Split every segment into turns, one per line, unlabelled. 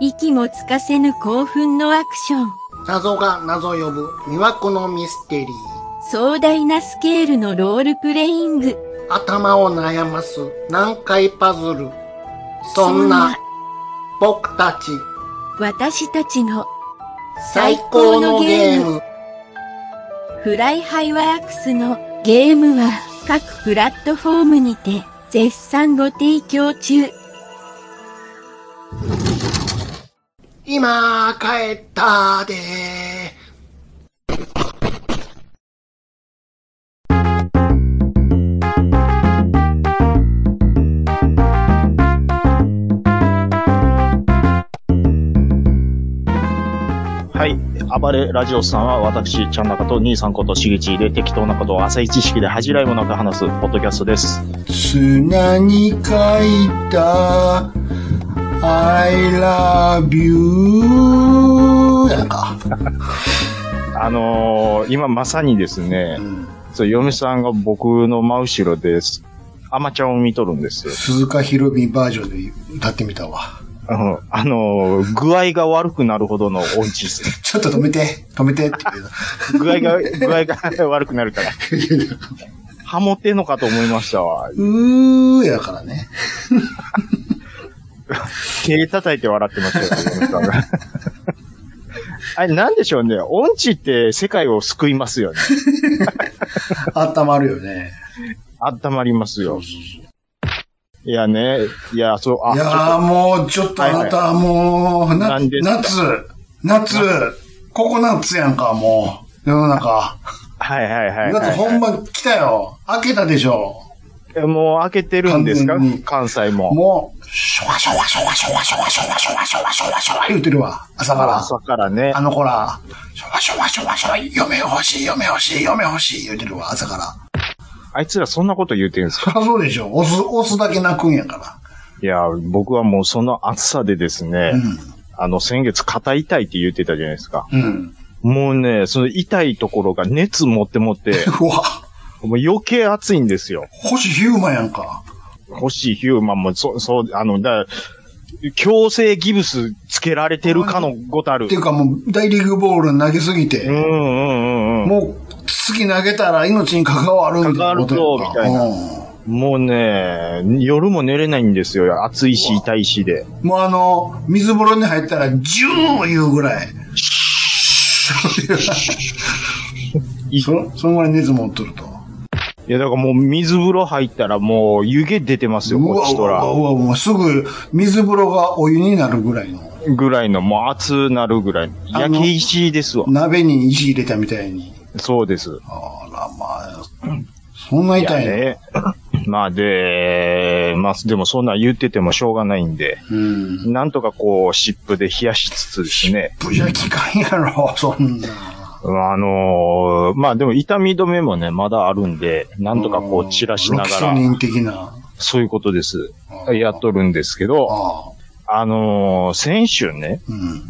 息もつかせぬ興奮のアクション。
謎が謎呼ぶ魅惑のミステリー。
壮大なスケールのロールプレイング。
頭を悩ます難解パズル。そんな僕たち
私たちの
最高のゲーム。
フライハイワークスのゲームは各プラットフォームにて絶賛ご提供中。
今帰ったで
はい。暴れラジオスさんは私、ちゃんなかと兄さんことしげちで適当なことを浅い知識で恥じらいもなく話すポッドキャストです。
砂に書いた I love you やんか。
あのー、今まさにですね
う、ん
そう、嫁さんが僕の真後ろです。アマちゃんを見とるんですよ。
鈴鹿ひろみバージョンで歌ってみたわ。
あの、あのー具合が悪くなるほどの音痴 です。
ちょっと止めて、止めてって言う
具合が、具合が悪くなるから。
けど
ハモってんのかと思いましたわ。
うーやからね。
手叩いて笑ってましたよ、嫁 さんが。あれ、なんでしょうね。音痴って世界を救いますよね。
温まるよね。
温まりますよ。いやね、いや、そう、あ、
い
ちょっ
やーもう、ちょっとあなた、もう、な
何ですか
夏、夏、ココナッツやんか、もう。世の中。
とはいはいはいはい、
夏ほんま来たよ。開けたでしょ。
えもう開けてるんですか
完全に
関西も。
もう、シュワシュワシュワシュワシュワシュワシュワシュワシュワシュワ言うてるわ。朝から。
朝からね
あ。の子ら、シュワシュワシュワシュワ、嫁欲しい、嫁欲しい、嫁欲しい言うてるわ、朝から。
あいつらそんなこと言うてるんですか
そりゃそうでしょ。押す、押すだけ泣くんやか
いや、僕はもうその暑さでですね、
ら。
あの、先月肩痛いって言ってたじゃないですか。
うん。うん。
もうね、その痛いところが熱持って持 って、
うわ、
もう余計暑いんですよ。
星ヒューマンやんか。
星ヒューマンも、そう、そう、あの、だから強制ギブスつけられてるかのごたる
ってい。うかもう、大リーグボール投げすぎて。
うんうんうんうん。
もう、次投げたら命に関わるみたいなことやんか。
関わ
うん
もうね、夜も寝れないんですよ。暑いし、痛いしで。
もうあの、水風呂に入ったら、ジューン言うぐ らい。
い
その、そのぐらい熱持っとると。
いや、だからもう水風呂入ったらもう湯気出てますよ、
う
こっ
わ、
ち
う
と
わ、
ら。
うわ、もうすぐ、水風呂がお湯になるぐらいの。
ぐらいの、もう熱なるぐらい。
あの
焼け石ですわ。
鍋に石入れたみたいに。
そうです。
あら、まあ、そんない
や
痛いの、
ね。まあで、まあでもそんなん言っててもしょうがないんで、
うん。
なんとかこう、湿布で冷やしつつですね。
ぶじゃきかんやろ、そんな。
あのーまあでも痛み止めもね、まだあるんで、なんとかこう散らしなが
ロキソニ
ら、
ン的な。
そういうことです。
うん
やっとるんですけど、
ああ。
あのー先週ね、
うん。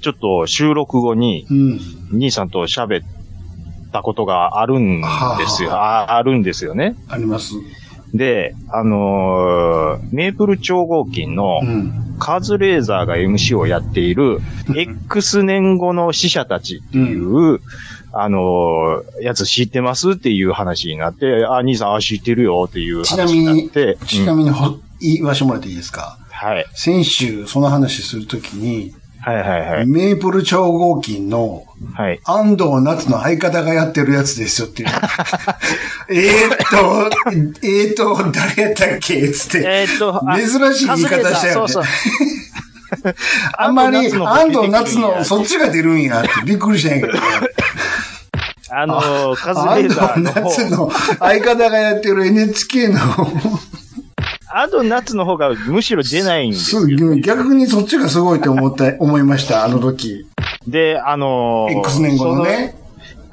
ちょっと収録後に、
うん。
兄さんと喋ったことがあるんですよ。
は
ああるんですよね。
あります。
で、あのーメープル超合金の
うん。
カズレーザーが MC をやっている、X 年後の死者たちっていう、あのーやつ知ってますっていう話になって、あ、兄さん、あ、知ってるよっていう
ちな
話
み
になっ
に、
て、
ちな
うん
みにほ、言わしてもらっていいですか
はい。
先週、その話するときに、
はいはいはい。
メープル超合金の
はい。
安藤夏の相方がやってるやつですよ っていう。えーっと、えーっと、誰やったっけつって。
えーっと、あ
珍しい言い方したよ
カズレーザーそうそう
ね。 あんまり、安藤夏の、そっちが出るんやってびっくりしたんやけど。
あのー、カズ
安
レー
藤
ザーの方、
夏の相方がやってる NHK の、
安藤夏の方がむしろ出ないんです
す逆にそっちがすごいと思った、思いました、あの時。
で、あのー、
X 年後のね。
その。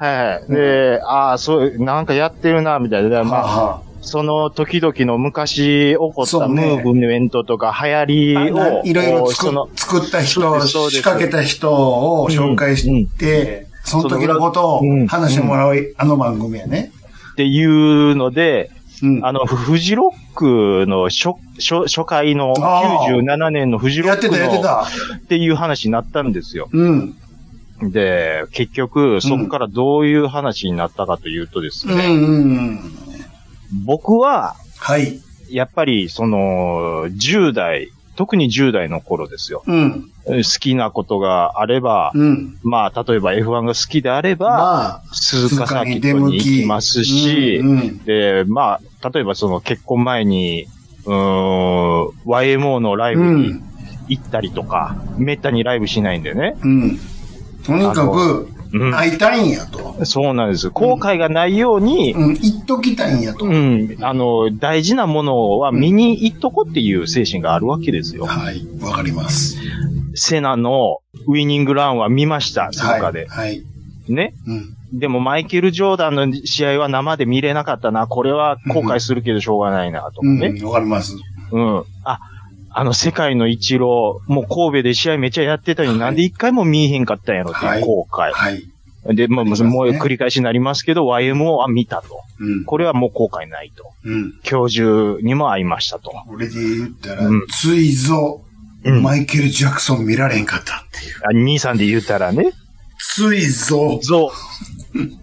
はいはい。で、ああ、そう、なんかやってるな、みたいな。でまあ、
は
その時々の昔起こっ
そ
た
う
ム
ね
ーブメントとか流
あ
行り
は
を、
あ、いろいろ
こうその
作作った人
そう
を、
ですそうです
仕掛けた人を紹介して、その時のことを話してもらう、あの番組やね。
っていうので、
うん。
あの、フジロックの初、初、初回の
あー
97年のフジロ
や
ッ
って
ク
た、やって
の
た。
っていう話になったんですよ。
うん。
で、結局、そこからどういう話になったかというとです
うんう
ね、
んうん。
僕は、
はい。
やっぱり、その、10代、特に10代の頃ですよ。
うん。
好きなことがあれば、
うん。
まあ、例えば F1 が好きであれば、
まあ、
鈴鹿サーキットに行きますし
う、んうん
で、まあ、例えばその結婚前に、うーん、YMO のライ
う
ブに
ん。
行ったりとか、めったにライブしないんでね。
うん。とにかく、
うん
会いたいんやと。
そうなんです。後悔がないように、
うん、行っときたいんやと。
うん、あの、大事なものは見に行っとこっていう精神があるわけですよ。
はい、わかります。
セナのウィニングランは見ました、そ
は
こ
い。
かで。
はい。
ね。
うん。
でもマイケル・ジョーダンの試合は生で見れなかったな。これは後悔するけどしょうがないな、とか
う
ね。
ん、わかります。
うん。あ、あの世界の一郎、もう神戸で試合めっちゃやってたのに、なんで一回も見えへんかったんやろって
はいいう
後悔。
はい。
で、もう、
ありますね
もう繰り返しになりますけど、YMO は見たと。
うん。
これはもう後悔ないと。
うん。
教授にも会いましたと。
俺で言ったら、
うん
ついぞ、
うん
マイケル・ジャクソン見られんかったっていう。
あ兄さんで言ったらね、
ついぞ、
ゾ、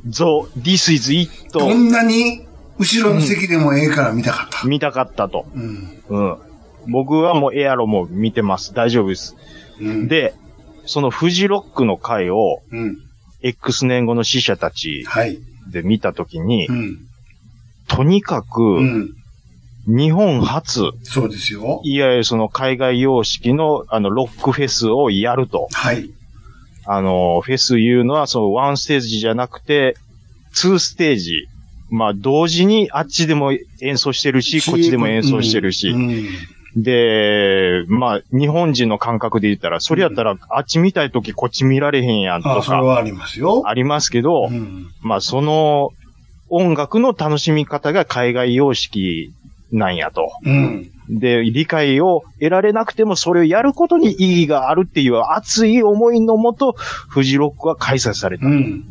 ゾ、This is it
どんなに後ろの席でもええから見たかった。
見たかったと。
うん。
うん。僕はもうエアロも見てます。大丈夫です。
うん。、
で、そのフジロックの回を、
うん。
X 年後の死者たち
はい。
で見たときに
う、ん。
とにかく、
うん。
日本初、
そうですよ。
いわゆるその海外様式の、あの、ロックフェスをやると。
はい。
あの、フェスいうのは、その、ワンステージじゃなくて、ツーステージ。まあ、同時に、あっちでも演奏してるし、こっちでも演奏してるし
う。ん。
で、まあ、日本人の感覚で言ったら、それやったら、あっち見たいときこっち見られへんやん
あ
と
それ
か、
はありますよ。
ありますけど
う、ん。
まあ、その、音楽の楽しみ方が海外様式なんやと。
うん。
で、理解を得られなくても、それをやることに意義があるっていう熱い思いのもと、フジロックは開催された。
うん。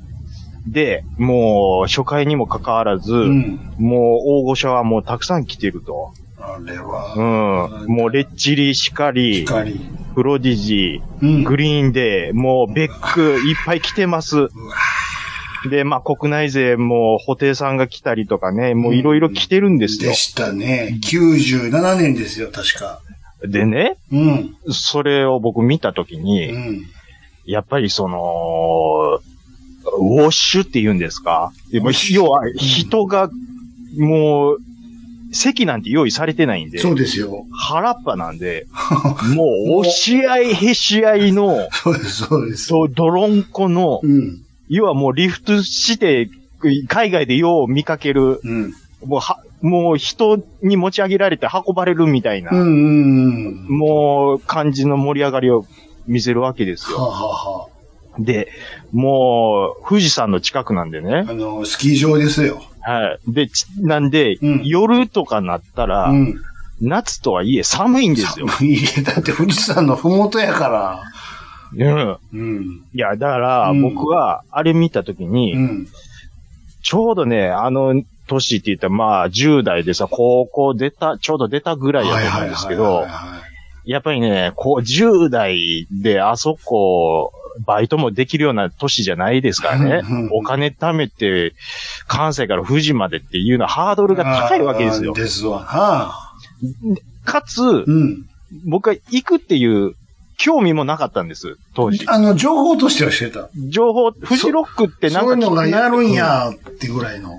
で、もう、初回にもかかわらず、
うん。
もう、大御所はもうたくさん来てると。
あれ
う
は、
ん。もう、レッチリ、シカリ、
光。
プロディジ
うん
ー、グリーンデー、もう、ベック、いっぱい来てます。で、まあ、国内勢も、布袋さんが来たりとかね、もういろいろ来てるんですよ
で。したね。97年ですよ、確か。
でね、
うん。
それを僕見たときに、
うん。
やっぱりその、ウォッシュって言うんですかでも
ウォッシュ
要は人が、もう、席なんて用意されてないんで、
そうですよ。
腹っぱな んで、もう押し合いへし合いの、
そうです、そうです。
そう、ドロンコの、
うん。
要はもうリフトして、海外でよう見かける、
うん。
もうは、もう人に持ち上げられて運ばれるみたいな、
うんうんうん。
もう感じの盛り上がりを見せるわけです
はあ、
よ。
はあは
で、もう、富士山の近くなんでね
あ、。あの、スキー場ですよ。
はい。で、ちなんで、
うん
夜とかなったら、
うん。
夏とはいえ寒いんですよ。
いや、だって富士山のふもとやから。
うん。
うん。
いや、だから、
うん
僕は、あれ見たときに、
うん。
ちょうどね、あの、年って言ったら、まあ、10代でさ、高校出た、ちょうど出たぐらいだと思うんですけど、やっぱりね、こう、10代で、あそこ、バイトもできるような都市じゃないですから
うんうん
ね。お金貯めて、関西から富士までっていうのはハードルが高いわけですよ
あ。ですわ。はあ。
かつ
う、ん。
僕は行くっていう興味もなかったんです、当時。
あの、情報としてはしてた。
情報、フジロックってなん
そう
か
いうのが
聞くな
やるん。やーってぐらいの。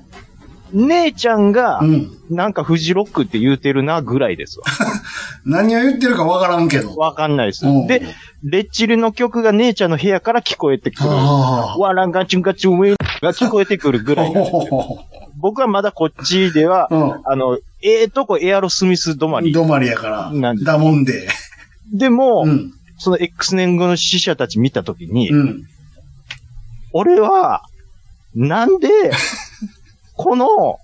姉ちゃんが
う、ん。
なんかフジロックって言うてるなぐらいですわ。
何を言ってるかわからんけど。
わかんないです
うん。
で、レッチリの曲が姉ちゃんの部屋から聞こえてくる。
はあ。
わらんがちゅんがちゅんウェイが聞こえてくる ぐらいなんですよ。僕はまだこっちでは、
うん。
あの、ええとこエアロスミス止まり。
止まりやから。
なんで
だもんで。
でも、
うん。
その X 年後の死者たち見たときに、
うん。
俺は、なんで、 この、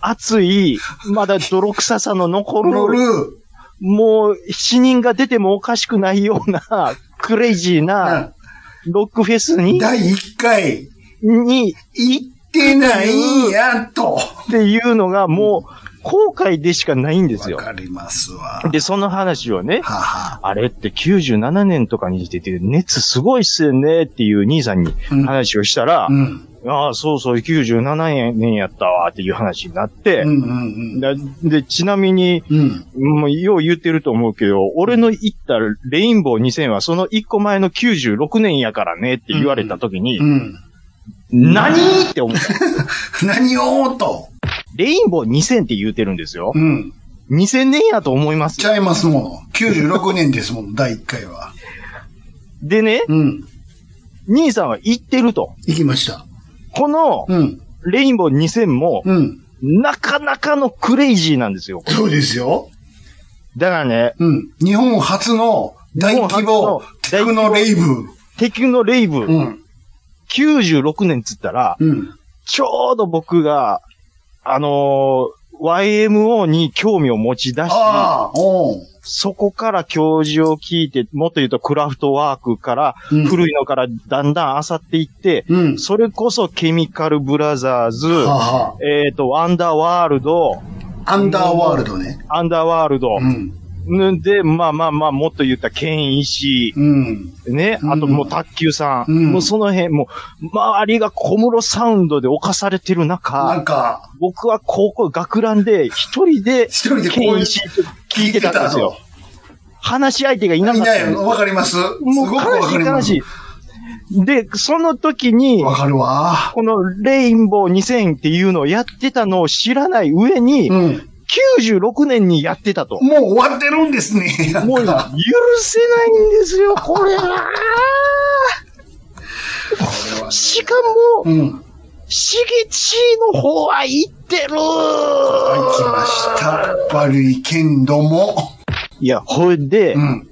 熱い、まだ泥臭さの残
ロ
る、
ール、
もう死人が出てもおかしくないような、 クレイジーな、
な
ロックフェスに、
第1回、
に、
行ってないんや、と。
っていうのがもう、後悔でしかないんですよ
わ。かりますわ。
で、その話をね、
はは。
あれって97年とかに出てて、熱すごいっすよねっていう兄さんに
うん
話をしたら
う、ん。
ああ、そうそう、97年やったわっていう話になって
うん、うん
だで、ちなみに、
うん。うん。
もう、よう言ってると思うけど、俺の言ったレインボー2000はその1個前の96年やからねって言われた時に
う、ん。
何って思った。
何をと。
レインボー2000って言うてるんですよ
う。ん。
2000年やと思います
ち
よ。
ゃいますもの。96年ですもの、第1回は。
でね、
うん。
兄さんは言ってると。
行きました。
この
うん。
レインボー2000も、
うん。
なかなかのクレイジーなんですよ。
そうですよ。
だからね、
うん。日本初の大規模
日
テ
本初の
クノレイブ。
敵のレイブ、
うん。
96年っつったら、
うん。
ちょうど僕が、あのー YMO に興味を持ち出し、
ああ、おう
そこから教授を聞いて、もっと言うとクラフトワークから、
うん。
古いのからだんだん漁っていって、
うん。
それこそケミカルブラザーズ、
はは。
えっ、と、ワンダーワールド、
アンダーワールドね。
アンダーワールド
う、ん。
ん、で、まあまあまあ、もっと言ったらケンイシ
うん。
ね、
うん
あともう卓球さん、
うん
もうその辺、もう、周りが小室サウンドで侵されてる中、
なんか、
僕は高校、学ランで、一人で、
一人でこう
ケン
いう
イシ聞いてたんですよ。。話し相手がいなか
い
っ
な
た
い
んです
よ。わかります。す
も
ごく
う
わ
悲
か
し
り
い
ま
悲
す
し。い。で、その時に、
わかるわ。
このレインボー2000っていうのをやってたのを知らない上に
う、ん。
96年にやってたと。
もう終わってるんですね。なんか
もう許せないんですよ、これは。しか も、
うん。
しげちの方は行ってる
はい、来ました。悪いけんども。
いや、ほいで
う、ん。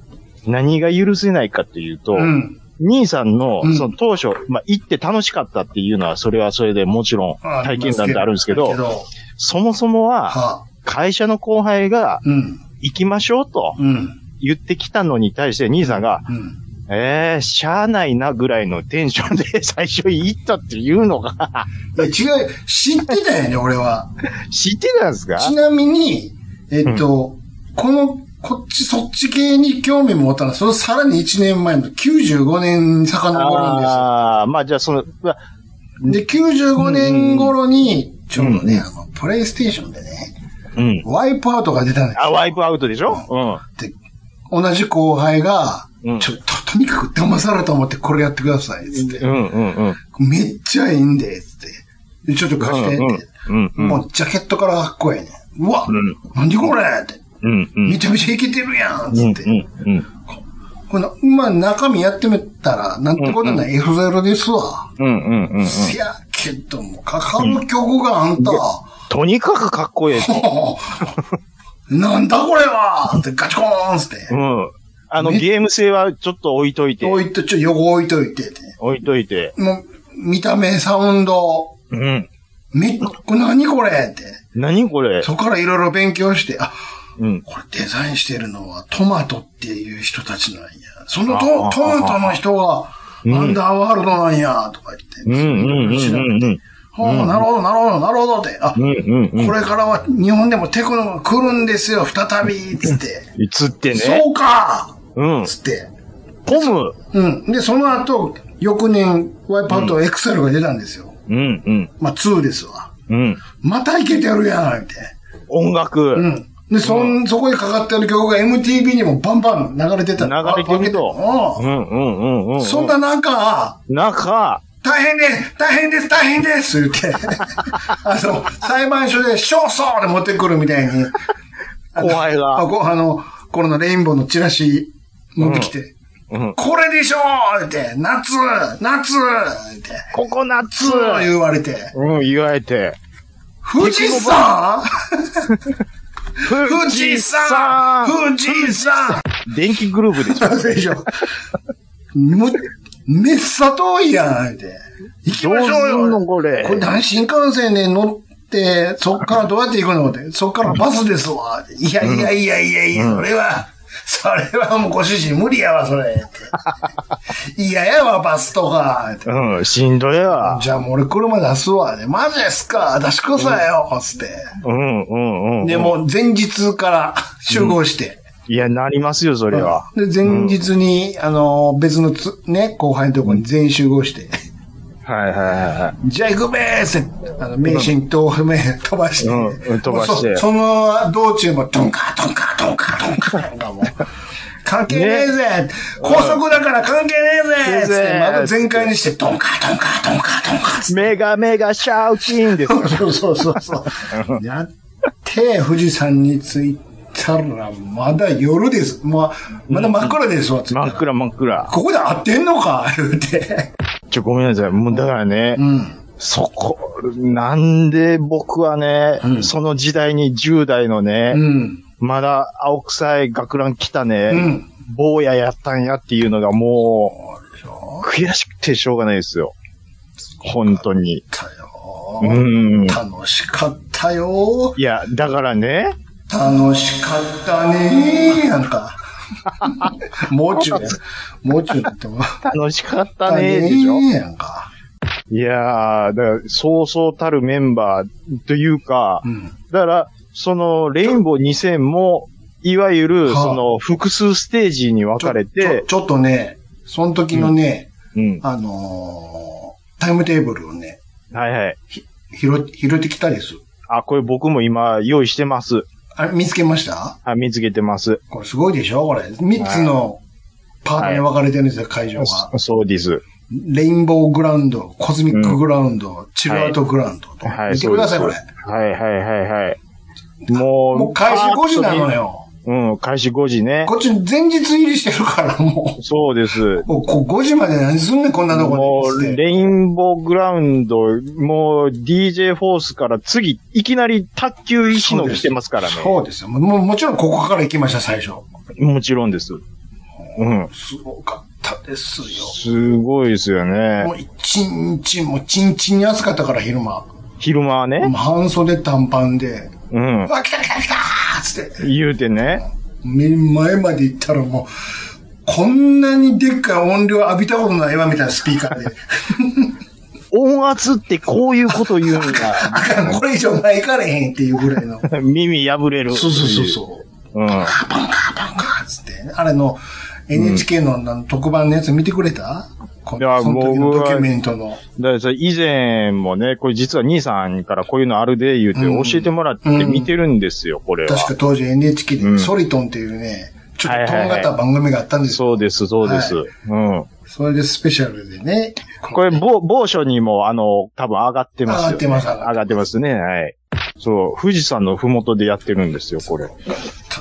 何が許せないかっていうと、
うん。
兄さんの
うん、
その当初、まあ、行って楽しかったっていうのは、それはそれでもちろん体験談ってあるんですけ
あり
ど、
ます
そもそも
け
は、
は、
会社の後輩が
うん。
行きましょうと
うん。
言ってきたのに対して、兄さんが、
うん。
えー、しゃあないなぐらいのテンションで 最初行ったっていうのが、
いや、違う、知ってた よね、俺は。
知ってたんですか
ちなみに、えっと、この、こっち、そっち系に興味持ったのは、そのさらに1年前の95年遡るんですよ。
ああ、まあじゃあその、まあ
で、95年頃に、ちょうどね、
う
あ
ん
の、プレイステーションでね、
うん。
ワイプアウトが出たんです
あ、ワイプアウトでしょ
って、同じ後輩が、
うん
ちょっと、とにかく騙されたと思ってこれやってください、つって
う。ん。うん、うん、うん。
めっちゃいいんで、つって。でちょっと貸して、って。
うん、うん。
もう、ジャケットからかっこいいね。うわ、
うん
なんでこれって。
うん、うん。
めちゃめちゃいけてるやん、
う
つ
ん、
って。
うん、うん。
この、まあ、中身やってみたら、なんてことない F0 ですわ。
うん、うん、うん。
せやけども、かかる曲があんた、
とにかくかっこええと。
なんだこれはってガチコーンっつって
う。ん。あの、
め
ゲーム性はちょっと置いといて。
置いと、ちょ、横置いといてて。
置いといて。
もう、見た目、サウンド、
うん。
め、これ何これって。
何これ
そこからいろいろ勉強して、あ、
うん。
これデザインしてるのはトマトっていう人たちなんや。その
あ
ト
あ
トマトの人が、
うん
アンダーワールドなんや、とか
うん、
言って。
うん、うん、
調べて
うん。うん、
ほうなるほど、なるほど、なるほどって。あ、
うん、うん。
これからは日本でもテクノが来るんですよ、再び、つって。
映ってね。
そうか
うん。
つって。
ポム。
うん。で、その後、翌年、ワイパッド XL が出たんですよ。
うん、うん、
まあ、2ですわ。
うん。
またいけてるやん、って。
音楽。
うん。で、そん、そこにかかってる曲が MTV にもバンバン流れてた。
流れてると
あ
う。ん、うん、うん、うん。
うん。そんな中、
中、
大変です大変です大変です言っ て、あの、裁判所で勝訴で持ってくるみたいに。
後輩
あ、
が。
こあの、このレインボーのチラシ持ってきて、
うん。
これでしょーって、夏夏って、
ココナッツ
つー言われて、
うん、言われて。
富士山富
富
士山富士山
電気グループでしょ。
でしょ。む、めっさ遠いやん、って。行き
ど
ま
う
し
す
ょうん
の
よ。
これ
こ。れ何新幹線で乗って、そっからどうやって行くのって。そっからバスですわ。いやいやいやいやいや、それは、それはもうご主人無理やわ、それ。嫌やわ、バスとか。
うん、しんどいわ。
じゃあもう俺車出すわ。でマジですか出してくださいよ、つって。
うん、うん、うん。
で、も、前日から集合して。
いや、なりますよ、それは。
で、前日に、あの、別のつ、ね、後輩のとこに全員集合 して。
はいはいはいはい。
じゃあ行くべーっつって、あの、名神と名飛ばして。
うん飛ばして
もうそその道中も、ドンカードンカードンカードンカー がもう。関係ねえぜ、高速だから関係ねえぜつって、また全開にして、ドンカードンカードンカードンカー
メガメガシャウチンです。
そうそうそうそう。やって、富士山に着いたら、まだ夜です。まあ、まだ真っ暗ですわ、つって。
真っ暗真っ暗。
ここで会ってんのか言うて。
ちょ、ごめんなさい。もうだからね、
うん。
そこ、なんで僕はね、
うん
その時代に10代のね、
うん。
まだ青臭い学ラン来たね、
うん。
坊ややったんやっていうのがもう、悔しくてしょうがないですよ。本当に。
たよ
う。ん。
楽しかったよ。
いや、だからね、
楽しかったねー。なん か。もう中ね。もう中だっても。
楽しかった
だ
ね、でしょ。
ーなんか。
いやー、だから、そうそうたるメンバーというか
う、ん。
だから、その、レインボー2000も、いわゆる、
はあ
その、複数ステージに分かれ
ちょ
て、
ちょちょっとね、その時のね、
うん。
あのー、タイムテーブルをね、
はいはい。
拾い、拾ってきたです。
あ、これ僕も今、用意してます。
あれ、見つけました
あ、見つけてます。
これすごいでしょこれ。3つのパートに分かれてるんですよ、会場が。
そそうです。
レインボーグラウンド、コズミックグラウンド、チルアートグラウンドと。
はい。
見てください、
そ
こ
う
れ
です。はいはいはいはい。もう、
もう開始5時なのよ。
うん、開始5時ね。
こっち前日入りしてるから、も
そうです
う。。もうこう5時まで何すんねん、こんなと
も
こ
う、
で。
レインボーグラウンド、もう、DJ フォースから次、いきなり卓球石野来てますからね。
そうですよ。もうもちろんここから行きました、最初。
もちろんです。うん。
すごかったですよ。
すごいですよね
も。う一日、もうちんちんに暑かったから、昼間。も
昼間は
う
ね。
半袖短パンで、
うん
う。わ、来た来た来たーっつって。
言うてね。
目前まで行ったらもう、こんなにでっかい音量浴びたことないわ、みたいなスピー カーで。
音圧ってこういうこと言うんだ。
あかん、これ以上ないからへんっていうぐらいの。
耳破れる。
そうそうそうそう。
う。うん。
パンカーパンカーっつって。あれの、NHK のあの特番のやつ見てくれた、こ
いや
その時の
僕
ド
は
キュメントの。
だからそれ以前もね、これ実は兄さんからこういうのあるで言うて
うん
教えてもらって見てるんですよ、これは。
確か当時 NHK
う
で
ん
ソリトンっていうね、ちょっととんが
は
っ
いはい
た番組があったんですよ。
そうです、そうです。
は
うん。
それでスペシャルでね。
これ、某、某所にも、あの、多分上がってま
上
すよ、ね。
がってます上が
上
ってます
がってますね。はい。そう、富士山のふもとでやってるんですよ、これ。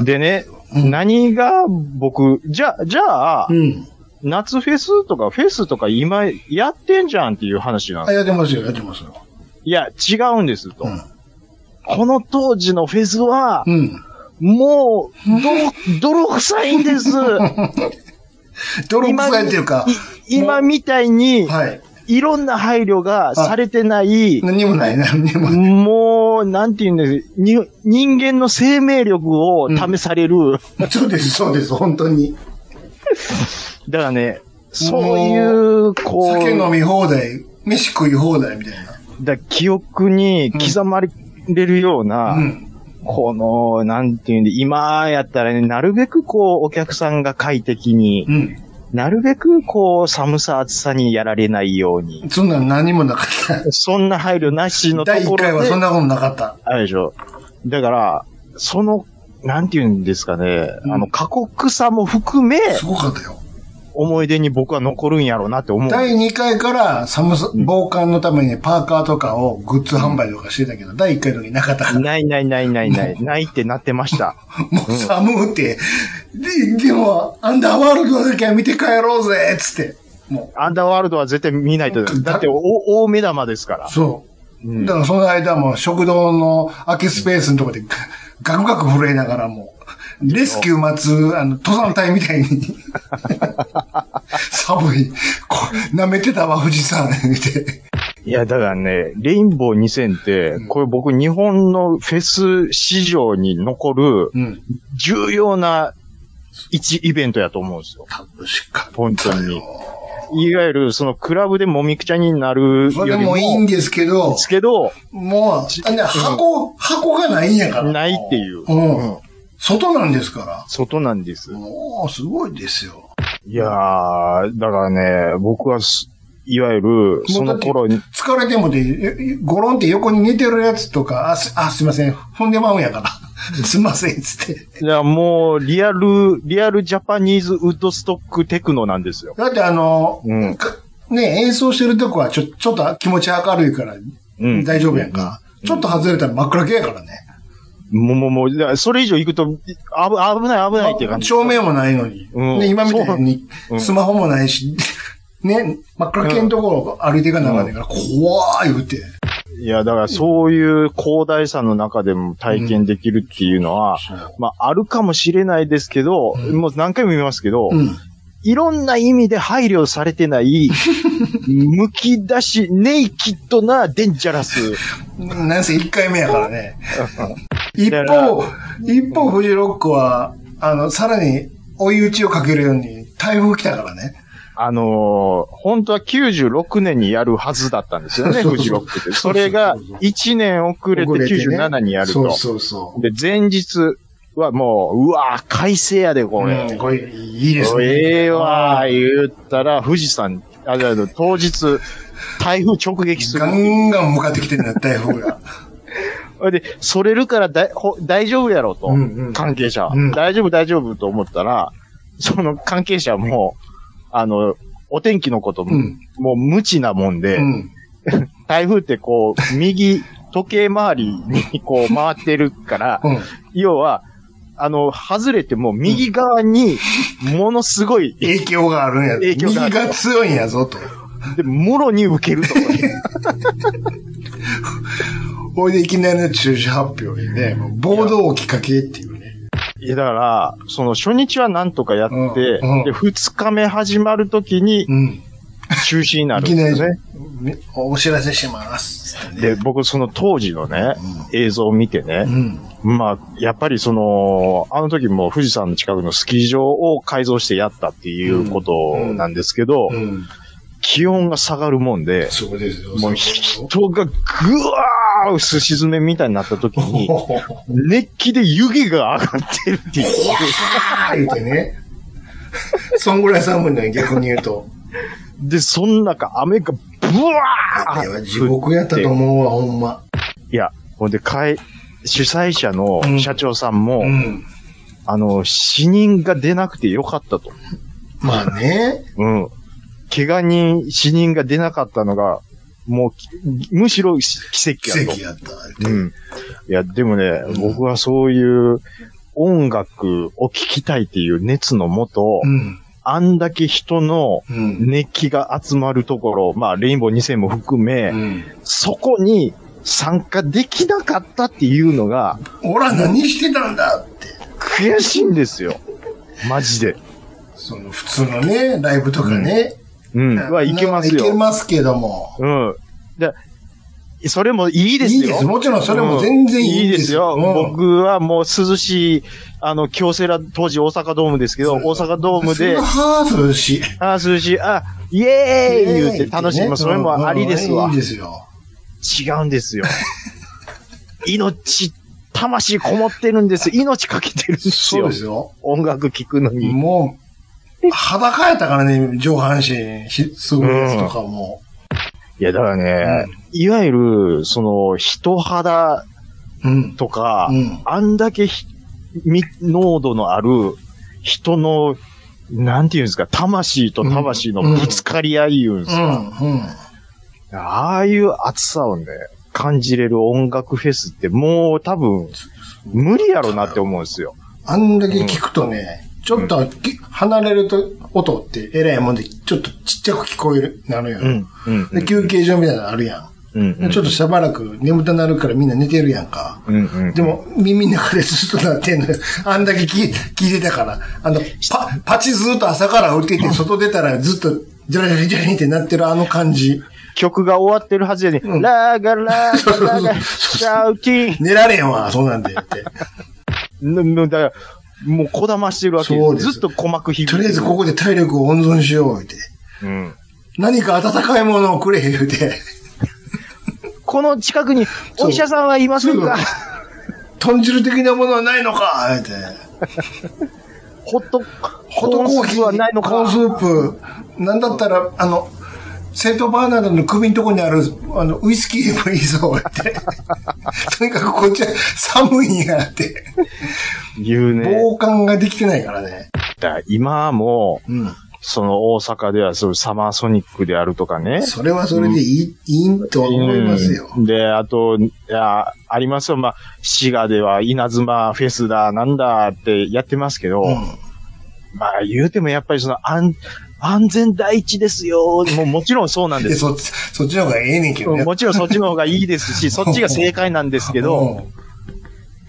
でね、
うん
何が僕、じゃ、じゃあ、
うん。
夏フェスとかフェスとか今やってんじゃんっていう話なん
あ、
です。
やってますよ、やってますよ。
いや、違うんですと。
うん
この当時のフェスは、
うん。
も う、ど、泥臭いんです。
泥臭いっていうか、
今みたいに、
はい。
いろんな配慮がされてない、
何もない、何にもない。
もう、なんて言うんですに人間の生命力を試される。
そうです、そうです、本当に。
だからね、そういう、こ
酒飲
う、
み放題、飯食い放題みたいな。
だ記憶に刻まれるような、
うん。
この、なんていうんで、今やったらね、なるべくこう、お客さんが快適に、
うん。
なるべくこう、寒さ暑さにやられないように、
そんなん何もなかった。
そんな配慮なしのと
第1
こ
回
ろ
は
で
そん、なことなかった。
あれでしょ。だから、その、なんていうんですかね、
うん
あの、過酷さも含め、
すごかったよ。
思い出に僕は残るんやろうなって思う。
第2回から寒さ、
うん
防寒のためにパーカーとかをグッズ販売とかしてたけど、第1回の時なかったから、
ないないないない ない、ないってなってました。
もう寒うて、で、でも、アンダーワールドだけは見て帰ろうぜっつって。も
アンダーワールドは絶対見ないと。だって、お大目玉ですから
う、。そう。
うん
だからその間も食堂の空きスペースのとこで ガクガク震えながらも、レスキュー待つ、あの、登山隊みたいに。 寒い。こ舐めてたわ、富士山。見て。
いや、だからね、レインボー2000って、これ僕日本のフェス市場に残る
うん。
重要な一イベントやと思うんですよ。
楽しかったよ。
本当に。いわゆる、そのクラブでもみくちゃになる
そ
よ
れ
り
で
も。
もいいんですけど
で、すけど、
もう、あね箱、箱がないんやから。
ないっていう。
うん
うん
外なんですから。
外なんです。
もう、すごいですよ。
いやー、だからね、僕はす、いわゆる、その頃に、
疲れてもで、ええゴロンって横に寝てるやつとか、あ、すあすいません、踏んでまうんやから。 すいません、つって。
いや、もう、リアル、リアルジャパニーズウッドストックテクノなんですよ。
だってあの、
うん
かね、演奏してるとこはちょ、ちょっと気持ち明るいから、
うん。
大丈夫やんか。ちょっと外れたら真っ暗系やからね。
もう、もう、もうだから、それ以上行くと、危危ない、危ないっていう感じ。
照明もないのに。
うん
で今みたいに
そうう、ん
スマホもないし、ね、真っ暗系のところを歩いていかなあかんねんから、怖い言うて。
いや、だから、そういう広大さの中でも体験できるっていうのは、まあ、あるかもしれないですけど、
うん
もう何回も言いますけど、
うん。
いろんな意味で配慮され てない、むき出し、ネイキッドなデンジャラス。
なんせ1回目やから ね。一
だから
方、一方、フジロックは、あの、さらに追い打ちをかけるように、台風来たからね。
あのー本当は96年にやるはずだったんですよね、
そうそう
フジロックって。それが1年遅れて
遅れてね
97にやると。
そうそうそう。
で、前日はもう、うわぁ、快晴やで、これ。
うんこれ、いいですね。
ええわー、言ったら、富士山、あ、じゃあ当日、台風直撃する
ガ。ンガン向かってきてるんだ、台風 が。
で、それるからだいほ大丈夫やろと、
うんうん
関係者は、
うん
大丈夫、大丈夫と思ったら、その関係者も、あの、お天気のことも、
うん
もう無知なもんで、
うん。
台風ってこう、 右、時計回りにこう回ってるから、
うん。
要は、あの、外れても右側に、ものすごい、
影響があるんや。
影響
右
がある
が強いんやぞ、と。
で、もろに受けると。
ほいで、いきなりの中止発表にね、もう暴動をきっかけっていうね。
いや、だから、その初日はなんとかやって、
うんうん
で、二日目始まるときに
うん。
中止にないる
き
ん
な
です
り
よね。、
みお知らせします。つってね
で、僕その当時のね、映像を見て
う
ね、
ん。
まあ、やっぱりその、あの時も富士山の近くのスキー場を改造してやったっていうことなんですけど、
うん。
気温が下がるもんで、
そうですよ。
もう人がぐわーすし詰めみたいになった時に、 熱気で湯気が上がってるっていう。
あー言うてね。 そんぐらい寒いのに逆に言うと。
で、そん中雨がブ
あ
ワ
れは
ー
地獄やったと思うわ、ほんま。
いや、ほんで、かい、主催者の
うん
社長さんも、
うん。
あの、死人が出なくてよかったと。
まあね。
うん。怪我人、死人が出なかったのが、もうき、むしろ奇跡
奇
やと。
跡やった。
うん。いや、でもね、
ん
僕はそういう音楽を聴きたいっていう熱のもと、
うん。
あんだけ人の
うん。
熱気が集まるところ、まあ、レインボー2000も含め、
うん。
そこに参加できなかったっていうのが、
俺は何してたんだって。
悔しいんですよ。マジで。
その普通のね、ライブとかね。
うん。はいけますよ。
いけますけども。
うん。で、それもいいです
い
よ。
いです。もちろんそれも全然いいんですよ。
うんいいですよ。僕はもう涼しい、あの、京セラ、当時大阪ドームですけど、
そう
大阪ドーム で
そんな、ハーフし。
あー涼しい、あ、イエーイ言うて楽しむ。それもありですわ。
いいですよ。
違うんですよ。命、魂こもってるんです。命かけてるんです
そう
よ
で。すよ。
音楽聴くのに。
もう、裸やったからね、上半身、ひすごいやつとかも。
いや、だからね、いわゆる、その、人肌
うん。
とか、
うん。
あんだけひみ濃度のある人の、なんていうんですか、魂と魂のぶつかり合いいうんです
う
か、
ん。うん。
ああいう熱さをね、感じれる音楽フェスってもう多分、無理やろなって思うんですよ。
あんだけ聞くとね、ちょっとき離れると音ってえらいもんで、ちょっとちっちゃく聞こえる、なるや。
うんん。うん。
で、休憩所みたいなのあるや
うん
ん。でちょっとしばらく眠たなるからみんな寝てるやんか。
うんうん。
でも、耳の中でずっとなってんのよ。あんだけ聞い聞いてたから。あの、パ、パチずっと朝から降りてきて、外出たらずっと、ジャラジャラジャラってなってるあの感じ。
曲が終わってるはずやね、
うん
ラーガラ ーガラーガ
そうそうそう
シャウティー
寝られんわ、そうなんでって。
ぬぬだから、もうこだましてるわけ
そうで
で。
すす
ずっと鼓膜ひび。
とりあえずここで体力を温存しよう、って。
うん。
何か温かいものをくれ、言うて。
この近くにお医者さんはいませんか
そう豚汁的なものはないのか、言うて。
ホット、
ホ
ホ
ットコーヒー、
はないの
コーンス
か。
ープ。なんだったら、あの、セントバーナードの首のとこにある、あの、ウイスキーでもいいぞ、言うて。 とにかくこっちは寒いんやなって。
言うね。
防寒ができてないからね。
今も、
うん。
その大阪ではそういうサマーソニックであるとかね。
それはそれでいい、いいんとは思いますよ。
うんで、あと、いや、ありますよ。まあ、滋賀では稲妻フェスだ、なんだってやってますけど、
うん。
まあ言うてもやっぱりその安、安全第一ですよ。もうもちろんそうなんで
で、
す。
そっち、そっちの方がええねんけどね。
もちろんそっちの方がいいですし、そっちが正解なんですけど、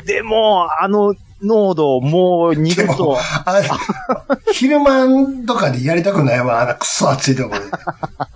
うん、
でも、あの濃度をもう二度
でも
と、
あ昼間とかでやりたくないわ、あのクソ暑いところ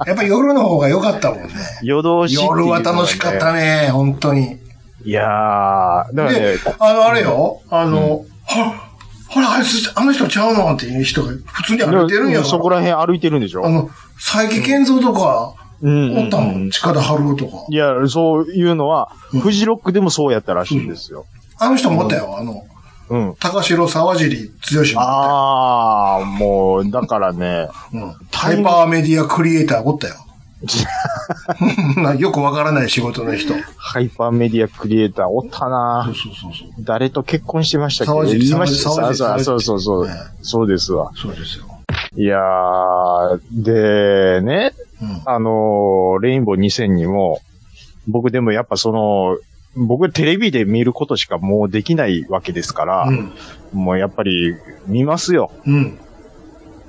で。やっぱ夜の方が良かったもんね。
夜通しっていうのがね、
夜は楽しかったね、本当に。
いやー、だからね
で、、あの、あれよ、あの、は、ほら、あいつ、あの人ちゃうのっていう人が普通に歩いてるんや
うんそこ
から。
ら辺歩いてるんでしょ
あの、佐伯健三とか、
うん
おったもん、近田春夫とか。
いや、そういうのは、
うん
フジロックでもそうやったらしいんですよ。
あの人もおったよ、あの、
うん。
高城沢尻剛志もおっ
ああ、もう、だからね、
たよ。うん。ハイパーメディアクリエイターお ったよ。 よくわからない仕事の人。そう
ハイパーメディアクリエイターおったな
そうそうそう。
誰と結婚してましたっ
沢
け
尻
言いました
沢尻
そうそ
沢尻
うそうそう。
ね
そうですわ。
そうですよ。
いやー、で、ね、
うん。
あのーレインボー2000にも、僕でもやっぱその、僕テレビで見ることしかもうできないわけですから、
うん。
もうやっぱり見ますよ。
うん。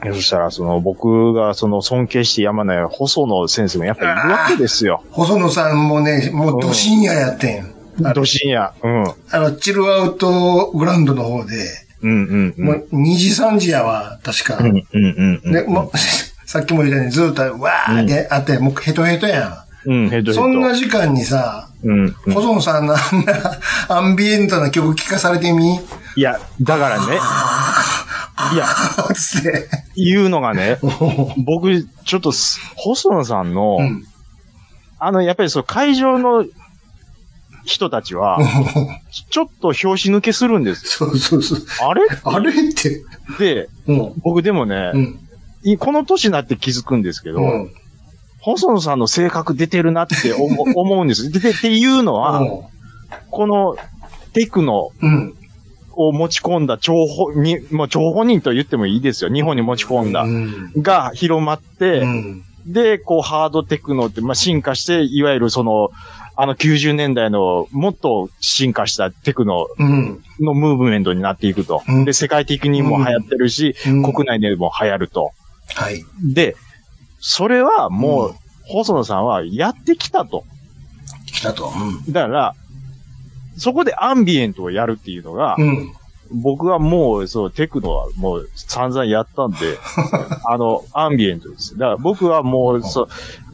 そしたら、その、僕が、その、尊敬してやまない細野先生もやっぱいるわけですよ。
細野さんもね、もうど深夜やってん。あ
ど深夜。うん。
あの、チルアウトグラウンドの方で、
うんうんうん。
もう2時3時やわ、確か。
うんうんうん。
で、もう、 さっきも言ったようにずっと、わーってあって、もうヘトヘトや
うん、
ん。
ヘッドヘッド。
そんな時間にさ、
うんうん。
細野さんのあん なアンビエントな曲聴かされてみ
いや、だからね。いや、
つって。
言うのがね、僕、ちょっとす、細野さんの、
うん。
あの、やっぱりその会場の人た ちは、ちょっと拍子抜けするんです。
そうそうそう。
あれ
あれって。
で、
うん。
僕でもね
う、ん。
いこの年になって気づくんですけど、
うん。
細野さんの性格出てるなっ て思思うんです。で、でっていうのは、このテクノ
うん。
を持ち込んだ張本に、もう張本人と言ってもいいですよ。日本に持ち込んだ。
うん。
が広まっ
う
て、
ん。
で、こうハードテクノって、まあ、進化して、いわゆるその、あの90年代のもっと進化したテクノ
うん。
のムーブメントになっていくと。
うん
で、世界的にも流行ってるし、
うん
国内でも流行ると。
はい。
で、それはもう、
うん
細野さんはやってきたと。
来たと。
だから、そこでアンビエントをやるっていうのが、
うん。うん。
僕はもう、そう、テクノはもう散々やったん で、あの、アンビエントです。だから僕はもう、そう、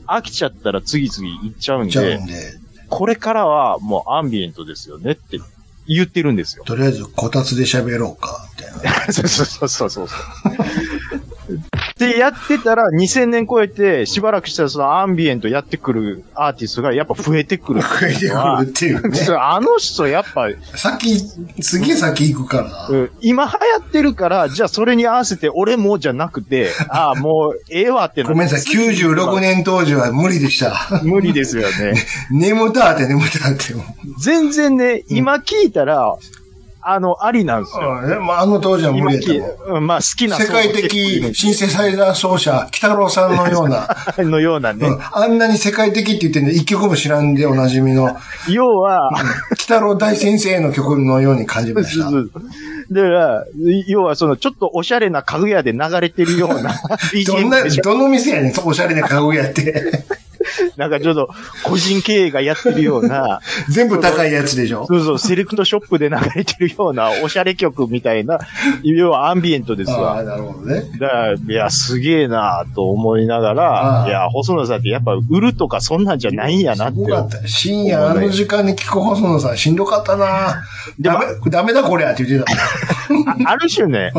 飽きちゃったら次々行っちゃうん
じゃあ
で、
んで、
これからはもうアンビエントですよねって言ってるんですよ。
とりあえずこたつで喋ろうか、みたいな。
そうそうそうそうそう。で、やってたら2000年超えて、しばらくしたらそのアンビエントやってくるアーティストがやっぱ増えてくる。
増えてくるっていうね。
そうあの人やっぱ、
先、すげえ先行くから。
うん今流行ってるから、じゃあそれに合わせて俺もじゃな くて、ああ、もうええわってな
ごめんなさい、96。年当時は無理でした。
無理ですよね。
眠たーって眠たーって。
全然ね、今聞いたら、あの、ありなんですよ。
うんまあ、あの当時は無
今
理
聞い
だったもん
うんまあ好きな
世界的シンセサイザー奏者、北郎さんのような、
のようなね
う。んあんなに世界的って言ってんの、一曲も知らんでおなじみの、
要は、
北郎大先生の曲のように感じまし
そ
た。
うそうだから、要はその、ちょっとおしゃれな家具屋で流れてる ような
どん
BGM
な、
でしょ
どの店やねん、そおしゃれな家具やって。
なんかちょっと、個人経営がやってるような、
全部高いやつでしょ
そうそう、セレクトショップで流れてるような、おしゃれ曲みたいな、要はアンビエントです
あ
わ。
あ、なるほどね。
だから、いや、すげえなと思いなが
あ
ら、
あ
いや、細野さんってやっぱ売るとかそんなんじゃないんやなっ
すごか
て。
った。深夜あの時間に聞く細野さんしんどかったな
で
ダ
も
メ、ダメだこりゃって言ってた。
あある種ね、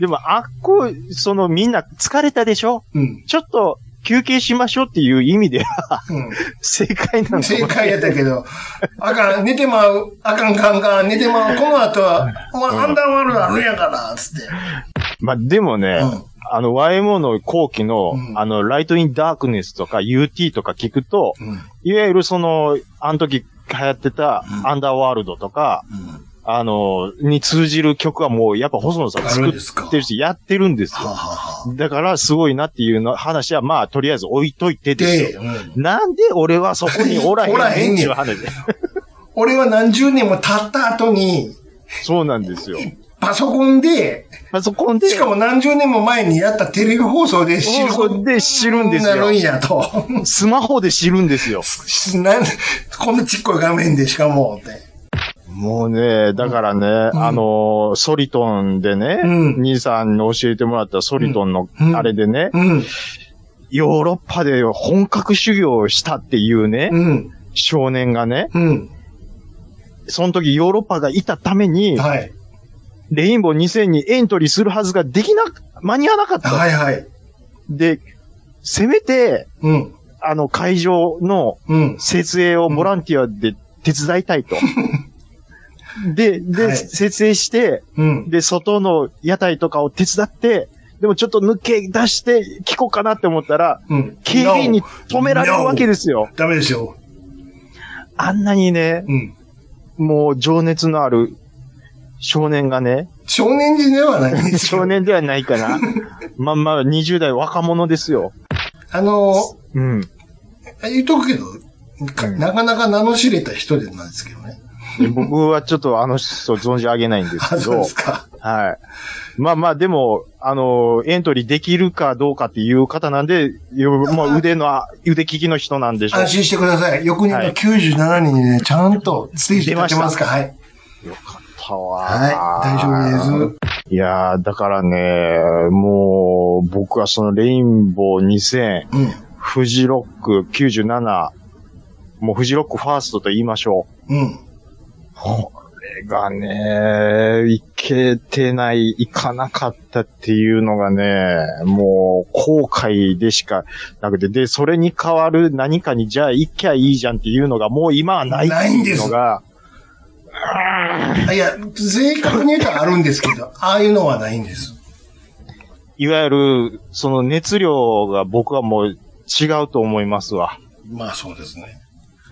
でもあっこ、そのみんな疲れたでしょ
うん。
ちょっと休憩しましょうっていう意味では
うん。
正解なの
正解やったけど、あかん、寝てまう、あかんかんかん、寝てまう、この後は、お前、アンダーワールドあるんやから、つって。
まあでもね、
うん
あの YMO の後期の、
うん
あのライトインダークネスとか UT とか聞くと、
うん。うん。
いわゆるその、あの時流行ってた
うん
アンダーワールドとか、あの、に通じる曲はもうやっぱ細野さん
あるんです
作
か
ってるし、やってるんです
はあ、
よ。
はあはあ、
だからすごいなっていうの話はまあとりあえず置いといてです
で、
よ。
うん
なんで俺はそこにおらへ
おらへ
ん
んねん
ねんっていう話で。
俺は何十年も経った後に、
そうなんですよ。
パソコンで、
パソコンで、
しかも何十年も前にやったテレビ放送で知る
放送で知るんですよ
なるんやと。
スマホで知るんですよ。
なんこんなちっこい画面でしかも、って。
もうね、だからね、
ん
あの、ソリトンでね、
うん
兄さんに教えてもらったソリトンの
うん
あれでね、
うん。
ヨーロッパで本格修行をしたっていうね、
うん。
少年がね、
うん。
その時ヨーロッパがいたために、
はい。
レインボー2000にエントリーするはずができな、間に合わなかった。
はいはい。
で、せめて、
うん。
あの会場の
うん。
設営をボランティアで手伝いた いと。で、で、
はい
設営して、
うん。
で、外の屋台とかを手伝って、でもちょっと抜け出して聞こうかなって思ったら、
うん。
警備員に
No
止められるわけですよ。
ダメですよ。
あんなにね、
うん。
もう情熱のある少年がね、
少年時ではないんですよ
少。年ではないかな。まあまあ、20代若者ですよ。
あの、
うん。
言っとくけど、かなかなか名の知れた人でなんですけどね。
で僕はちょっとあの人存じ上げないんですけ
あ、そう
ど
で、すか。
はい。まあまあ、でも、あの、エントリーできるかどうかっていう方なんで、よもう腕の、腕利きの人なんでしょう
安心してください。翌年
はい
の97人にね、ちゃんとステージ立てますから。はい。
よかったわ。
はい。大丈夫です。
す。いやー、だからね、もう、僕はそのレインボー2000、
うん。
フジロック97、もうフジロックファーストと言いましょう。
うん。
これがね、いけてない、いかなかったっていうのがね、もう後悔でしかなくて、で、それに代わる何かにじゃあ行きゃいいじゃんっていうのがもう今はないっていうのが、
あいや、正確に言うとあるんですけど、ああいうのはないんです。
いわゆる、その熱量が僕はもう違うと思いますわ。
まあそうですね。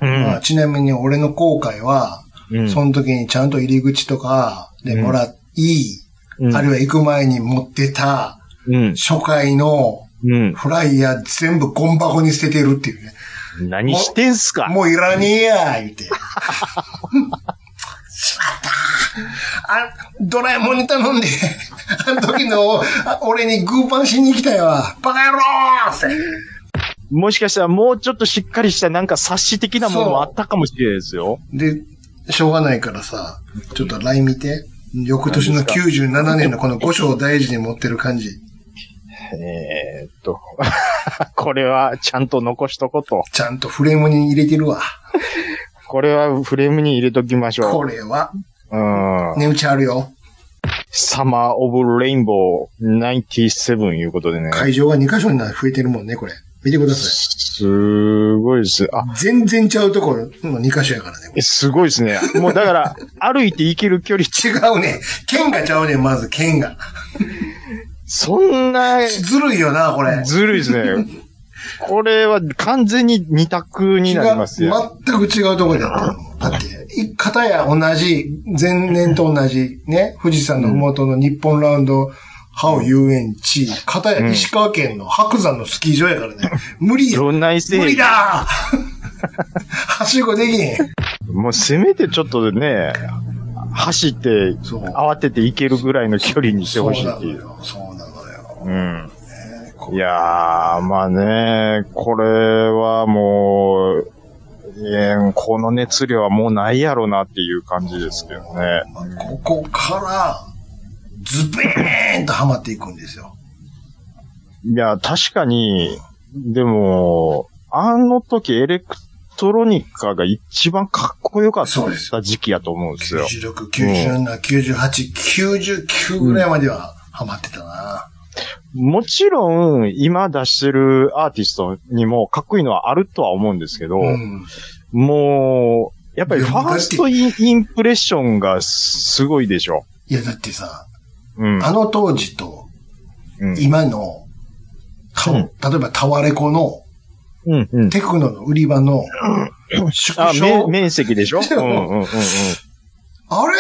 う
まあ、
ん。
ちなみに俺の後悔は、
うん
その時にちゃんと入り口とかでもらい、
うん
あるいは行く前に持ってた
うん。
初回の
うん。
フライヤー全部ゴン箱に捨ててるっていうね。
何してんすか
もういらねえや言って。 しまったあ、ドラえもんに頼んで、あの時のあ俺にグーパンしに来たよ。バカ野郎って。
もしかしたらもうちょっとしっかりしたなんか冊子的なものもあったかもしれないですよ。
で、しょうがないからさ、ちょっと LINE 見て。翌年の97年のこの5章を大事に持ってる感じ。
えーっと、 これはちゃんと残しとこと。
ちゃんとフレームに入れてるわ。
これはフレームに入れときまし
こ
ょ
れは、
う。うん。
値打ちあるよ。
サマーオブレインボー97いうことでね。
会場が2箇所にな増えてるもんね、これ。見てくださ
すごいです。あ、
い。全然ちゃうところの2箇所やからね。
すごいですね。もうだから、 歩いて行ける距離、
違うね。剣がちゃうね、まず剣が。
そんな、
ずるいよな、これ。
ずるいですね。 これは完全に二択になります
違
よ。
う全く違うところだったの。だって、い片や同じ、前年と同じ、ね、富士山のふもとの日本ラウンド、ハオ遊園地、片や石川県の白山のスキー場やからね。無理や。
どんな異性
無理だはしごできへん。
もうせめてちょっとね、走って、
そう
慌てて行けるぐらいの距離にして
そ
ほ
う
しい
な
って
の
いう。
よ。そうなのよ。
うん。
ねこ
いやー、まあね、これはもう、えーこの熱量はもうないやろなっていう感じですけどね。
まあここから、ズベーンとハマっていくんですよ。
いや、確かに、でも、あの時エレクトロニカが一番かっこよかっ
そうです
た時期やと思うんですよ。
96、97、98、99ぐらいまではハマってたな。
もちろん、今出してるアーティストにもかっこいいのはあるとは思うんですけど、
うん。
もう、やっぱりファーストインインプレッションがすごいでしょ。
いや、だってさ、
うん。
あの当時と
うん
今の、た
うん
例えばタワレコの
うん。うん。
テクノの売り場の縮
あ、め
小。
面積で しょうんうんうんうん。
あれ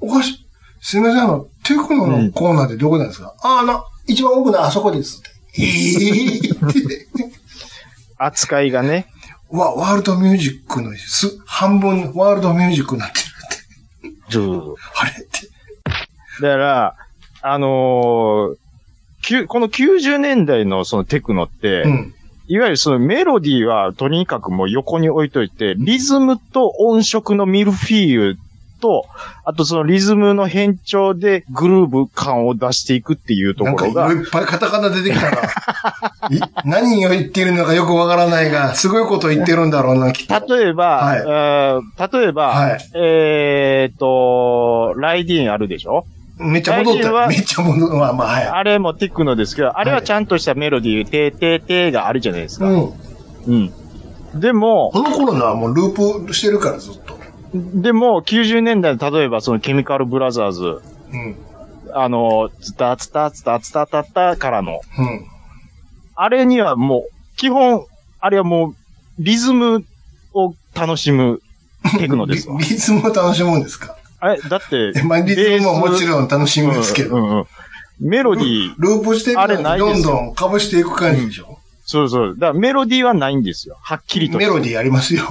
おかしい。すみません、あの、テクノのコーナーってどこなんですか、あ、あの、一番奥のあそこですって。ええ
扱いがね。
わ、ワールドミュージックのす、半分ワールドミュージックになってるって。あれって。
だから、あのーきゅこの90年代のそのテクノって、
うん。
いわゆるそのメロディーはとにかくもう横に置いといて、リズムと音色のミルフィーユと、あとそのリズムの変調でグルーブ感を出していくっていうと
なん
こ
か
ろ
いろ
が、
いっぱいカタカナ出てきた な。い何を言ってるのかよくわからないが、すごいこと言ってるんだろうな、きっと。
例えば、
はい
えー例えば、
はい
えーっと、ライディーンあるでしょ
めっちゃ戻っ
最近
た。
は
めっちゃ戻る。まあまあ、は
あれもテクノですけど、あれはちゃんとしたメロディー、てーてーてーがあるじゃないです
い。う
か。
ん。
うん。でも、
この頃のはもうループしてるから、ずっと。
でも、90年代、例えばそのケミカルブラザーズ、
うん。
あの、ツタツタツタツタタタからの、
うん。
あれにはもう、基本、あれはもう、リズムを楽しむテクノですわ
リ。リズムを楽しむんですか
あれ、だって
え、 まあ、リズムももち
ん
ろん楽しむんですけど、
うんうんメロディー、
ループしていく
あれ
の
な
に
いで
どん
すよ
どんかぶしていく感じでしょ、
そうそう。だからメロディーはないんですよ。はっきりと
メ。ロディーありますよ。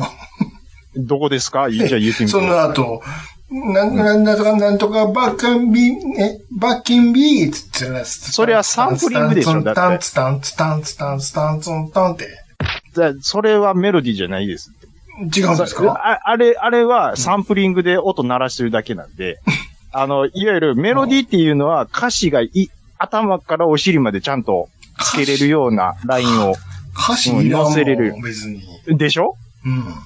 どこですかいいじゃあ言ってみて
そ
くだ
の
さ
後、なんなんだとかなんとか、バッカンビ、え、バッキンビーっつってね
それはサンプリングでしょだって
タンツタンツタンツタンツタンツタンツタンって。
い。だからそれはメロディーじゃないです。
違うんですか
ああれ、あれはサンプリングで音鳴らしてるだけなんで、あの、いわゆるメロディーっていうのは歌詞がい頭からお尻までちゃんとつけれるようなラインを。
歌詞いらんも
うん
ん
忘れる
別に。
でしょ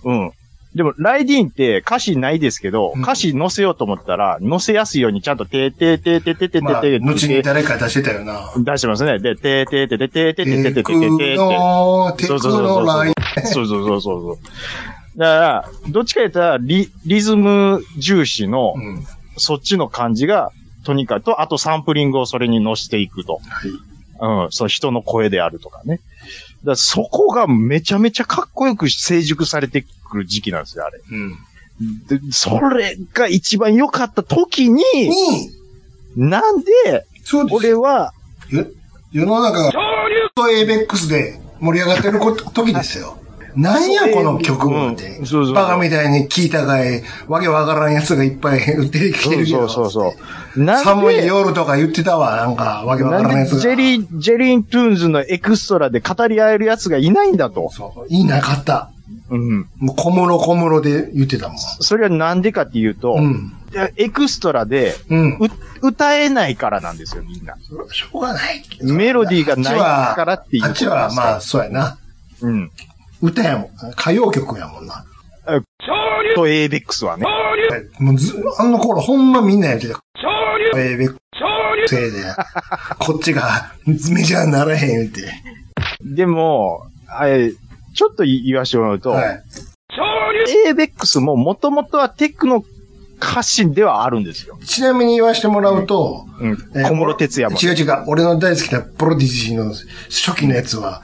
うん。
うん。でも、ライディーンって歌詞ないですけど、
うん
歌詞載せようと思ったら、載せやすいようにちゃんと、てーてーてーてーてーてーて
ま
ー
あ、
てーて
後
ー
に
てー
誰か出してたよな。
出してますね。で、てーてーてーてーてーてーてーて
テ
ーてーて
ク
ーてーてー。
ノ、テク
そうそうそう
ノライン。
そうそうそうそうそう。だから、どっちか言ったら、リ、リズム重視の、
うん
そっちの感じが、とにかくと、あとサンプリングをそれに乗せていくと。
はい
うん、その人の声であるとかね。だからそこがめちゃめちゃかっこよく成熟されてくる時期なんですよ、あれ。
うん。
でそれが一番良かった時に、
に、
なんで、
そうです
俺は、
よ世の中が、とエイベックスで盛り上がってること時ですよ。何やこの曲
うん
って。
そうそう
バカみたいに聞いたがい、わけわからんやつがいっぱい出てきて
そう
る
そ
よ。
うそうそう。なんで、
寒い夜とか言ってたわ、なんか、わけわか
な
らん
ん
や
で
つが。
ジェリー、ジェリーントゥーンズのエクストラで語り合える奴がいないんだと。
そう、いなかった。
うん。
もう小室小室で言ってたもん。
それはなんでかっていうと、
うん。
エクストラで、
うん。
う歌えないからなんですよ、みんな。
しょうがない。
メロディーがないからっていう
あっちは、あっちはまあ、そうやな。
うん。
歌やもん。歌謡曲やもんな。
と、エイベックスはね。
もうず、あの頃ほんまみんなやってた。ええべ、せいで。こっちがメジャーにならへん言うて。
でも、あれ、ちょっと言わしてもらうと、
はい。
エイベックスももともとはテクノ歌詞ではあるんですよ。
ちなみに言わしてもらうと、
うん。
えー
小室哲也も。
違う違う、俺の大好きなプロディジーの初期のやつは、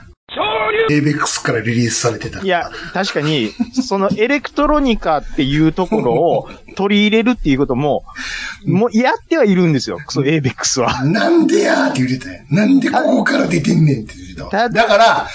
エイベックスからリリースされてた。
いや、確かに、そのエレクトロニカっていうところを取り入れるっていうことも、もうやってはいるんですよ、そのエイベックスは。
なんでやーって言ってたよ。なんでここから出てんねんって言ってたわ。
た
だから、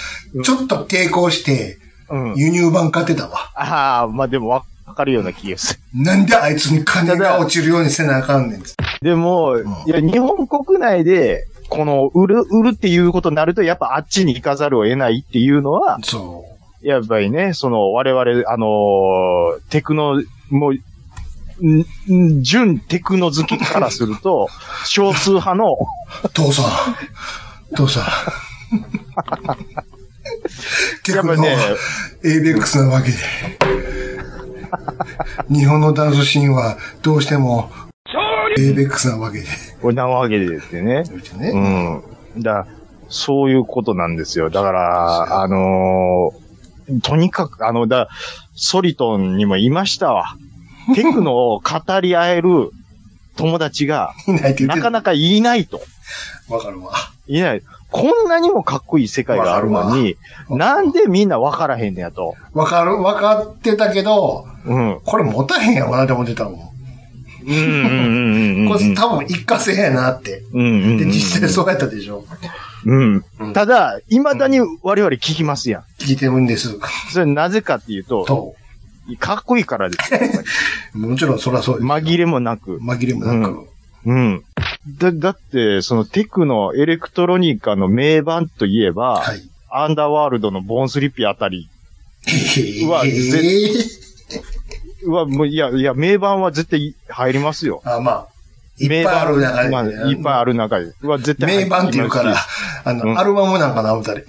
ちょっと抵抗して、
うん。
輸入版買ってたわ。
ああ、まあでもわかるような気がする。
なんであいつに金が落ちるようにせなあかんねんって。
でも、いや、日本国内で、この、売る、売るっていうことになると、やっぱあっちに行かざるを得ないっていうのは、
そ
やっぱりね、その、我々、あのーテクノ、もう、んん純テクノ好きからすると、少数 派の、
う。父さん。父さん。テ
やっ
ク
ぱ
ノ、
ね、
エイベックスなわけで。日本のダンスシーンはどうしても、エイベックスなわけで。
これなわけでですよね。うん。だからそういうことなんですよ。だから、あのーとにかく、あの、だ、ソリトンにもいました わ。テクノを語り合える友達が、
いないって言っ
な
て
か
る。
なかいないと。
わかるわ。
いない。こんなにもかっこいい世界があるのに、
わ
なんでみんなわからへんねやと。
わかる、わかってたけど、
うん。
これ持たへんやろなって思ってたもん。
うんうんうんうんうん。
これ多分一過性やなって。
うんうんうん
で、実際そうやったでしょ。
うん
うん。
ただ、未だに我々聞きますやん。
聞いてるんです。
それなぜかっていうと、
と。
かっこいいからですよ。やっ ぱり
もちろんそりゃそうです。
紛れもなく。
紛れもなく。
うん。だ、だって、そのテクノ、エレクトロニカの名盤といえば、
はい。
アンダーワールドのボーンスリッピーあたり
え
うわ
ー、
は、もう、いや、いや、名盤は絶対入りますよ。
あ、まあ。いっぱいある中で、
まあ、いっぱいある中で。は、絶対
名
入きま
盤っ
すし
ていうから、あの、
うん
アルバムなんかな、思ったり。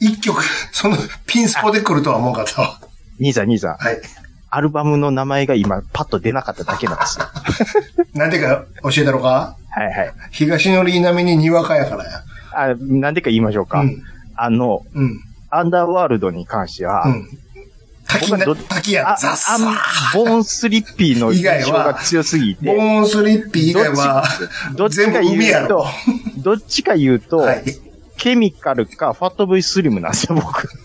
一曲、その、ピンスポで来るとは思うかったわ。
兄さん、兄さん。
はい。
アルバムの名前が今、パッと出なかっただけなんですよ。
なんでか教えたろか
はいはい。
東のりなみににわかやからや。
あ、なんでか言いましょうか。
うん。
あの、
うん。
アンダーワールドに関しては、
うん。滝な
僕はど、
滝や
あ、
ザッサー
あんボーンスリッピーの印象が強すぎ
ボ
て、
ーンスリッピー以外は、
どっち
全
か
部海や
言う
ろ
と、 どっちか言うと、
はい。
ケミカルかファット V スリムなんですよ、僕。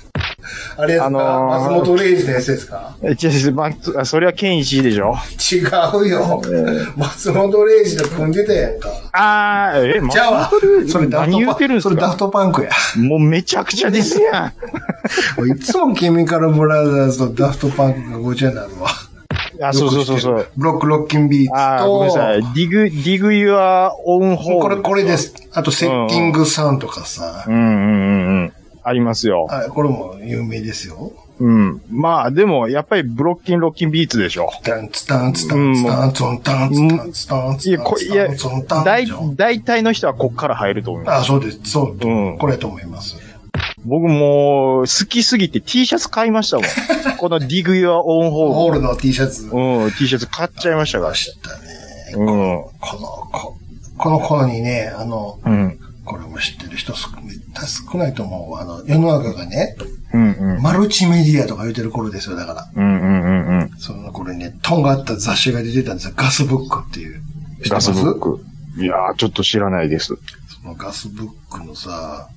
あれですか、
あのー
松本零士のやつですか
えちょまあ、それはケンイシでしょ
違うよ。松本零士と組んでたやんか。
あー、え、ま
じゃあ、それダフ
何言
ト
うて
パン
るんで
ク。そ
す
れダフ
か
トパンクや。
もうめちゃくちゃです や
いつもケミカルブラザーズとダフトパンクがごちゃになるわ。
ん。あ、そうそうそうそう。
ブロックロッキンビーツ
あー、
と、
ごめんなさい。ディグ、ディグユアオンホー
これ、これで。す。あと、セッティングサウンドとかさ
う、んうんうんうん。ありますよ。
はいこれも有名ですよ。
うん。まあ、でも、やっぱりブロッキンロッキンビーツでしょ。
タンツタンツタンツタンツンタンツタンツタン
い
ツ
や、
タン
こ
ツ
いや
タンツンタンツタン
大
ツタン、
大体の人はこっから入ると思います。
あ、そうです。そう。
うん
これやと思います。
僕もう、好きすぎて T シャツ買いました もん。この Dig Your Own
ホー
Hole。
ルの T シャツ。
うん、T シャツ買っちゃいましたか
ま
ら。
したね。
うん。
この、ここの頃にね、あの、
うん。
これも知ってる人少め少ないと思うわ。あの、世の中がね、
うんうん。
マルチメディアとか言ってる頃ですよ、だから。
うんうんうんうん。
その頃にね、とんがった雑誌が出てたんですよ。ガスブックっていう。知って
ガ
ます
スブック。いやー、ちょっと知らないです。
そのガスブックのさ、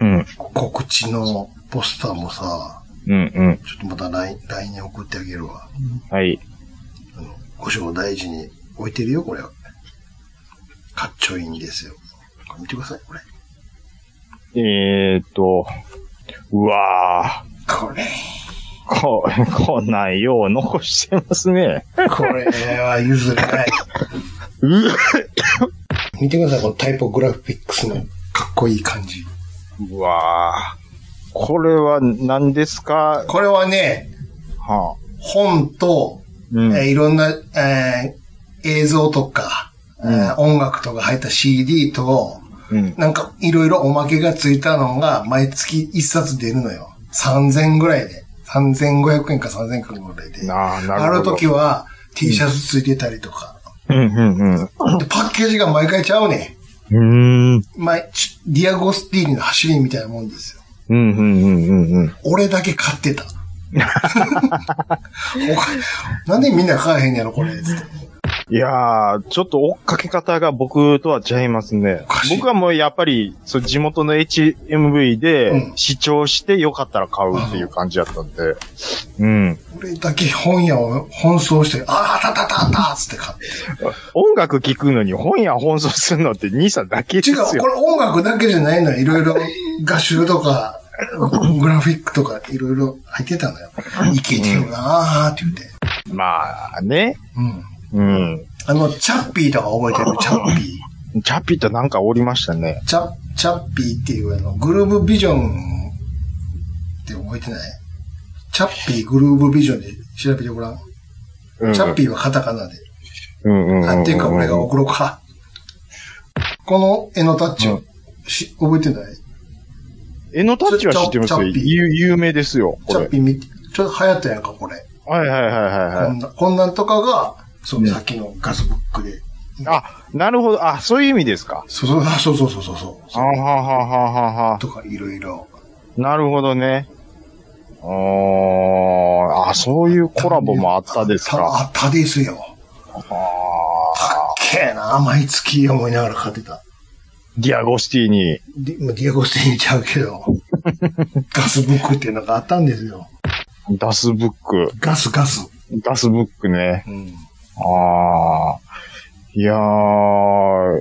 うん。
告知のポスターもさ、
うんうん。
ちょっとまた LINE LINE に送ってあげるわ。
はい。
あの、ご所大事に置いてるよ、これは。かっちょいいんですよ。これ見てください、これ。
えーっと、うわー。
これ。
こ、こないよう残してますね。
これは譲れない。
う
見てください、このタイポグラフィックスのかっこいい感じ。
うわー。これは何ですか
これはね、
はあ。
本と、
うん。
えーいろんな、えー映像とか、えー音楽とか入った CD と、
うん。
なんかいろいろおまけがついたのが毎月一冊出るのよ。3000ぐらいで。3500円か3000円かぐらいで。
ああ、なるほ
あ
ど。
る時は T シャツついてたりとか。
うん、うん、
でパッケージが毎回ちゃうね
うん。うーん。
ん。まあ、ちディアゴスティーニの走りみたいなもんですよ。
うん、うん、うん、うん。
俺だけ買って た。おなんでみんな買えへんやろ、これ。つって
いやー、ちょっと追っかけ方が僕とは違いますね
おかし。い
僕はもうやっぱり、そう、地元の HMV
う
で
ん
視聴してよかったら買うっていう感じだったんで。うん。
俺だけ本屋を奔走して、あーあたたたたつって買って。
音楽聴くのに本や奔走するのって兄さんだけです
違
よ。
う、これ音楽だけじゃないのよ。いろいろ画集とか、グラフィックとかいろいろ入ってたのよ。いけてるなーって言って。
まあね。
うん。
うん。
あの、チャッピーとか覚えてるチャッピ
チャッピーとなんかおりましたね。
ー。チャ、チャッピーっていうあの、グルーブビジョンって覚えてないチャッピーグルーブビジョンで調べてごらん。
うん、
チャッピーはカタカナで。
うんうんうんうん。
あ、っていうか俺が送ろうか。この絵のタッチをし、覚えてない
エノタッチは知ってますよ。
チャッピー
有有名ですよ、
チャ
これ
ッ。ピー見て、ちょっと流行ったやんか、これ。
はいはいはいはい
こ
はい。
んな、こんなんとかが、そのさっきのガスブックで。
あ、なるほど。あ、そういう意味ですか。
そうそう、あそうそうそうそうそう。
はあはあはあはあはあ
とか、いろいろ。
なるほどね。あーあ、そういうコラボもあったです
あ
か。
ったですよ。
あ
かっけえな、毎月思いながら買ってた。
ー ディアゴスティーニ。
ディまあディアゴスティーニちゃうけ ど。ガスブックっていうのがあったんですよ。
ダスブック。
ガスガス。
ダスブックね。
うん。
ああ。いやー。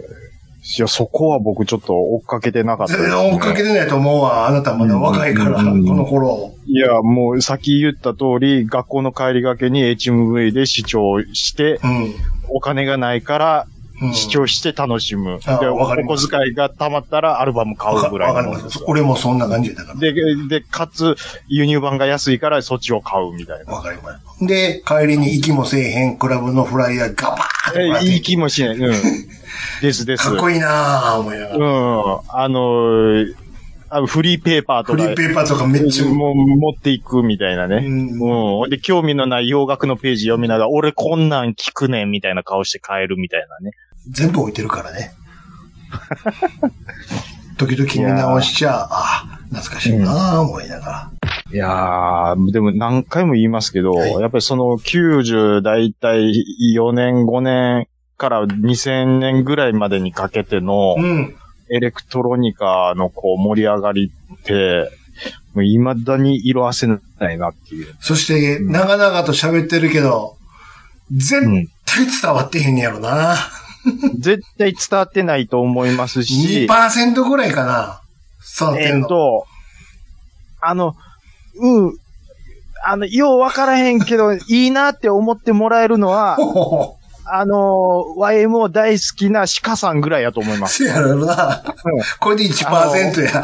いや、そこは僕ちょっと追っかけてなかった
全
です、ね。
然 追っかけてないと思うわ。あなたまだ若いから、こ
うん
の頃。
いや、もう先言った通り、学校の帰りがけに HMV で視聴して、
うん。
お金がないから
うん
視聴して楽しむ。
あ
で、お
わかりま
小
す
遣いが貯まったらアルバム買うぐらい
わか
の
ります。俺もそんな感じだから。
で、で、かつ、輸入版が安いからそっちを買うみたいな。
わかります。で、帰りに行きもせえへんクラブのフライヤーガバーンってもらっ
え、
て
いい気もし ない。うん。ですです。
かっこいいなぁ、思いなが
うん。
ら。
あのーあのフリーペーパーと
フ
か。
リーペーパーとかめっちゃ、
もう持っていくみたいなね。
うん
うん。で、興味のない洋楽のページ読みながら、俺こんなん聞くねんみたいな顔して買えるみたいなね。
全部置いてるからね。 時々見直しちゃ、ああ、懐かしいなぁ、思いなが
いやー、でも何回も言いますけど、
はい
やっぱりその90だいたい4年5年から2000年ぐらいまでにかけての
ら。うん。
エレクトロニカのこう盛り上がりって、もう未だに色褪せないなっていう。
そして、
うん
長々と喋ってるけど、絶
うん。
対伝わってへんやろな。
絶対伝わってないと思いますし。
2%ぐらいかな。伝わってん
えっ
の。
と、あの、うん、あの、ようわからへんけど、いいなって思ってもらえるのは、
ほほほ。
あの、YMO 大好きな鹿さんぐらいやと思い ま す。
せやろな。これで1%や。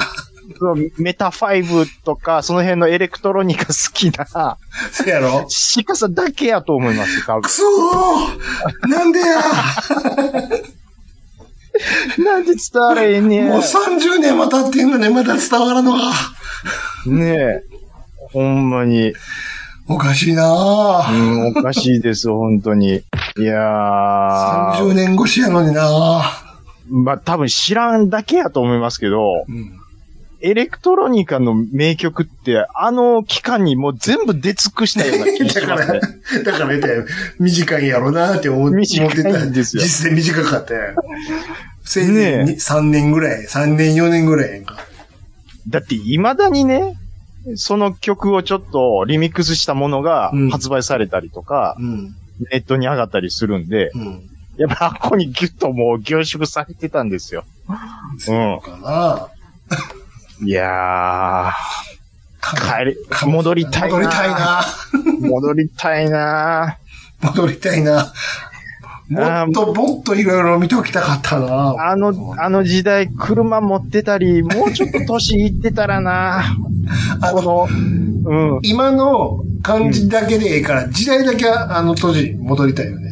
そのメタファイブとか、その辺のエレクトロニカ好きな
せやろ
鹿さんだけやと思います、多
くそーなんでや
分。 なんで伝われへんねん
もう30年も経ってんのにまだ伝わらんのか。
ねえ。ほんまに。
おかしいな
う
ぁ。
ん、おかしいです、 本当に。いや
30
ー。
年越しやのになぁ。
まあ、多分知らんだけやと思いますけど、
うん
エレクトロニカの名曲って、あの期間にもう全部出尽くしたような気が
だ
し
か
ま
ら、
すね。
だから言ったよ短いやろなって思って
短
思ってた。
いんですよ
実際短かったやん。せい
ねえ
ぜい3年ぐらい、3年4年ぐらいやんか。
だって未だにね、その曲をちょっとリミックスしたものが
うん
発売されたりとか、
うん。
ネットに上がったりするんで、
うん。
やっぱあっこにギュッともう凝縮されてたんですよ。
そうかない
や
ぁ。
ー、帰り、戻りたいな。
戻りたい。な
戻りたいな。
戻りたいなも
あー
っと、もっといろいろ見ておきたかったな
あの、あの時代、車持ってたり、もうちょっと年いってたらな。
あの、
この、うん。
今の感じだけでええから、時代だけはあの当時に戻りたいよね。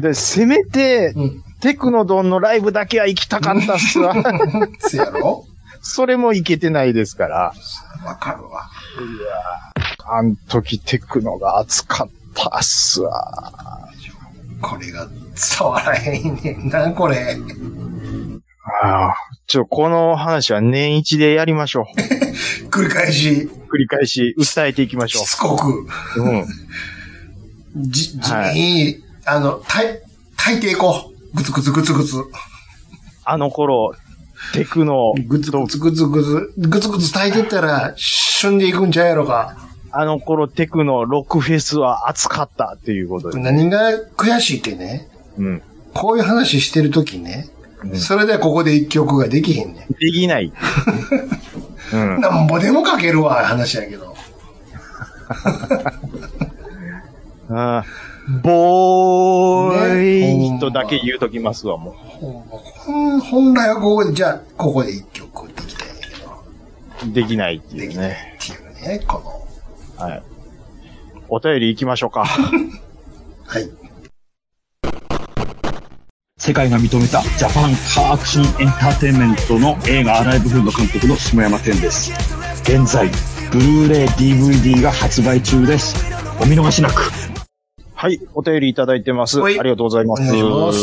で、せめて、
うん。
テクノドンのライブだけは行きたかったっすわ。
せやろ
それも行けてないですから。
わかるわ。
あん時テクノが熱かったっすわ。
これが伝わらへんねんな、これ。
ああ。ちょ、この話は年一でやりましょう。
繰り返し、
繰り返し、訴えていきましょ
しつこく、
う。うん。
じ、地
はい
味に、あの、たい、炊いていこう。ぐつぐつぐつぐつ。
あの頃、テクノ、
ぐつぐつぐつぐつ。ぐつぐつ炊いてったら、旬でいくんちゃうやろか。
あの頃テクノ、ロックフェスは熱かったっていうことで。
何が悔しいってね、
うん。
こういう話してるときね、それでここで一曲ができへんねん。
できない。うん。
なんぼでも書けるわ、話やけど。
あーボ
ね
ーイとだけ言うときますわ、も
ほん本来はここで、じゃあ、ここで一曲できたんやけど、
う。できないってい
で
う
きない
ね。
っていうね、この、
はい。お便り行きましょうか。
はい。
世界が認めたジャパンカーアクションエンターテインメントの映画アライブフード監督の下山天です。現在、ブルーレイ DVD が発売中です。お見逃しなく。
はい、お便りいただいてます。あ
はい
りがとうございます。
お願いし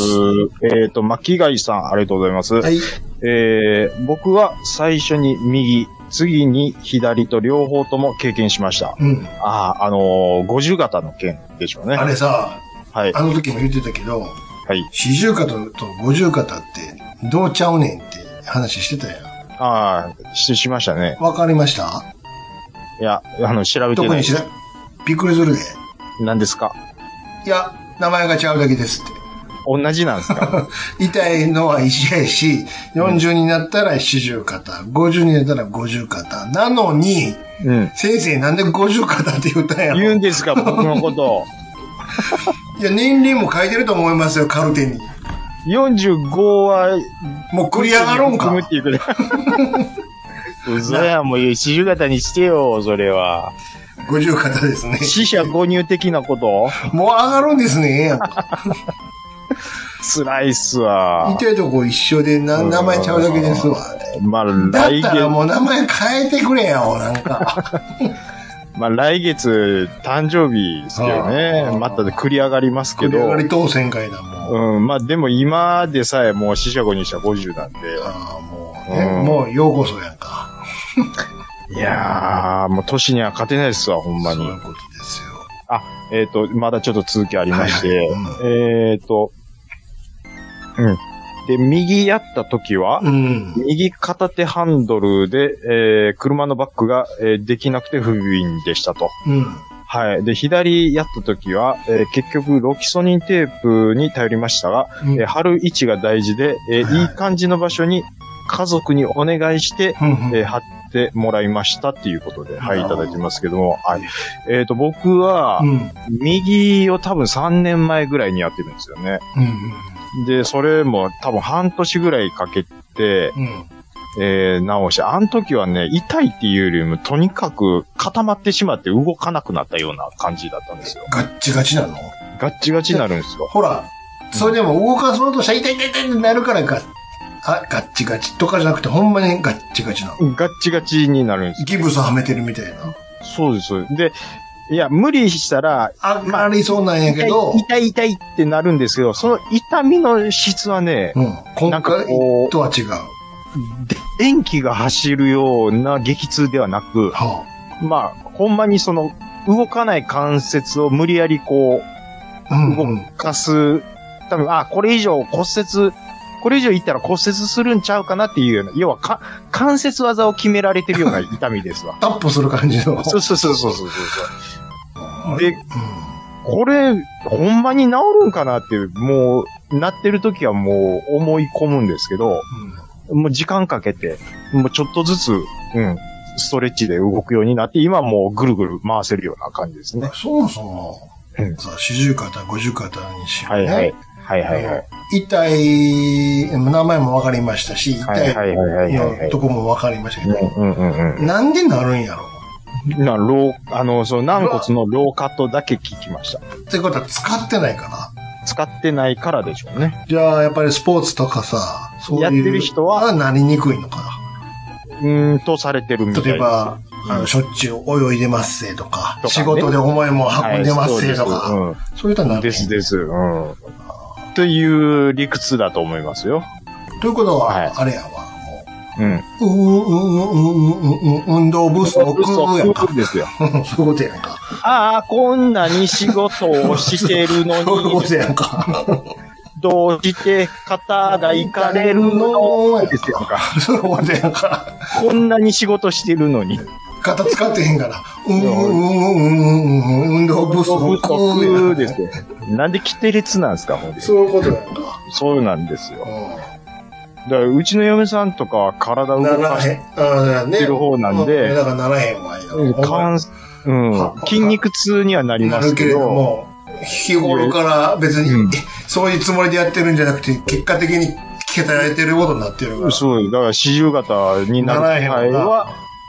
ます
えっ、と、巻貝さん、ありがとうございます。
はい。
えー僕は最初に右、次に左と両方とも経験しました。
うん。
ああ、あのー、五十型の件でしょうね。
あ
はい。
れさ、
はい。
あの時も言ってたけど、四十肩と五十肩ってどうちゃうねんって話してたやん。
ああ、し、しましたね。
わかりました
いや、あの、調べて
特
ない
に。しら、びっくりするで。
何ですか
いや、名前がちゃうだけですって。
同じなんで すか
痛いのは一緒やし、40になったら四十肩、50になったら五十肩。なのに、
うん。
先生なんで五十肩って言ったんやろ
言うんですか、僕の こと。
いや、年齢も書いてると思いますよ、カルテに。
45は、
もう繰り上がるんか
組む。っていうくらい。 嘘やん、もう、四十型にしてよ、それは。
五十肩ですね。
死者誤入的なこと
もう上がるんですね、ええやんか。
辛いっすわ。
痛いとこ一緒で、な名前ちゃうだけですわ。
まあ、
だっ
来
たら
月、
もう名前変えてくれよ、なんか。
まあ、来月、誕生日ですけど
あ
ね
あ。
またで繰り上がりますけ
繰り上
ど
が。り当選会だ、もう。
うん、まあ、でも今でさえもう死者誤入者50なんで。
ああ、もうね、
うん
もうようこそやんか。
いやー、もう年には勝てないっすわ、ほんま
そう
に
い。うことですよ。
えっ、と、まだちょっと続きありまして、
はいは
えっ、と、うん。で、右やった時は、
うん。
右片手ハンドルで、えー車のバックが、えーできなくて不憫でしたと。
うん。
はい。で、左やった時は、えー結局、ロキソニンテープに頼りましたが、
うん
えー貼る位置が大事で、えー
はいはい
いい感じの場所に家族にお願いして、
うん
えー貼ってもらいましたっていうことで、はい、いただいてますけども、はい。えっ、と、僕は
う、ん。
右を多分3年前ぐらいにやってるんですよね。
うん。
で、それも多分半年ぐらいかけて、
うん。
えー直して、あの時はね、痛いっていうよりも、とにかく固まってしまって動かなくなったような感じだったんですよ。
ガッチガチなの
ガッチガチになるんですよ。
ほら、それでも動かそうとしたら痛い痛い痛いってなるからガッ、あ、ガッチガチとかじゃなくて、ほんまにガッチガチなの。
ガッチガチになるんですよ。
ギブスはめてるみたいな。
そうです。そうですで、いや、無理したら、
あ、まあ、りそうなんや
痛
け
い、
ど、
痛い、痛いってなるんですけど、その痛みの質はね、
うん。今回
こと
は違う。
で電気が走るような激痛ではなく、
は
まあ、ほんまにその、動かない関節を無理やりこ
あ、うん
う、動
うん。。
かす。多分、あ、これ以上骨折、これ以上いったら骨折するんちゃうかなっていうような、要はか、関節技を決められてるような痛みですわ
タップする感じの。
そうそうそうそうそうそう。で、
う
これ、ほんまに治るんかなって、もう、なってる時はもう思い込むんですけど、
ん。うん
もう時間かけて、もうちょっとずつ、うん、ストレッチで動くようになって、今もうぐるぐる回せるような感じですね。
そもそも
うん、
さ、四十肩、五十肩にしろ
はい
ね。
はい。はいはいはい。
痛い、名前もわかりましたし、痛
はいはいはいはいいはい
のとこもわかりましたけど、
うんうんうん
なんでなるんやろ
うん。な、老、あの、その軟骨の老化とだけ聞きました。
ってことは使ってないか
使ってないからでしょうね。
なじゃあ、やっぱりスポーツとかさ、そういう。
やってる人は
なりにくいのか
うーんとされてるみた
な。
いです。
例えば、
うん
あの、しょっちゅう泳いでますせとか、
とかね
仕事で重いもん運んでますせとか、
はい
そういったの
そ
な
う
る
ですうん。ですです。うん。という理屈だと思いますよ。
ということ
はい
は、あれやわ、も
うん。
う、うーん、うーん、うーん、うーん、運動不足やんか。
ですよ。
うん そういうことやんか。
ああ、こんなに仕事をしてるの
そういう
に
こ、 とやんか。
どうして肩がいかれる のですよか。
そういうことやんか。
こんなに仕事してるのに。
肩使ってへんから。うん、うん、うん、うん、運動不足
不
や
で
ん
すよ。なんで規定列なんですか、ほんで
そういうことやんか。
そうなんですよ。
う
だから、うちの嫁さんとかは体を
ん。な
動
ら
か
へ
し
ん。ああ、ね。
てる方なん
う
で、
だからならへんわよ。
うん関うん
は、
筋肉痛にはなり
な
ます
るけ
け
れど
ど、
も、日頃から別に、
うん
そういうつもりでやってるんじゃなくて、結果的に聞けたられてることになってるから。
そう、だから四十型に
な
なる
らへ
機
んわ
会
な。
は、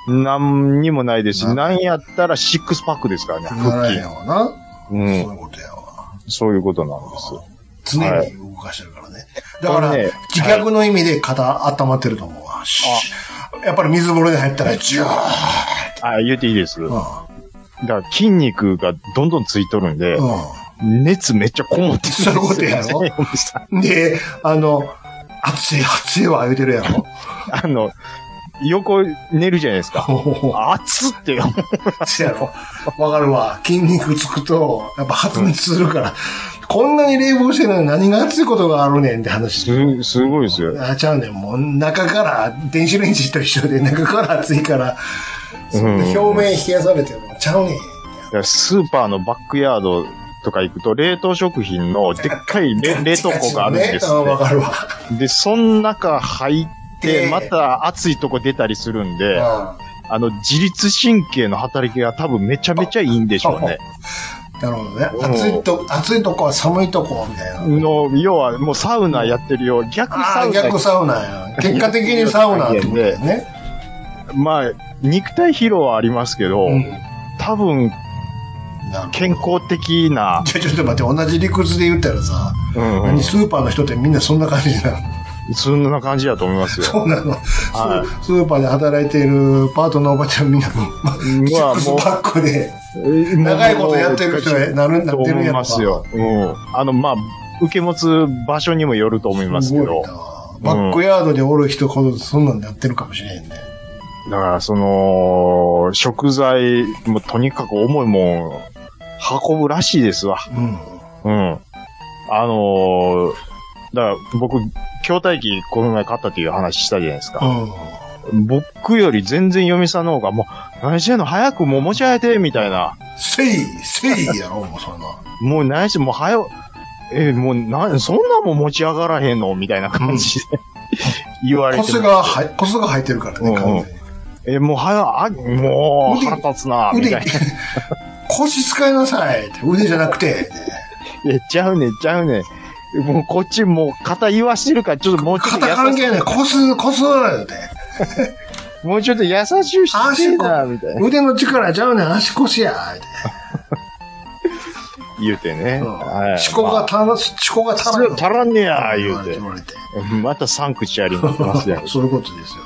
何にもないですし、
な
なんやったらシックスパックですからね、
なら
腹
へ
筋
ん。わな。
う
そうんい、うことやわ。
そういうことなんですよ。
常に動かしてるからね。だから、
これね
自虐の意味で肩温まってると思うわ。しやっぱり水風呂に入ったら、ジュー
あ、言っていいです。だ
ッ
から筋肉がどんどんついとるんで
う、ん。
熱めっちゃこもってるんです
そ
よ。
ういうことやろうん。で、あの、熱い、熱いは言うてるや ろ。
あの、横寝るじゃないですか。
ほほほ
熱って思
せやろ。わかるわ。筋肉つくと、やっぱ発熱するから、こんなに冷房してるのに何が熱いことがあるねんって話。
う。す、すごいですよ。
あちゃうねん。もう中から、電子レンジと一緒で中から熱いから、そんな表面冷やされてもちゃうねん。
だからスーパーのバックヤードとか行くと、冷凍食品のでっ かいれ冷凍庫があるんです
ね。うんわ
っ
かるわ。
て。で、その中入って、
で
また暑いとこ出たりするんで、
う
あの、自律神経の働きが多分めちゃめちゃいいんでしょうね。
んなるほどね。
うん
暑いと、暑いとこは寒いとこみたいな。
の、要はもうサウナやってるよ。逆
あ
サ
あ、
ウナ
逆サウナや。結果的にサウナってことだよね。
まあ、肉体疲労はありますけど、
うん。
多分
なるほど
健康的な、
ちょ、ちょっと待って、同じ理屈で言ったらさ、
うんうん
何、スーパーの人ってみんなそんな感じなの
そんな感じだと思いますよ。
そうなの、
はい
ススーパーで働いているパートのおばちゃんみんな、まチップス
もう
パックで、 長
長
いことやってる人になるなってるんやろな
と思いますよ。うん。あの、まあ、受け持つ場所にもよると思います
す
け
ごい
ど。
な。バックヤードでおる人ほどそんなんやってるかもしれへんね。
だから、その、食材、もとにかく重いもん、運ぶらしいですわ。
うん。
うん。あのーだから僕、筐体機この前買ったっていう話したじゃないですか。
うん。
僕より全然嫁さんの方が、もう、何してんの早くもう持ち上げて、みたいな。
せい、せいやろ、もうそ んな。
もう何して、もう早う、え、もうな、そんなもん持ち上がらへんのみたいな感じで、 言われて
コ
も。
スが、はコスが入ってるからね、完全に。
え、もう早う、あ、もう、
腕
腹立つな、み
腕
たいな。、
腰使いなさいって、腕じゃなくて、
え、ちゃうねん、ちゃうねん。もうこっちもう肩言わしてるから、ちょっともうちょっと
肩
優
関
し
係 ない、腰、腰なんて。
もうちょっと優しゅうして
足
な、みたいな。
腕の力ちゃうねん、足腰や、って。
言うてね。はい
思考が足ら、思考が足らんの。
足らんねや、言うて
言。われて。
また3口ありま すやん
そういうことですよ。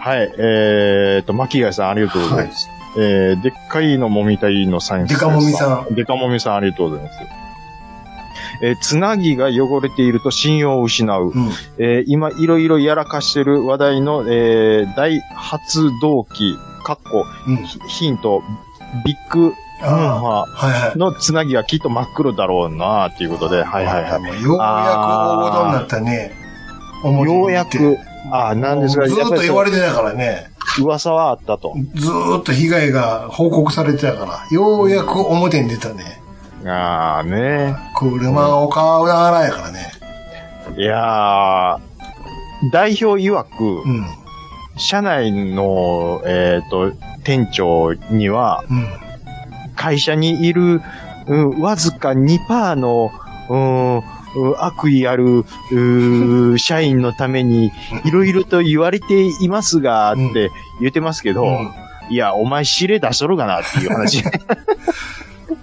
はい、えーと、巻貝さんありがとうございます。えー、でっかいのもみたいのサイン
デカもみさ
ん。でかもみさんありがとうございます。えーつなぎが汚れていると信用を失う。
うん。
えー今、いろいろやらかしてる話題の、えー大発動機、かっこ、
うん。
ヒヒント、ビッグ、ムン
あ
ハ
あ。はいはい。
のつなぎはきっと真っ黒だろうな、っていうことで、はいはいは
い。
い。
ようやく大事になったね。思
ようや
い出
く
て。、
あー、なんですが、
ずー
や
っ
ぱ
と
り
言われてたからね。
噂はあったと。
ずーっと被害が報告されてたから、ようやく表に出たね。
ああね。
車を買うながらやからね。
いやー、代表曰く
う、ん。
社内の、えっ、と、店長には、
うん。
会社にいる、うん、わずか2%の、うんうん、悪意ある、うー社員のために、いろいろと言われていますが、っ
うん
て言ってますけど、
うん
いや、お前指令出しとるかなっていう話 み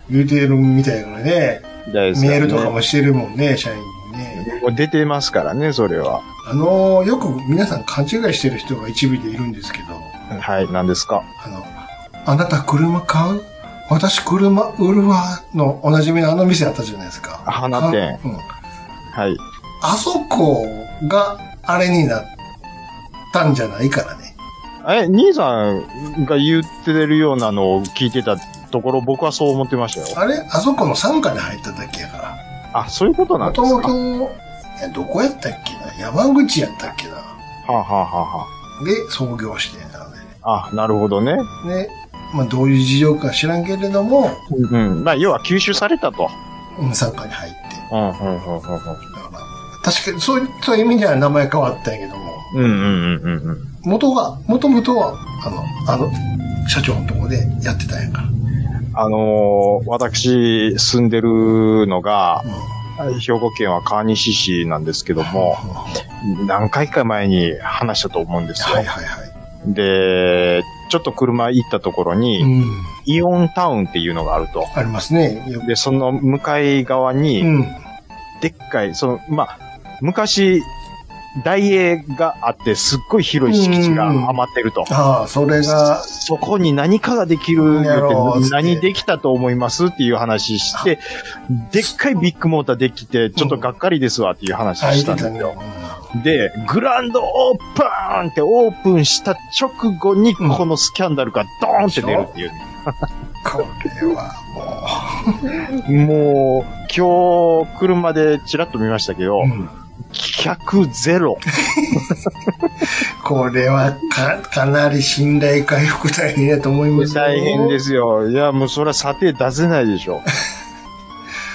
言うてるみたいだからね。
たいですら
メ
ね
ールとかもしてるもんね、社員にね。
もう出てますからね、それは。
あのーよく皆さん勘違いしてる人が一部でいるんですけど、
はい、何ですか
あの、あなた車買う私車売るわのおなじみのあの店あったじゃないですか。
花店
かうん。
はい。
あそこがあれになったんじゃないからね。
え、兄さんが言ってるようなのを聞いてたところ、僕はそう思ってましたよ。
あれあそこの傘下に入っただけやか
あ、そういうこと
ら。も
なんで
と
す
も
かは
と、いやどこやったっけな山口やったっけな
あ、はあはあは
で、創業してなので。
あ、あ、なるほどね。
ね、まあどういう事情か知らんけれども、
うん。まあ、要は吸収されたと。
うん傘下に入って。
うん、うん、うん、う
だ
ん。
から、確かにそういった意味では名前変わったんやけども、
うん、うん、うん、うん。
元が、元々は、あの、あの、社長のとこでやってたんやから。
あのー私、住んでるのが、
う
兵庫県は川西市なんですけども、
ん。は
何回か前に話したと思うんですよ。
いはいは
で、ちょっと車行ったところ
い。う
に、
ん。
イオンタウンっていうのがあると。
ありますね。よく
で、その向かい側に、
うん。
でっかい、その、まあ、昔、大英があって、すっごい広い敷地が余ってると。
ああ、それが、
そこに何かができる
やろうつ
言う
って
て、何できたと思いますっていう話して、でっかいビッグモーターできて、ちょっとがっかりですわっていう話
入っ
してたん
た
で
ね。
すよ。で、グランドオープンってオープンした直後に、
うん
このスキャンダルがドーンって出るっていう。
これは
もう、今日、車でチラッと見ましたけど
もう、うん、
客ゼロ。
これはか、かなり信頼回復大変やと思いますよ
大変ですよ。いや、もうそれは査定出せないで しょ。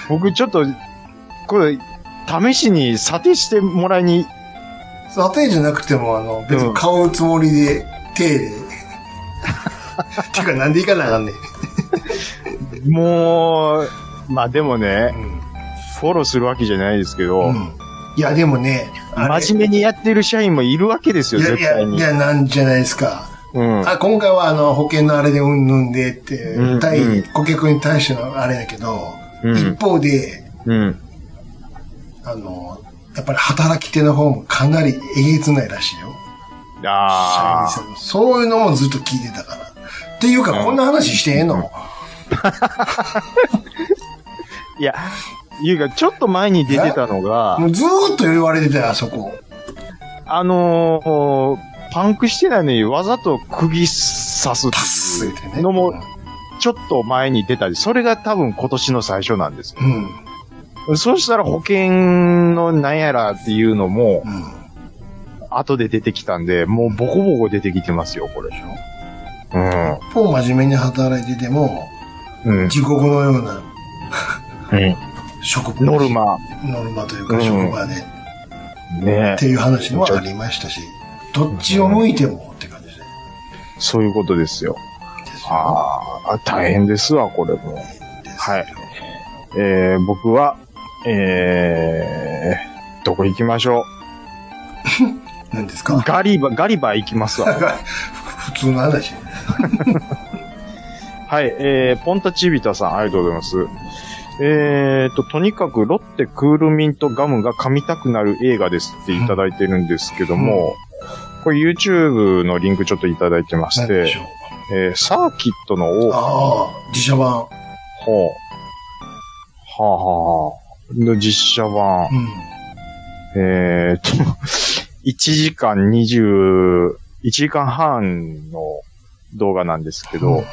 僕ちょっと、これ、試しに査定してもらいに、
査定じゃなくても、あの、別
うん
に買うつもりで、手 で。てか、なんでいかなあかんねん。
もう、まあでもね、
う
フォローするわけじゃないですけど、
ん。うんいや、でもね、あれ
真面目にやってる社員もいるわけですよ、
いや
絶
いや、
対
い
に。
や、なんじゃないですか。
うん。
あ、今回は、あの、保険のあれでうんぬんでって
うん、
対
うん、
顧客に対してのあれだけど、
うん
一方で、
うん。
あの、やっぱり働き手の方もかなりえげつないらしいよ。
ああ。
そういうのもずっと聞いてたから。っていうか、
うん
こんな話してえんの
いや、いうか、ちょっと前に出てたのが、
もうずーっと言われてたよ、あそこ。
あのーパンクしてないのにわざと釘刺す
パス
ってい
言うてね。
うのも、ちょっと前に出たり、それが多分今年の最初なんです
うん。うん。
よ。そうしたら保険のなんやらっていうのも、
うん。
後で出てきたんで、もうボコボコ出てきてますよ、これ。うん。
一方真面目に働いてても、
うん。
地獄のような職場
ノル。マ。
ノルマという
う
か
ん
職場で、
ね
っていう話もありましたし、どっちを向いてもって感じで。
そういうことですよ。
ですよ
ああ、大変ですわ、これも。
ですよ
はいえー、僕は、えー、どこ行きましょ
何です
う
か
ガリバ、ガリバ行きますわ。
普通の話。
はい、えー、ポンタチビタさん、ありがとうございます。えーと、とにかくロッテクールミントガムが噛みたくなる映画ですっていただいてるんですけども、これ YouTube のリンクちょっといただいてまし、
何でしてょう
えー、サーキットの王
ああ、自社版。
法、はあ、はあはあ、の実写版、
うん。
えーっと、1時間20、1時間半の動画なんですけど、
うん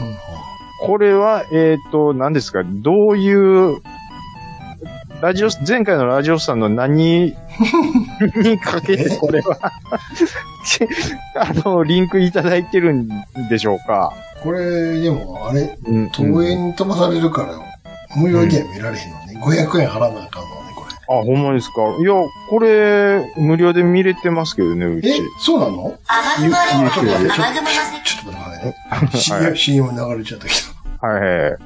これは、えーっと、何ですか、どういう、ラジオ、前回のラジオさんの何にかけて、これは、 ちあの、リンクいただいてるんでしょうか。
これ、でも、あれ、
うん
東映に飛ばされるから、無料では見られへんのね。500円払わなあかんのね、こ
あ、ほんまですか。いや、これ、無料で見れてますけどね、う
れ。え
ち。、
そうなの
雨雲
ゆ
の
ちょっと待って
雨雲の接
ちょっと待ってくださいね。CM 流れちゃったけ
はい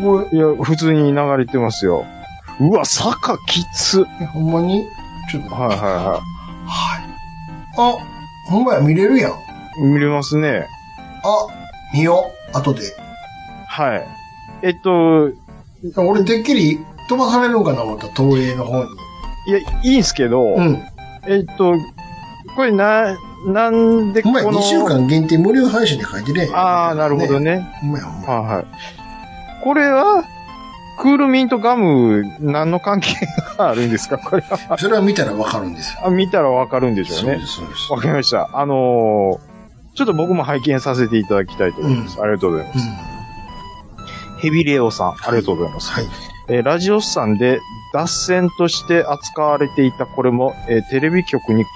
ど。こ
いや、普通に流れてますよ。うわ、坂きつ。
れ、ほんまにちょっと
はい
待
は
っ
い
て。
は
あ、ほんまや、見れるやん。
い。見れますね。
あ、見よう、後で。
はい。えっと、
俺、てっきり飛ばされるんかな思った、東映の方に。
いや、いいんすけど、
うん。
えっと、これな、なんで
ほ
こ
んまや、
の、
2週間限定無料配信で書いてるやん。
ああ、なるほど。ね。
ほんまや、ほんまや。
はいはい。これは、クールミントガム、何の関係があるんですかこれは。
それは見たらわかるんですよ。
あ見たらわかるんでしょうね。
す、そうです
わかりました。あのーちょっと僕も拝見させていただきたいと思います。ありがとうございます。
うん。
ヘビレオさん、ありがとうございます。
はい。
えーラジオスさんで脱線として扱われていたこれも、えーテレビ局に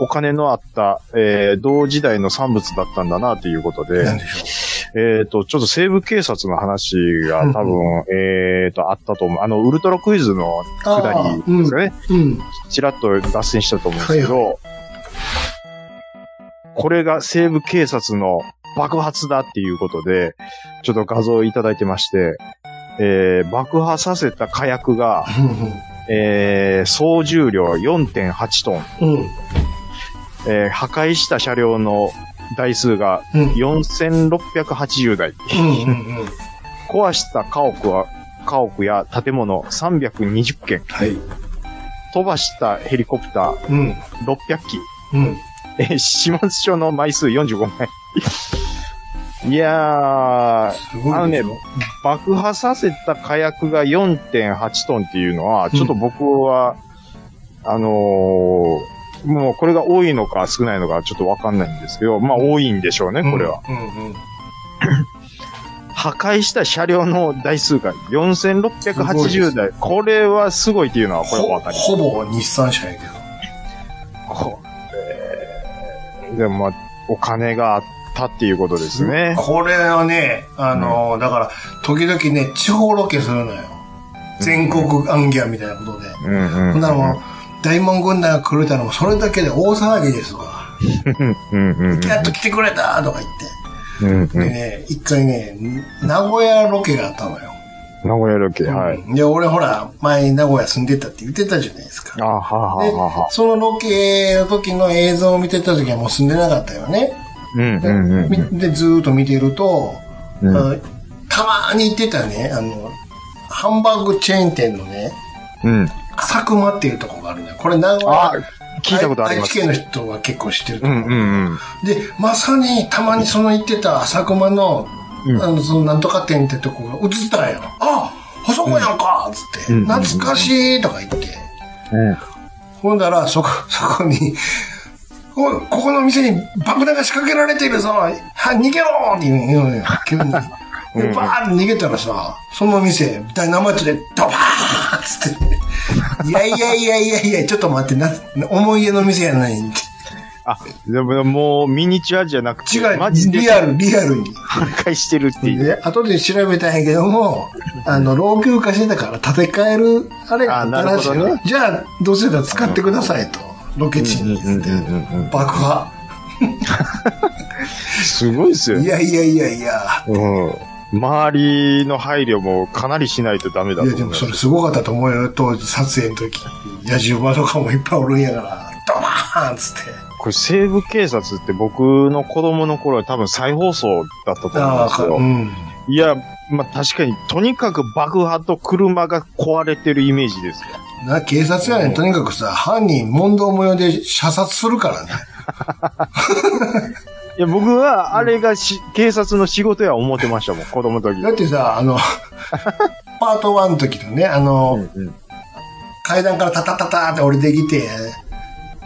お金のあった、えー同時代の産物だったんだなということ
なん
で、
でし
えっ、と、ちょっと西部警察の話が多分、えっと、あったと思う。あの、ウルトラクイズの
ょう。あ
くだり
ー
ですかね。
うん。うん。
ちらっと脱線したと思うんですけど、
は
これが西部警察の爆発だっていうことで、ちょっと画像をいただいてまして、えー爆破させた火薬が、えー総重量4.8トン、
うん。うん。
えー破壊した車両の台数が
うん。
4680台、
うん。うん。うん。
壊した家屋は、家屋や建物320件、
はい。
飛ばしたヘリコプター
うん。
600機。
うん。
えー、始末書の枚数45枚。いやー、
すごい。
あのね、爆破させた火薬が4.8トンっていうのは、ちょっと僕は、あのーもうこれが多いのか少ないのかちょっとわかんないんですけど、まあ多いんでしょうね、これは。。
うんうん。
破壊した車両の台数が4680台。これはすごいっていうのは、これは
ほ
わかります。
ほぼ日産車やけど。
これでもまあ、お金があったっていうことですね。
これはね、あのー、だから、時々ね、地方ロケするのよ。全国アンギャみたいなことで。
うんうん
ほんならもう、大門軍団が来るたのも、それだけで大騒ぎですわ。
うんうんうん
やっと来てくれたとか言っ
うん
て。でね、一回ね、名古屋ロケがあったのよ。
名古屋ロケ、はい。
で、俺ほら、前に名古屋住んでたって言ってたじゃないですか。
あはあはあ
で
はあはあ。、
そのロケの時の映像を見てた時はもう住んでなかったよね。
うんう
で、
んうんうん。
みでずーっと見てると、
うん
あのたまーに行ってたね、あの、ハンバーグチェーン店のね、
うん。
佐久間っていうとこがあるね。これ名古
あ
屋。、
聞いたことありま
愛
す。
知県の人は結構知ってると
う
思う。
んうんうん。
で、まさにたまにその行ってた浅熊の、
うん
あの、そのなんとか店ってとこが映ったんよ。ああそこやんかつって、
うん
懐かしいとか言って。
うん
ほんだら、そこ、 そこに、おいここの店に爆弾が仕掛けられてるぞは逃げろって言う言うのよ、急に。
うんう
で、
ん
バーって逃げたらさ、その店、ダイナマイトで、ドバーッつって。いやいやいやいやいや、ちょっと待って、な、思い出の店やないんで。
あ、でももうミニチュアじゃなくて、
違
マジ
う、
で
リアル、リアルに。
破壊してるっていう。
で、後で調べたんやけども、あの、老朽化してたから建て替える、あれがあったらしい
あなるほど
よ
ね。
じゃあ、どうせだら使ってくださいと。ロケ地に。
うんうんうんうん
爆破。
すごいですよ
い
ね。
やいやいやいや。
うん。周りの配慮もかなりしないとダメだ
いや、
と思
で
い
も
ます
それすごかったと思うよ。当時、撮影の時。野獣馬とかもいっぱいおるんやから、ドバーンっつって。
これ西部警察って僕の子供の頃は多分再放送だったと思うん
ああ、
です
か
けど
う。ん。
いや、まあ、確かに、とにかく爆破と車が壊れてるイメージですよ。
な、警察やねん。とにかくさ、犯人、問答無用で射殺するからね。
いや、僕は、あれがし、警察の仕事や思ってましたもん、子供の時。
だってさ、 あの、パート1の時のね、あの、
うん
階段からタタタタって降りてきて、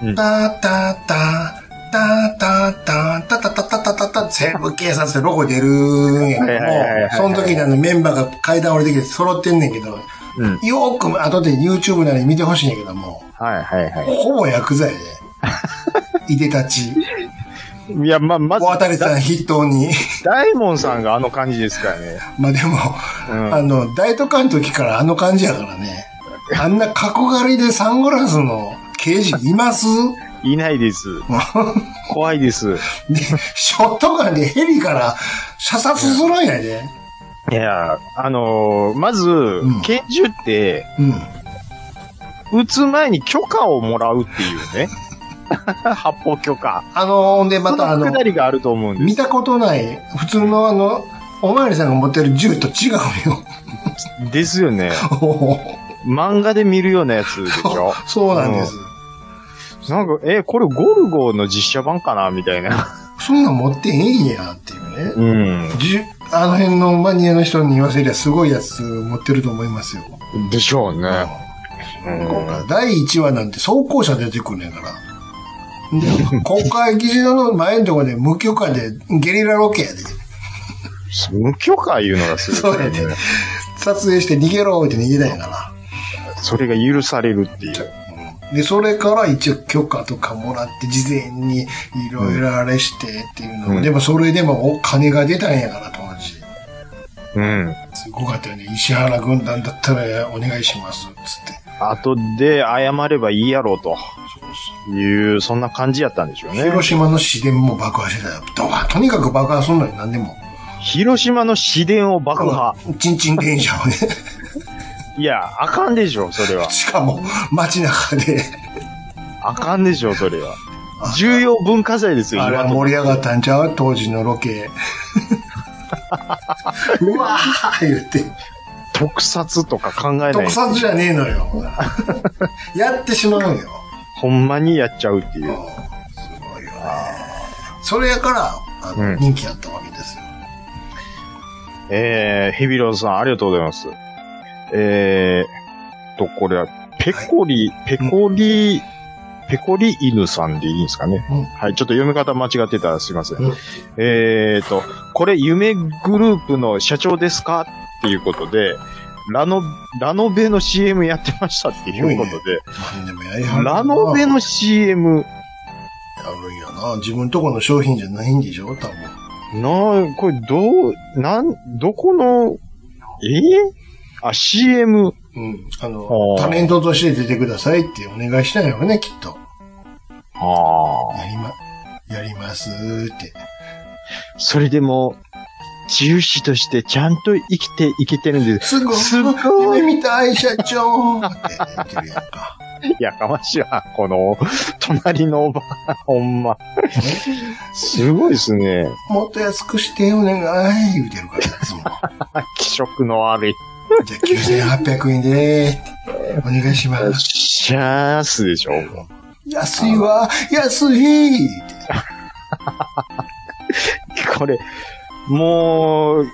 うん
タタタ、タタタ、タタタタタタタ、西部警察でロゴ出るんやけ
はいはいはいはい
ども、その時にあのメンバーが階段降りてきて揃ってんねんけど、
うん。
よーく後で YouTube なり見てほしいんやけども、
はいはいは
ほぼ薬剤 で、いでたち、
い。いや、まあ、まず
大、当たりさん筆頭に、
大門さんがあの感じですからね。
まあでも、
うん
あの、大都会の時からあの感じやからね。あんな角刈りでサングラスの刑事います
いな いです。怖いです。
で、ショットガンでヘリから射殺するんやで。
いや、あのーまず、
ん
拳銃って、
うん。
撃つ前に許可をもらうっていう ね。発砲許可。
あの、ほんでまたあ
そ
の
の、くだりがあると思うんで
見
す。
たことない、普通のあの、おまわりさんが持ってる銃と違うよ。
ですよね。漫画で見るようなやつでしょ。
そうなんです。
なんか、え、これゴルゴの実写版かなみたいな。
そんなん持っていいんやっていうね。
うん。
銃あの辺のマニアの人に言わせりゃすごいやつ持ってると思いますよ。
でしょうね。
今回第1話なんて装甲車出てくんねんから。で、国会議事堂の前のとこで無許可でゲリラロケやで。
無許可いうのがすごい、ね。
そうやね撮影して逃げろって逃げたんやか
それが許されるっていう。
ら。で、それから一応許可とかもらって事前にいろいろあれしてっていうのも、
うん
でもそれでもお金が出たんやから当時。
うん。
すごかったよね。石原軍団だったらお願いします。つって。
後で謝ればいいやろうと。いう、そんな感じやったんでしょうね。
広島の市電も爆破してたよ。ドバーンとにかく爆破すんのよ、何でも。
広島の市電を爆破。
チンチン電車をね。
いや、あかんでしょ、それは。
しかも、街中で、
あかんでしょ、それは。重要文化財ですよ、
あれは
今と
盛り上がったんちゃう 当時のロケ。うわー言って。
特撮とか考えない。
特撮じゃねえのよ。やってしまうよ。
ほんまにやっちゃうってい
うん
う。
すごいよね。それやから、あの、
うん
人気あったわけですよ。
えー、ヘビローズさん、ありがとうございます。えー、と、これは、ペコリ、ペコリ、ペコリ犬さんでいいんですかね。
うん
はい、ちょっと読み方間違ってたらすいません。
うん
えーと、これ、夢グループの社長ですかっていうことで、ラノ、ラノベの CM やってましたっていうことで、
何でもやりはるな
ラノベの
や
CM、
るんやな。自分とこの商品じゃないんでしょ多分。
な、これ、どう、なん、どこの、えー、あ、CM、
うん。あの
お、ー
タレントとして出てくださいってお願いしたんやろね、きっと。
ああ。
やりま、やりますって。
それでも、治癒士としてちゃんと生きていけてるんです。
すごい
すごい
夢みたい、社長って言ってるやんか。
やかましいわ、この、隣のおばあ、ほんま。すごいですね。
もっと安くしてお願い、言うてるから、いつも。
気色の悪い。
じゃあ9800円でーって、お願いします。
シャースでしょ。
安いわ、安いって。
これ、もう、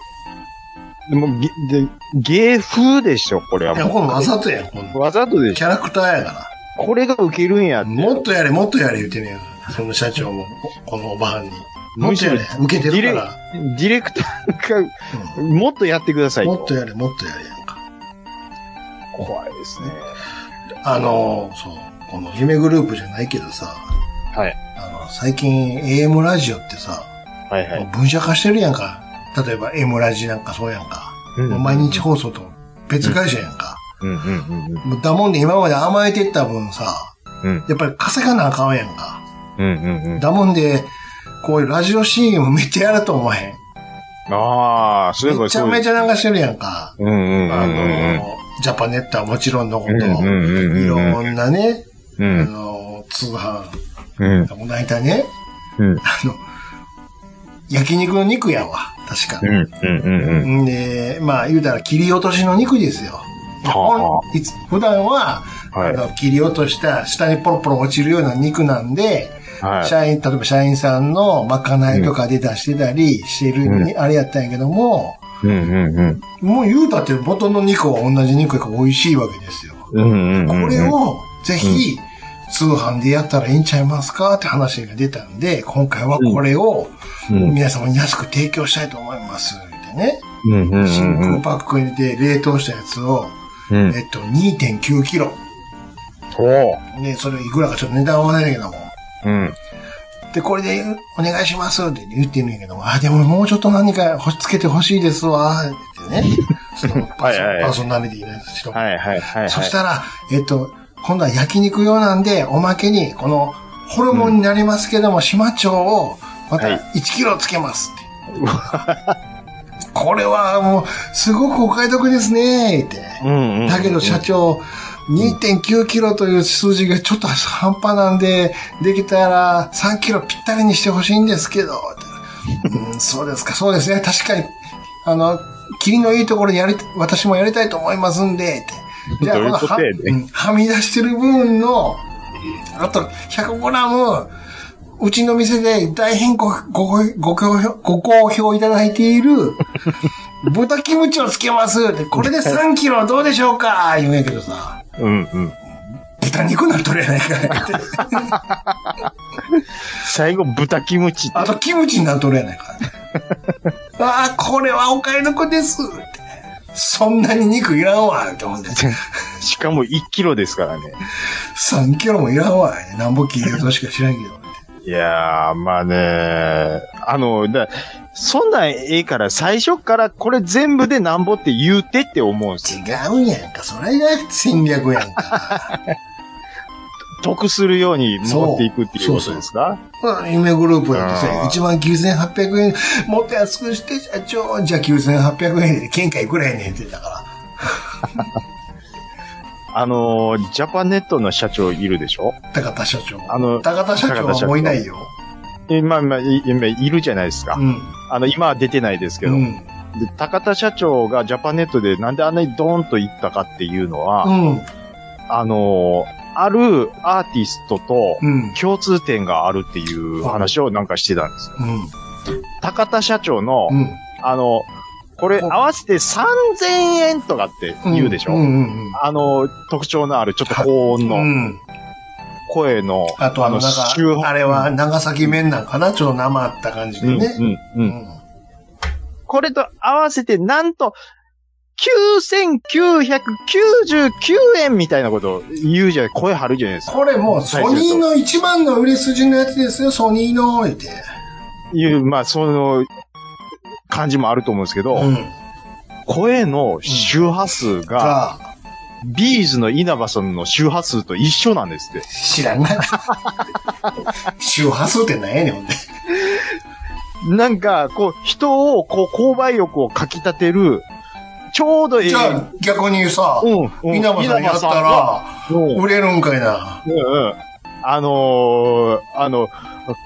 でもげで芸風でしょ、これはい
や、
も
これわざとやん、こんな
う。わざとでし
キ
ょ。
ャラクターやか
これがウケるんや
ら。。もっとやれ、もっとやれ言うてねえからその社長も、このおばあんに。も
む
っと
し
や
ろ
れ、受けてるから。
ディレクターが、もっとやってくださいと。
もっとやれ、もっとやれやんか。
怖いですね。
あの、そう、この夢グループじゃないけどさ、
はい。
あの、最近 AM ラジオってさ、
はいは
も
い。
う分社化してるやんか。例えば M ラジなんかそうやんか。
うん
もう毎日放送と別会社やんか。
うんうんうんうん。
もうだもんで今まで甘えてった分さ、
うん
やっぱり稼がなあかんやんか。
うんうんうん。
だもんで、こういうラジオ CM めっちゃやると思わへん。
ああ、そういえば
めちゃめちゃ流してるやんか。
うんうんうん
あの
うん。、
ジャパネットはもちろんのこ
うんうん
と、
う
い
んうん
ろんなね、
う
あ
ん
の、通販、
うん
この間ね、
うん
あの、焼肉の肉やわ、確か。
うんうん
んで、まあ言うたら切り落としの肉ですよ。
は
ほんいつ普段は、
あはい
あの切り落とした下にポロポロ落ちるような肉なんで、
はい。
社員、例えば社員さんのまかないとかで出してたりしてる、
う
あれやったんやけども、
うんうんうん。
もう言うたって元の肉は同じ肉が美味しいわけですよ。
うんうん
こ
うん。
れをぜひ通販でやったらいいんちゃいますかって話が出たんで、今回はこれを
うん
皆様に安く提供したいと思います。ってね。
うんうん
真
う
空
ん
パックに入れて冷凍したやつを、
うん。
えっと、2.9キロ。
おう。
ね、それいくらかちょっと値段はわからないけども。
うん。
で、これでお願いしますって言ってるんやけども、あ、でももうちょっと何かほつけてほしいですわ、って ね。そのパーソ
はいはい
パーソナリティのやつ人も
はいはいはいはい。
そしたら、えっと、今度は焼肉用なんで、おまけに、この、ホルモンになりますけども、島町を、また
はい
1キロつけますって。これはもう、すごくお買い得ですね、って。
うんうん。
だけど社長、2.9キロという数字がちょっと半端なんで、できたら3キロぴったりにしてほしいんですけど、うん、そうですか、そうですね。確かに、あの、霧のいいところでやり、私もやりたいと思いますんで、っ て。じゃあ、
ど
こ
ういう
の
こと
は、
やね
うんはみ出してる分の、あと100グラム、うちの店で大変ご、ご、ご好評、ご好評いただいてい る、豚キムチをつけますって、これで3キロどうでしょうか言うんやけどさ、
うんうん。
豚肉なっとるやないかいって。
最後、豚キムチって。
あとキムチになっとるやない かい。ああ、これはお買い得ですって。そんなに肉いらんわって思うんで。
しかも1キロですからね。
3キロもいらんわなんぼ切り落としか知らんけど。
いやー、まあねあの、だそんなんええから最初からこれ全部でなんぼって言うてって思うんですよ。
違うんやんか。それが戦略やんか。
得するように持っていくっていうことですか
夢グループだと
あ
さ、
ー
1万9800円、もっと安くして、社長、じゃあ9800円で、県下いくらやねんって言ったか
あのー、ジャパネットの社長いるでしょ
ら、高田社長。
あの
高田社長
高田社
は
長
もういないよ。
えまあまあ、い今いるじゃないですか。
うん。
あの、今は出てないですけど、
うん。
で、高田社長がジャパネットでなんであんなにドーンと行ったかっていうのは、
うん。
あのーあるアーティストと
うん。
共通点があるっていう話をなんかしてたんですよ。
うん。
高田社長の、
うん。
あの、これ合わせて3000円とかって言うでしょ、
うんうん
あの、特徴のあるちょっと高音
うん。う
の
ん。
声の、
あとあの、なん
周波
か、
数
あれは長崎麺なんかなちょっと生あった感じで
うん、
ね。
うん、
う
うん。これと合わせてなんと、9999円みたいなことを言うじゃない、声張るじゃないですか。
これもうソニーの一番の売れ筋のやつですよ、ソニーの、言って。
いう、まあ、その、感じもあると思うんですけど、
うん。
声の周波数が、
が、
ビーズの稲葉さんの周波数と一緒なんですって。
知らんな。周波数って何やねん、ほんで。
なんか、こう、人を、こう、購買欲をかき立てる、ちょうどええ。
じゃあ、逆にさ、
うん、うん
稲葉さんやった、ら、
稲葉さんがうん
売れるんかいな。
うんうんあのー、あの、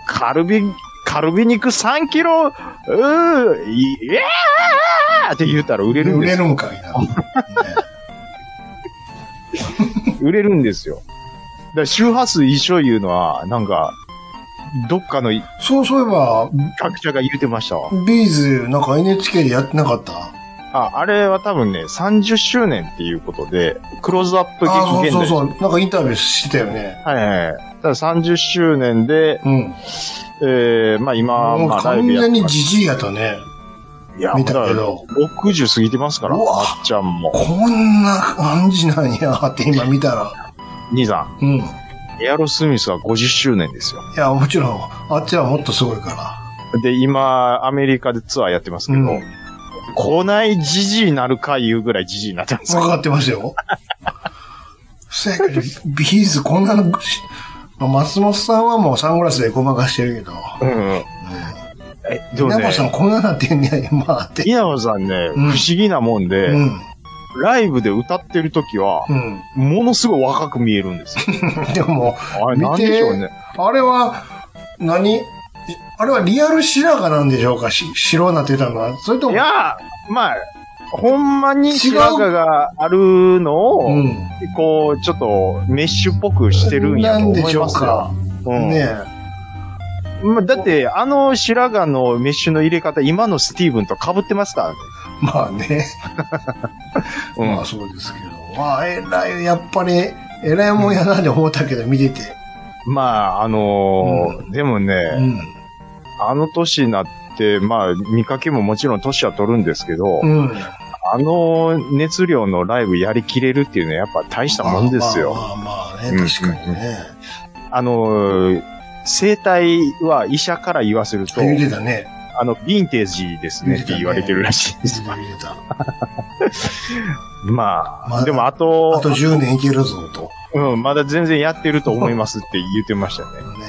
カルビ、カルビ肉3キロ、うー、いいやーって言ったら売れるん
売
で
れ
す。
るんかいな。ね
売れるんですよ。だから周波数一緒いうのは、なんか、どっかの
そう、そういえば、
各社が言うてましたわ。
ビーズ、なんか NHK でやってなかった
あ、あれは多分ね、30周年っていうことで、クローズアップ
あ
現
そうそう
代。
そう。なんかインタビューしてたよね。
はいはいはい。ただ30周年で、
うん。
えー、まあ今、
も
ま
う
あライ
完
ブやって
全に
ます
じじいやったね。
いや
見たけど。
だから60過ぎてますから、
う
ま
わ
っちゃんも。
こんな感じなんやって今見たら。
兄さん。
うん。い
エアロスミスは50周年ですよ。
や、もちろん、あっちはもっとすごいか
で、今、アメリカでツアーやってますけど、
うん
こないじじいなるかいうぐらいじじいになってます
ら。わかってますよ。そやけど、ビーズこんなの、しまあ松本さんはもうサングラスでごまかしてるけど。
うんうん。え、でも
稲
ね
葉、さんこんななってんねや、今って。
稲葉さんね、不
ん
思議なもんで、
うん。
ライブで歌ってる時は
う、ん。
ものすごい若く見える んですよ。
でも、
あれ、
見て
なんでしょうね。
あれは、何あれはリアル白髪なんでしょうかし白なってたのは。それと
い
も、
や、まあ、ほんまに白髪があるのを、
うん。
こう、ちょっとメッシュっぽくしてるんやと
なん
思い
で
ます
しょ
よ。
うか。
うん
ね
まあ、だって、あの白髪のメッシュの入れ方、今のスティーブンと被ってますからね。
まあね。
うん
まあそうですけど。まあ、えらい、やっぱり、えらいもんやなって思ったけど、見てて。
まあ、あのーでもね、
うん。
あの年になって、まあ、見かけももちろん年は取るんですけど、
うん。
あの熱量のライブやりきれるっていうのはやっぱ大したもんですよ。
まあまあまあ
う
ね、
ん
確かにね。
あのー生体は医者から言わせると、
言うてたね。
あの、ヴィンテージですねって言われてるらしいで
言
す。
うてた言うてた。
まあ、
まあ
でもあ
あ
と
と10年いけるぞ、と。
うん、まだ全然やってると思いますって言ってましたね。
ね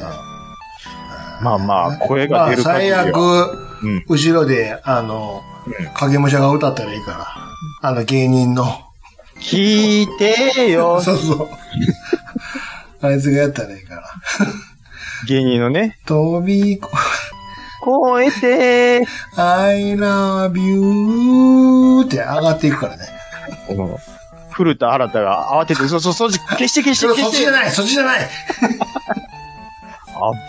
まあまあ、声
ま
が
あ
出る限
最
りは。
悪、
うん
後ろで、あの、影武者が歌ったらいいから。あの芸人の。
聞いてよ。
そうそう。 あいつがやったらいいから。
芸人のね、
飛びこ、
超えて、
I love you って上がっていくからね。
うん古田新太が慌てて、そうそう、そう、消して消して
そ
消
っちじ
して。
ゃ
あ
ないそっちじゃない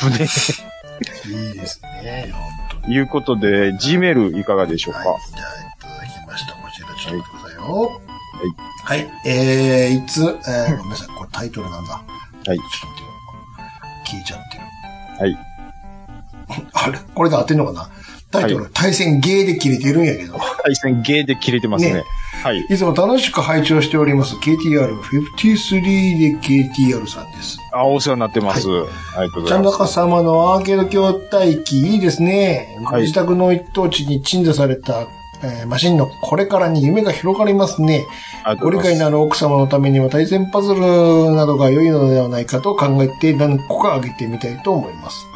ぶね
いいですね。本
え。いうことで、G メールいかがでしょう
当
か
に。はい。じゃあ、いただきました。こちらちょっとくださいよ。はい。えー、いつ、えー、ごめんなさい。これタイトルなんだ。はいちょっと待ってよ。聞いちゃってる。
はい。
あれこれで合ってんのかなタイトル、対戦ゲーで切れてるんやけど。
対戦ゲーで切れてますね。
ね
はい。
いつも楽しく拝聴しております。KTR53 で KTR さんです。
あ、お世話になってます。ありがとうご
ち
ざ
ゃ
い
ん
ま
だ
す。
か様のアーケード筐体機いいですね。ご
はい
自宅の一等地に鎮座された、えーマシンのこれからに夢が広がりますね。
ありがと
ご
う
理
ござい
解
ます
のある奥様のためには対戦パズルなどが良いのではないかと考えて何個か挙げてみたいと思います。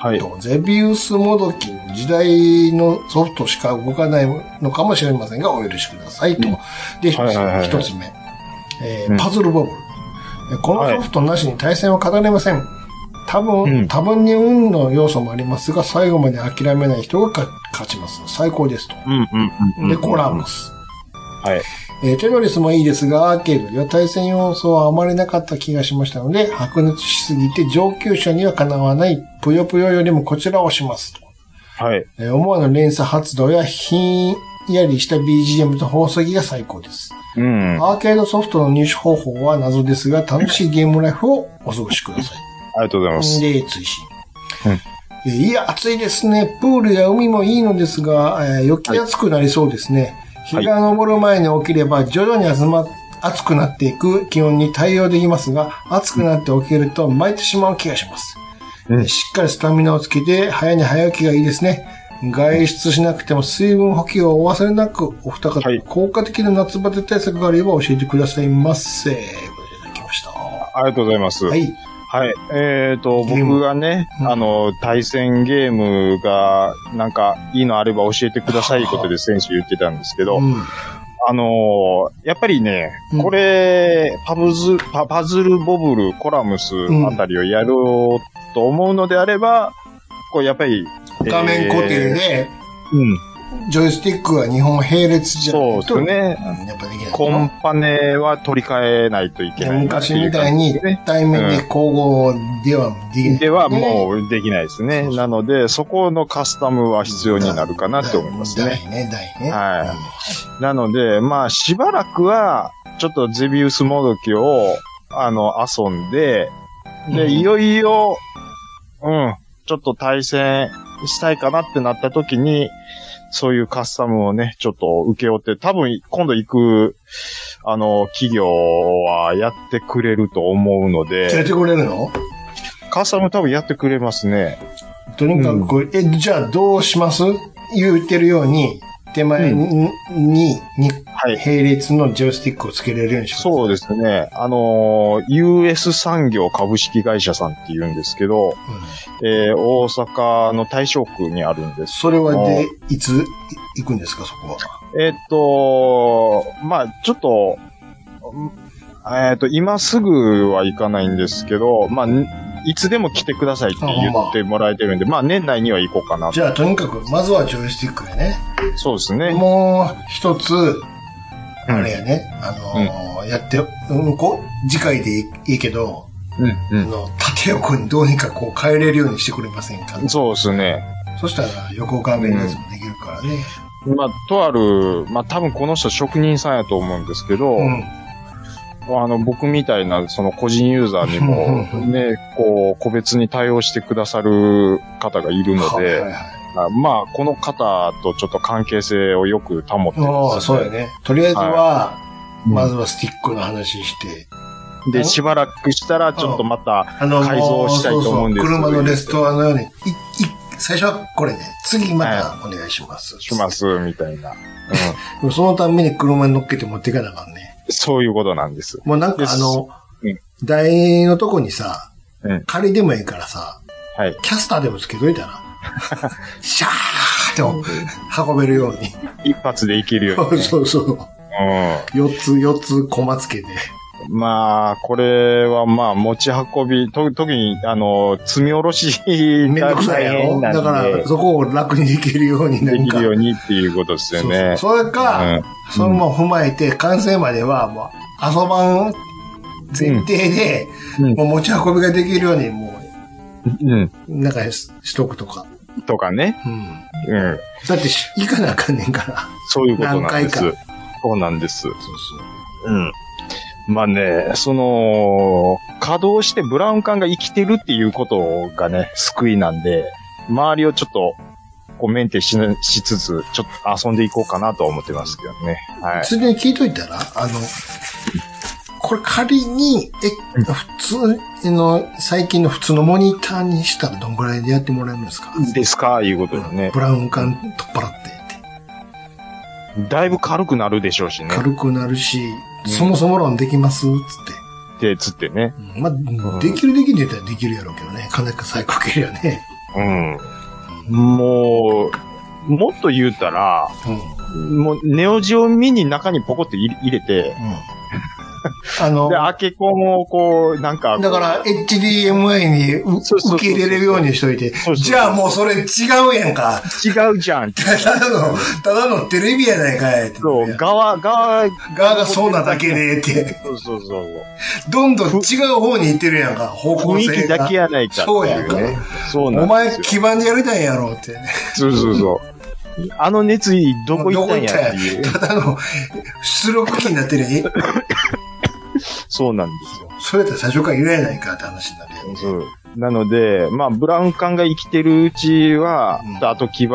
はい。
とゼビウスモドキン時代のソフトしか動かないのかもしれませんが、お許しくださいと。で、一つ,、
はいはいはいはい
一つ目、えー
うん
パズルボブル。このソフトなしに対戦は語れません。多
う
分、
ん
多分に運の要素もありますが、最後まで諦めない人が勝勝ちます。最高ですと。
うんうんうんうん。
で、コラムス。
はい。
えーテロリスもいいですが、アーケードでは対戦要素はあまりなかった気がしましたので、白熱しすぎて上級者にはかなわない、ぷよぷよよりもこちらをしますと。
はい。
えー思わぬ連鎖発動やひんやりした BGM と放送機が最高です。
うん。あ
アーケードソフトの入手方法は謎ですが、楽しいゲームライフをお過ごしください。
りがとうございます。
で、追伸。
うん
えーいや、暑いですね。プールや海もいいのですが、えー余計暑くなりそうですね。
はい
日が昇る前に起きれば、徐々に集ま暑くなっていく気温に対応できますが、暑くなって起きると巻いてしまう気がします。
うん
えーしっかりスタミナをつけて、早寝早起きがいいですね。外出しなくても水分補給をお忘れなく、お二方、
はい
効果的な夏バテ対策があれば教えてくださいませ。ということでいただきました。は
ありがとうございます。はい。
い。
えっ、と、
ゲーム
僕がね、
うん
あの、対戦ゲームが、なんか、いいのあれば教えてくださいいうことで選手言ってたんですけど、
うん
あのーやっぱりね
うん、
これ、パブズパ、パズルボブル、コラムス
ん
あたりをやろうと思うのであれば、こう、やっぱり、
画面固定で、
うん。
ジョイスティックは日本並列じゃないと、
そうですね
うんやっぱできない
コンパネは取り替えないといけないなって
昔
いう
みたい
感じ
に
ですね。
対面で交互ではできない。
ではもうできないです
そう
ね。
そう
なので、そこのカスタムは必要になるかなって思いますね。
大ね、大ね。
はなので、まあ、しばらくは、ちょっとゼビウスモドキを、あの、遊んで、
うん
で、いよいよ、うん、ちょっと対戦したいかなってなった時に、そういうカスタムをね、ちょっと受け負って、多分今度行く、あの、企業はやってくれると思うの
うん連れ
で、
てこれるの
カスタム多分やってくれますね。
とにかく、え、じゃあどうします言ってるように、手前に、にに
はい。
並列のジョイスティックをつけれるようにします。
そうですね。あのー、US 産業株式会社さんって言うんですけど、
うん。
えー大阪の大正区にあるんです。
それはで、いつい行くんですか、そこは。
えーっと、まあちょっと、うんえーっと、今すぐは行かないんですけど、まあんいつでも来てくださいって言ってもらえてるんで、まあ年内には行こうかな。
じゃあとにかく、まずはジョイスティックやね。
そうですね。
もう一つ、あれやね、あのーやって、うんこ次回でいいけど、
うん、う
あの、縦横にどうにかこう変えれるようにしてくれませんか
ん。そうですね。
そしたら横画面列もできるからね。
まあ、とある、まあ、多分この人職人さんやと思うんですけど、
うん。
あの、僕みたいな、その個人ユーザーにも
うんうんう、
ね、こう、個別に対応してくださる方がいるの
はいはい
で、
はい。
あまあ、この方とちょっと関係性をよく保って
ああ、
ます
そうやね。とりあえずは、
い
まずはスティックの話して。
で、しばらくしたら、ちょっとまた、
あの
改造したいと思うんですけ
そ
ど
うそう車のレストアのように、い、い、最初はこれで、次またお願いします。
します、みたいな。うん。
でもそのたんびに車に乗っけて持っていかなあかんね。
そういうことなんです。
もうなん
で
かあの
うん、
台のとこにさ
うん、
仮でもいいからさ、
はい。
キャスターでもつけといた ら、シャーって運べるように。
一発でいけるように、ね。
そうそう。
うん。
四つ、四つ、コマつ けて。
まあ、これはまあ、持ち運び、と、特に、あの、積み下ろし
めん
が
どくさいや
大
ろ
変な
だ
んで
から、そこを楽にできるようにな
で
ん
き
か
る。ようにっていうことですよ
そう
ね。
そうそれ
う
か
ん、
そのまま踏まえて、完成までは、もう、遊ばん前提で、
うん
もう持ち運びができるように、もう、
うん。
なんかししとくとか。
とかね。
うん。
うん。
だってし、行かなあかんねんから。
そういうことなんです
何回。
そうなんです。
そうそう。
うん。まあね、その、稼働してブラウン管が生きてるっていうことがね、救いなんで、周りをちょっと、こうメンテしなしつつ、ちょっと遊んでいこうかなとは思ってますけどね。はい。
ついでに聞いといたら、あの、これ仮に、え、普通の、最近の普通のモニターにしたらどんぐらいでやってもらえますか
ですかいうことでね。
ブラウン管取っ払ってって
だいぶ軽くなるでしょうしね。
軽くなるし、
うん
そもそも論できますつって。
で、つってね。
うんまあ、できるできるって言ったらできるやろうけどね。かなり最高けるよね。
うん。もう、もっと言うたら、
うん。う
もう、ネオジオミニ中にポコって入れ入れて、
ん。あの、
で、アケコンをこう、なんかこう、
だから、HDMI にう
そうそうそう
受け入れれるようにしといて
そうそう。
じゃあもうそれ違うやんか。
違うじゃんって。
ただの、ただのテレビやないかいって。
そう、側、側、
側がそうなだけでって。
そうそうそう。
どんどん違う方に行ってるやんか。方向
雰囲
性
気
が。
だけやないかって
そうや
い
んか
うね。そうな
お
んです
前、
よ。
基盤でやりたいんやろってね。
そうそうそう。あの熱意、どこ行ったんやっていう。
ただの出力機になってるやん。え
そうなんですよ。
それやったら最初から言えないかって話になるやん。
そう。なので、まあ、ブラウン管が生きてるうちは、
うん
あと基板、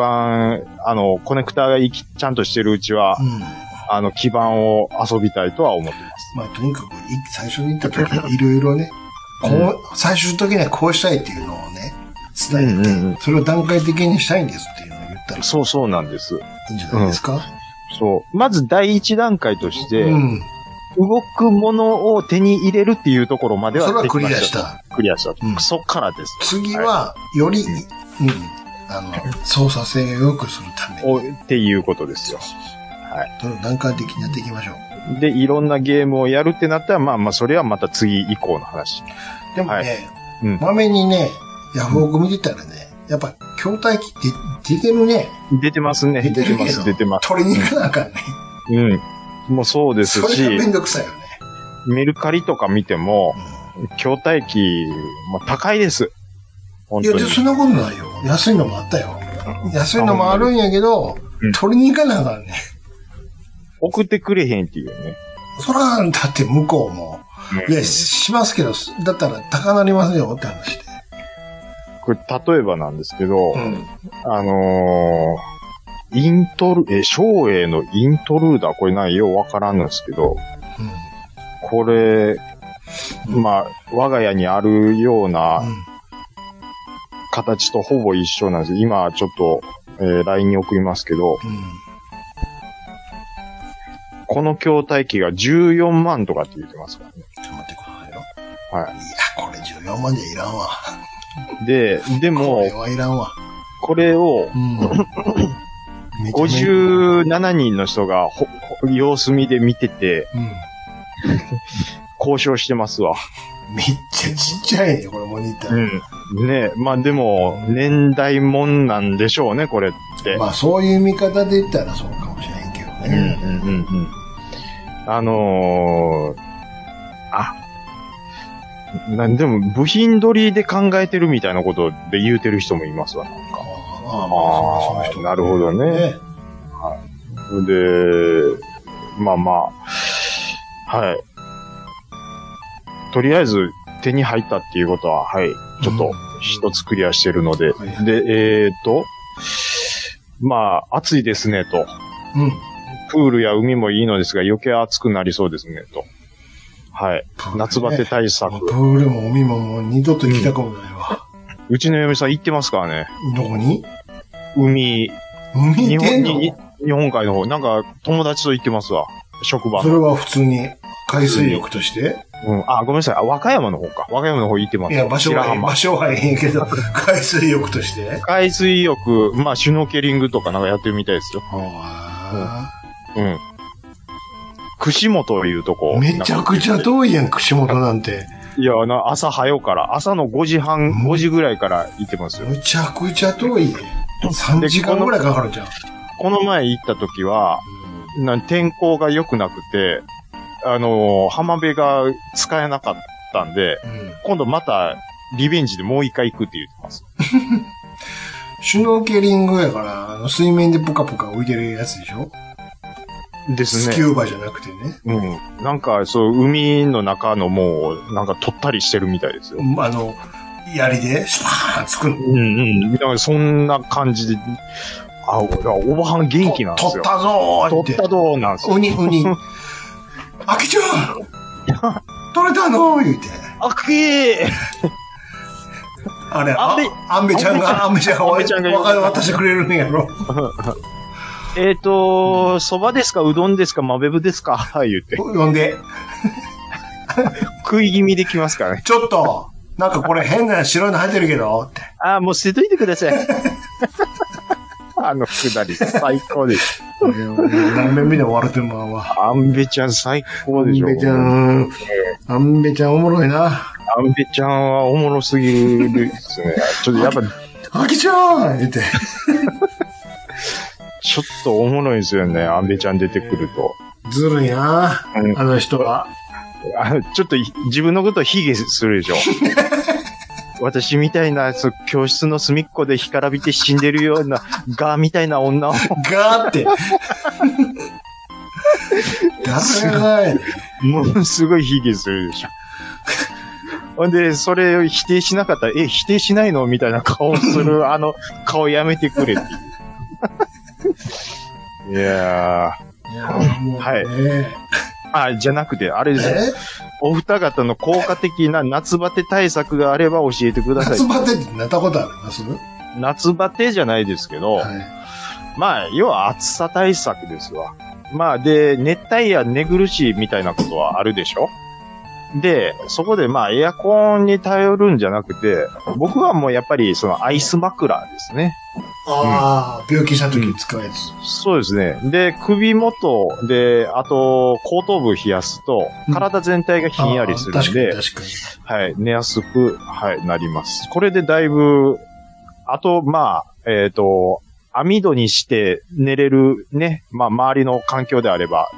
あの、コネクタが生き、ちゃんとしてるうちは、
うん。
あの、基板を遊びたいとは思ってます。
まあ、とにかくい、最初に行った時にいろいろね、こう、最終的にはこうしたいっていうのをね、伝えて、
うんうんうん
それを段階的にしたいんですっていうのを言ったら
そうそうなんです。
いいんじゃないですか。
そう。まず第一段階とし
う
て、
ん。
動くものを手に入れるっていうところまでは
それは
でき
クリ
ま
ア
した。
した。
クリアした。
うん
そっからです。
次は、より、うん、あの、操作性を良くするために、
おっていうことですよ。
どんどん段階的にやっていきましょう。
で、いろんなゲームをやるってなったら、まあまあ、それはまた次以降の話。
でも
は
ね
うん、
ま、め、にね、ヤフオク見てたらね、やっぱ、筐体機って出てるね。
出てますね。
出て
出
る
て
け
ます、
ど、
出てます。
取りに行かなあかんね。
うん。もうそうです
それがめ
し、
んどくさいよね。
メルカリとか見ても、筐体機、まあ、高いです。
うん
本
いや、
当
で
に。
そんなことないよ。安いのもあったよ。安いのもあるんやけど
うん、
取りに行かなあかんね。
送ってくれへんっていうね。
そら、だって向こうも。いや、しますけど、だったら高なりますよって話で。
これ、例えばなんですけど、
うん。
あのー、イントル、え、昭栄のイントルーダー、これなんようわからんのですけど、これ、
うん
まあ、我が家にあるよう
う。
なん形とほぼ一緒なんです。今、ちょっと、えー LINE に送りますけど、
うん。
この筐体機が14万とかって言ってますからね。
ちょっと待ってくださいよ。。
はい
いや、これ14万じゃいらんわ。
い。で、で
これ
も、
はいらんわ。
これを
うん。50。
57人の人がほほ様子見で見てて、
うん。
交渉してますわ。
めっちゃちっちゃいね、これモニター。
うん。ねまあでも、年代もんなんでしょうね、これって。
まあ、そういう見方で言ったらそうかもしれんけど
うんうん
ね。
うんうん。あのー、あ、なんでも部品取りで考えてるみたいなことで言うてる人もいますわ。
ああ、まあ、その人。
なるほどね。で、まあまあ、はい。とりあえず手に入ったっていうことは、はい、ちょっと一つクリアしてるので、
はい
で、えーと、まあ、暑いですねと。
うん。
プールや海もいいのですが、余計暑くなりそうですねと。はい。夏バテ対策。
プールも海ももう二度と行きたくもないわ。
うちの嫁さん行ってますからね。
どこに
海、
海
日
行って
本
んの
に日本海の方。なんか友達と行ってますわ。職場
そ
の。
れは普通に海水浴として
うん。あ、ごめんなさい。あ和歌山の方か。和歌山の方行ってます。
いや、場所
白
は、
浜
場。所はええんやけ ど、海水浴として
海水浴、まあ、シュノーケリングとかなんかやってるみたいですよ。
あ
うん。串本いうとこ
あ。。めちゃくちゃ
なんか
遠いやん、串本なんて。
いや、な朝早うから、朝の5時半、
うん
5時ぐらいから行ってますよ。
むちゃくちゃ遠い。3時間ぐらいかかるじゃん。
この前行った時は、なん天候が良くなくて、あのー浜辺が使えなかったんで、
うん
今度またリベンジでもう一回行くって言ってます。
シュノーケリングやから、あの水面でぷかぷか浮いてるやつでしょ
で
ス
す
キ
ね。
ューバじゃなくてね。
うん。なんか、そう、海の中のもう、なんか取ったりしてるみたいですよ。
あの、槍で、シュパーンつくの。
うんうん。だからそんな感じで、あ、おおばはん元気なんです
取
よ
っ。たぞーっ
取
て
った。どうなんですよ。
ウニ、ウ ニ。あきちゃん取れたの言うて。
あくえ
あれ、あ
あんべ
あんべちゃんが、あんべちゃんが、
あんべちゃんが
わか渡してくれるんやろ。
えっと、蕎麦ですかうどんですかまべぶですか言って。
呼んで、
食い気味できますからね。
ちょっと、なんかこれ変な白いの入ってるけど、って。
あーもう捨てといてください。あのくだり、最高です。
何遍目でも笑ってんまんわ。
アンベちゃん最
ア
高で
ン
しょ。
ベちゃん、アンベちゃんおもろいな。
アンベちゃんはおもろすぎるですね。ちょっとやっぱ、
アキちゃん言って。
ちょっとおもろいですよね。アンベちゃん出てくると。
ずるいな。あの人は。
あちょっとひ自分のことを卑下するで しょ。私みたいな、そう教室の隅っこで干からびて死んでるような、ガーみたいな女を、
ガーって。誰が
ものすごい卑下するでしょ。ほんで、それを否定しなかったら、え、否定しないのみたいな顔をする、あの、顔やめてくれっていう。いや
いや、もう、
は
ね。
いー。あ、じゃなくて、あれですよ。
え
お二方の効果的な夏バテ対策があれば教えてください
夏。バテってなったことありますは
夏バテじゃないですけど、
い。
まあ、要は暑さ対策ですわ。まあ、で、熱帯夜、寝苦しいみたいなことはあるでしょで、そこでまあ、エアコンに頼るんじゃなくて、僕はもうやっぱり、その、アイス枕ですね。
ああ、病気した時に使うやつ。
そうですね。で、首元で、あと、後頭部冷やすと、体全体がひんやりする
あ
んで、
ー確かに、
はい、寝やすく、はい、なります。これでだいぶ、あと、まあ、えっ、と、網戸にして寝れるね、まあ、周りの環境であれば、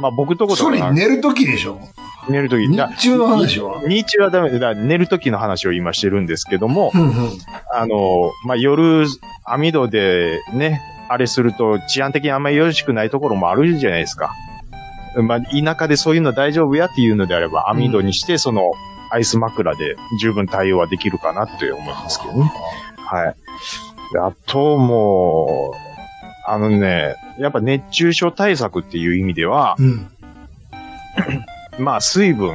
まあ、僕とこ
確
と
か
か
に。それ
な
寝る時でしょ
寝るとき、
日
な
中の話は。
日中はダメだから、寝るときの話を今してるんですけども
う、んうん。
あの、まあ、夜、網戸でね、あれすると治安的にあんまりよろしくないところもあるじゃないですか。まあ、田舎でそういうの大丈夫やっていうのであれば、網戸にして、その、アイス枕で十分対応はできるかなって思いますけどね。はい。であと、もう、あのね、やっぱ熱中症対策っていう意味では、
うん。
まあ、水分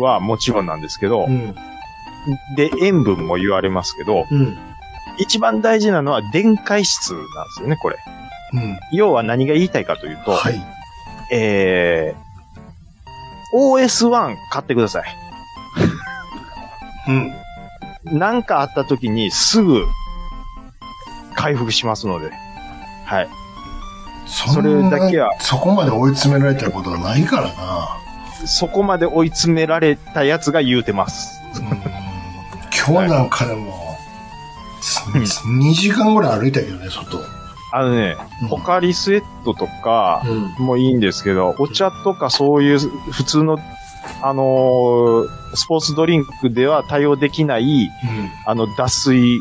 はもちろんなんですけど
う、ん。
で、塩分も言われますけど、
うん。
一番大事なのは電解質なんですよね、これ。
うん。
要は何が言いたいかというと、
はい。
えー、OS1 買ってください。
うん。
何かあった時にすぐ回復しますので。はい。
そ
れ
んな
だけは
そこまで追い詰められたことはないからな。
そこまで追い詰められたやつが言うてます。
うん今日なんかでも、2時間ぐらい歩いたけどね、外。
あのね、ポカリスエットとか
うん。
もいいんですけど、お茶とかそういう普通の、あのースポーツドリンクでは対応できないあの、脱水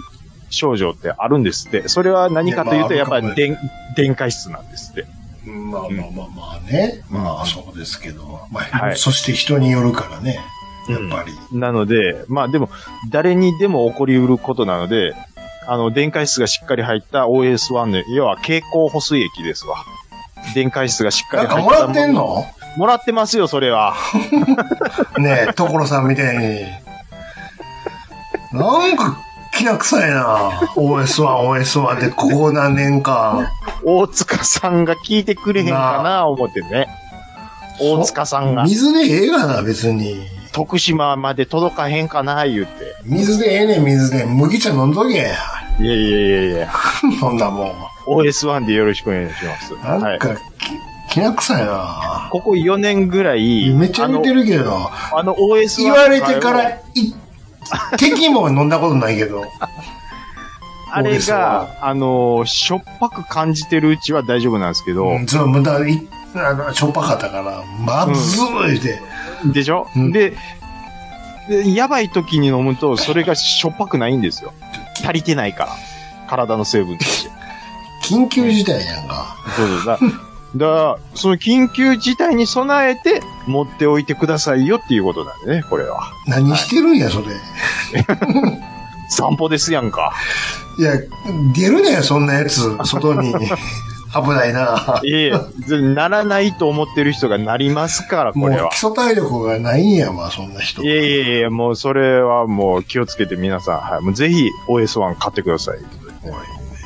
症状ってあるんですって。それは何かというと、
い
や
や
っ
まあ
ぱり電、電解質なんですって。
うん。まあまあまあまあね。
うん
まあそうですけど。まあ、
はい
そして人によるからね。やっぱり。
なので、まあでも、誰にでも起こりうることなので、あの、電解質がしっかり入った OS1 の、要は蛍光補水液ですわ。電解質がしっか
なん
り
か
入っ
も
た
らってんの
もらってますよ、それは。
ねえ、所さんみたいに。なんか、きな臭いな。OS1、OS1 で、ここ何年か。
大塚さんが聞いてくれへんかな、思ってね。大塚さんが、
水でええがな、別に。
徳島まで届かへんかな、言って。
水でええねん、水で。麦茶飲んどけ。
いやいやいやいや、
そんなもん。
OS1 でよろしくお願いします。
なんか、き、きな臭いな。
ここ4年ぐらい、
めっちゃ似てるけど、
あの、あの OS
言われてから、い、敵も飲んだことないけど。
あれ
OS
が、あの、しょっぱく感じてるうちは大丈夫なんですけど、
うんそう、無駄、い、あの、しょっぱかったから、まずいで。
でしょ、
うん
でで、やばい時に飲むと、それがしょっぱくないんですよ。足りてないから。体の成分として。
緊急事態やんか。
そうそうだ。だから、その緊急事態に備えて持っておいてくださいよっていうことなんでね、これは。
何してるんや、それ。
散歩ですやんか。
いや、出るねそんなや つ、外に。危ないな。
ええ、ぜならないと思ってる人がなりますから、
も
こ
う
れは
基。礎体力がないんやわ、そんな人。
いやいやいや、もうそれはもう気をつけて皆さん、はい。もうぜひ OS1 買ってください。
おいね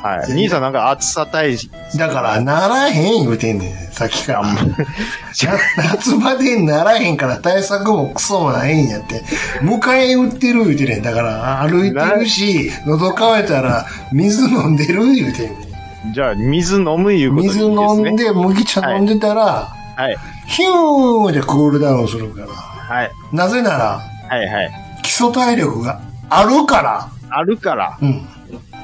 はい。兄さんなんか暑さ対し、
だから、ならへん言うてんねん、さっき から。夏までにな らへんから対策もクソもないんやって。迎え打ってる言うてんねん。だから、歩いてるし、喉乾いたら水飲んでる言うてんねん。
じゃあ、水飲むいうことでいいで
水
すね。
飲んで、麦茶飲んでたら、
はい。
ヒューンでクールダウンするから。
はい。
なぜなら、
はいはい。
基礎体力があるから。
あるから。
うん。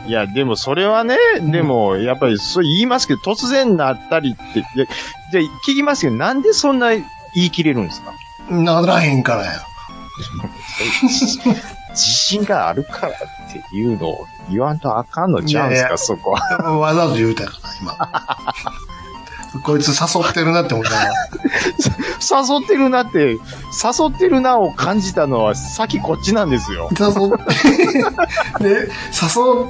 いや、でもそれはね、でも、やっぱりそう言いますけど、突然なったりって、いやじゃあ聞きますけど、なんでそんな言い切れるんですか
ならへんからや。
自信があるからっていうのを言わんとあかんのちゃうんですか、
いやいや
そこは。
わざと言うたから、今。 こいつ誘ってるなって思ったから。
誘ってるなって、誘ってるなを感じたのは、さっきこっちなんですよ。
誘って、 で、誘っ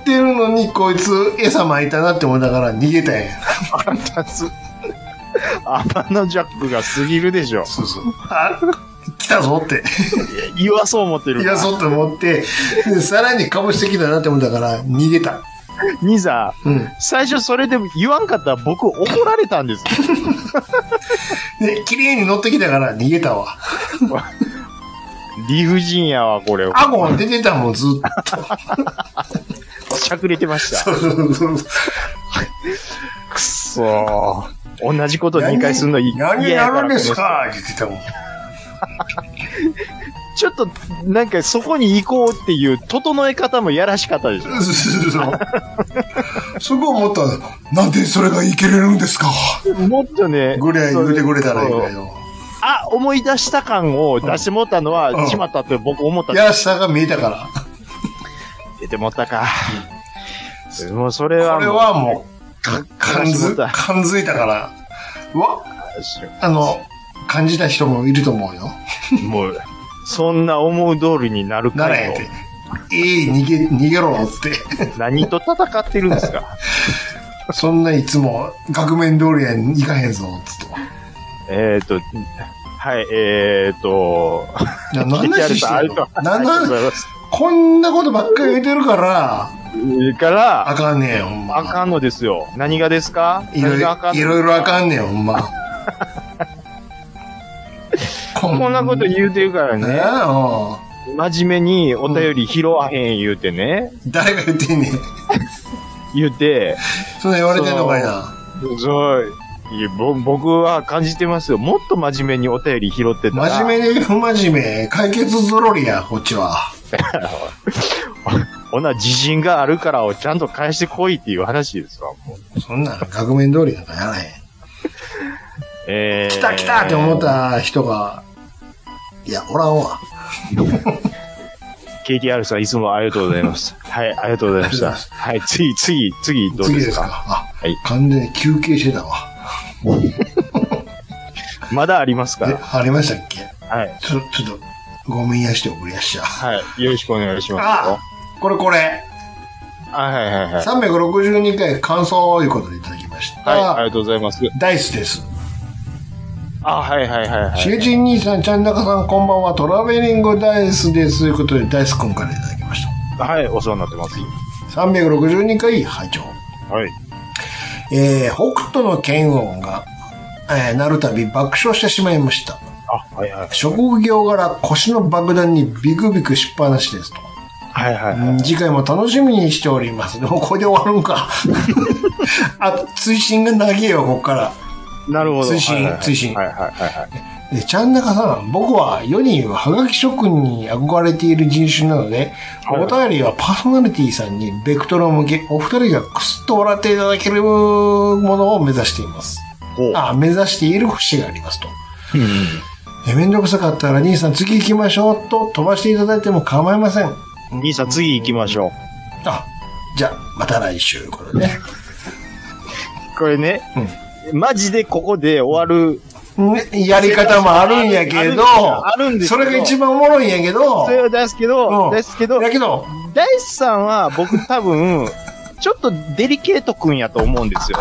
てるのにこいつ餌撒いたなって思ったから逃げたんや。
あんたす、アマノジャックが過ぎるでしょ。
そうそう。あ、来たぞって。
言わそう思ってる
来
か
た
ら。
ぞって思って、でさらにかぶしてきたなって思ったから逃げた。
兄さん、
うん。
最初それで言わんかったら僕怒られたんですよ。
で、綺麗に乗ってきたから逃げたわ。
理不尽やわ、これ。
顎出てたもん、ずっと。
しゃくれてました。
そうそうそうそう
くっそー。同じこと2回するのい い。
何
嫌
や
やから
るんですかって言ってたもん。
ちょっと、なんかそこに行こうっていう、整え方もやらしかったでしょ。
そうそう。 そこ思ったら、なんでそれがいけれるんですか
もっとね、
ぐらい言うてくれたらいい
そ
の
う
よ。
あ、思い出した感を出してもったの
う
は、
ん
しまったって僕思った。
やらしさが見えたから。
出てもったか。もうそれは
これ
もう、
はもう、感
悲しも
づ、
った
感づいたから、わ、あの、感じた人もいると思うよ。
もう、そんな思う通りになる
な
から
へんって。ええ逃げ、逃げろって。
何と戦ってるんですか
そんないつも、額面通りやに行かへんぞ、つと。
えっと、はい、えっと、
な何の話してんの
あ
何
り
の
がとうご
話
ざいます。
こんなことばっかり言ってるから、
から、
あかんねん、ほんま。
あかんのですよ。何がですか
いろ
何
い
があか
ろ、
ん
い
の
ろいろあかんねん、ほんま。こ
こんなこと言うてるから
ねえ
ね、
うん
真面目にお便り拾わへん言うてね、
誰が言ってんねん。
言うて、
そんな言われてんのかいな。
そう、いやぼ僕は感じてますよ。もっと真面目にお便り拾ってたら。
真面目で不真面目、解決ゾロリや、こっちは。
ほな、自信があるからをちゃんと返してこいっていう話ですわ、もう
そんなん、額面通りなんかやらへん。
えー
来た来たって思っ。た人が、いや、おらんわ。
KTR さん、いつもありがとうござい ます。はい、ありがとうございました。はい、次、次、次、どう
次
で
ですす
か
か。あ、
はい
完全に休憩してたわ。
まだありますか
え
ら。、
ありましたっけ
はい。
ちょ、ちょっと、ごめんやしておくれやっしゃ。
はい。よろしくお願いしますよ
あ。これこれ。
あ、はいはいはい。
362回感想をいうことでいただきました。
はい、ありがとうございます。
ダイスです。
あ、はいはいはいは
し
い。
げちん兄さん、ちゃんなかさん、こんばんは。トラベリングダイスです。ということで、ダイスくんからいただきまし
はい、お世話になってます。
た。362回拝聴。
はい。
えー、北斗の剣音が、えー、なるたび爆笑してしまいました。
あ、はいはい。
職業柄腰の爆弾にビクビクしっぱなしですと。
はいはいはい。
うん次回も楽しみにしております。でもこれで終わるんか。 あ、追伸が長えよ、ここから。
なるほど。
追伸
はいはいはい
追伸
はいはいはいはい。
でちゃんなかさん、僕は世人はハガキ職人に憧れている人種なので、
はい
お便りはパーソナリティさんにベクトルを向け、お二人がクスッと笑っていただけるものを目指しています。
ほう。
あ、目指している節がありますと。
うんうん。
えめんどくさかったら兄さん次行きましょうと飛ばしていただいても構いません。
兄さん、次行きましょ
あ、じゃあ、また来週、これね。
う。これね、マジでここで終わる。
ねやり方もあるんやけど、
あるんです
そ
よ
れが一番おもろいんやけど
そ、れはですけど、
うん
ですけど、
やけど、
ダイスさんは僕多分、ちょっとデリケートくんやと思うんですよ。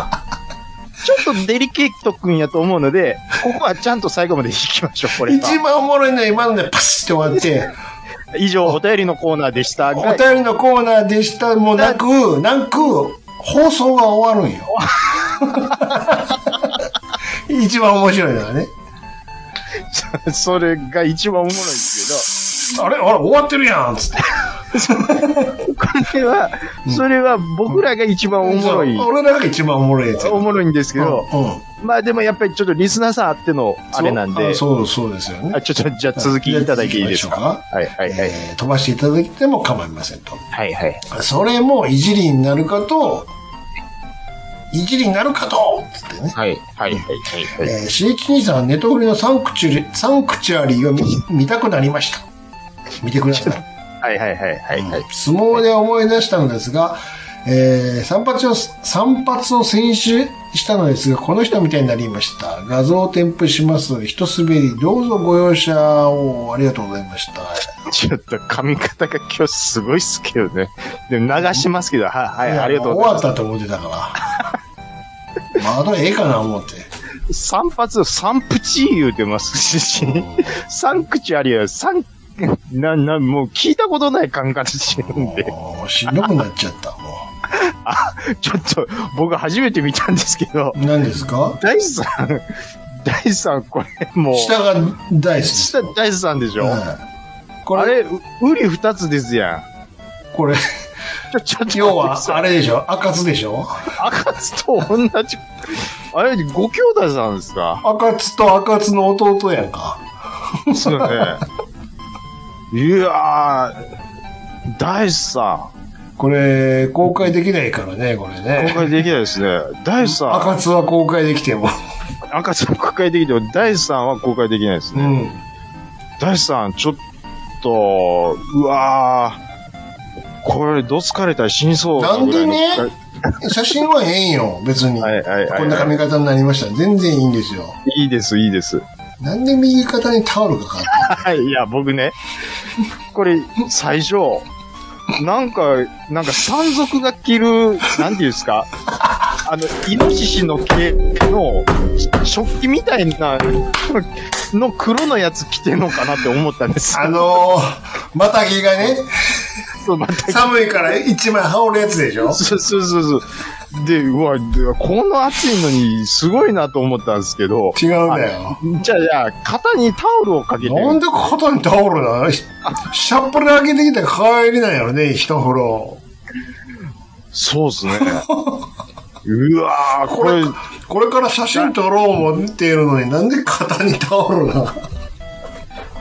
ちょっとデリケートくんやと思うので、ここはちゃんと最後まで行きましょう、これは。
一番おもろいのは今のでパスって終わって、
以上、お便りのコーナーでしたが。
お便りのコーナーでしたもなく、なく、放送が終わるんよ。 一番面白いのはね。
それが一番おもろいんです
あれあれ終わってるやんつって。
け ど、これは、それは僕らが一番おもろい、
そう俺らが一番おもろいやつや。
おもろいんですけど、
うんうん
まあでもやっぱりちょっとリスナーさんあってのあれなんで、
そう、そうそうですよね
あ。ちょっと、じゃあ続きいただいていいですか
じゃあ続き
はいはいはい。
えー飛ばしていただいても構いませんと。
はいはい。
それもいじりになるかと、いじりになるかとつってね。
はいはいはいはい。はい
えー、しげち兄さん、ネトフリのサンクチュリ、サンクチュアリーを見見たくなりました。見てください。
はいはいはいはい。
相撲で思い出したのですが、えー散髪を、散髪を選手したのですが、この人みたいになりました。画像を添付しますので、一滑り、どうぞご容赦を、ありがとうございました。
ちょっと髪型が今日すごいっすけどね。でも流しますけど、はいはい、ありがとうございま
終わったと思ってたから。 まあ、あとええかな思って。
す。散髪を三プチ言うてますし、サンクチュアリは三、な、な、もう聞いたことない感覚してるんで、
もうしんどくなっちゃった、も
ちょっと僕初めて見たんですけど、
う。何ですか
ダイさん、ダイさんこれもう、
下が大好き。
下ダイさんでしょ、
はいこ
あ
れ、
れ、うウリ二つですやん。
これ、
ちょ、ちょっと待って
要は、あ
れ
れでしょ赤津でしょ
赤津と同じ、あれ、ご兄弟さんですか
赤津と赤津の弟やんか。
ですよね。いやー、大志さ
これ、公開できないからね、これ
ん、公
ね。
開できないですね。大志さ
赤津は公開できても。
ん、赤さん公開できても、大志さんは公開できないです
う
ね。
ん。
大志さん、ちょっと、うわー、これ、どつかれたら死にそう
なんでね
ぐらい
写真はええんよ、別に。
のはいはいはい。
こんな髪型になりました。全然いいんですよ。
いいです、いいです。
なんで右肩にタオルがかかって
はい、いや、僕ね、これ、最初、なんか、なんか山賊が着る、なんていうんですか、あの、イノシシの毛の食器みたいな、の黒のやつ着てんのかなって思ったんです。
あのー、またぎがね、
そう、また、
寒いから一枚羽織るやつでしょ
そうそうそうそう。で、うわ、でこの暑いのにすごいなと思ったんですけど、
違うんだよ。
じゃあ、じゃあ、肩にタオルをかけて、
なんで肩にタオルなのししゃっぽり開けてきたら帰りなんやろね、一風呂。
そうですね。うわー、これ、
これから写真撮ろう思っているのになんで肩にタオルなの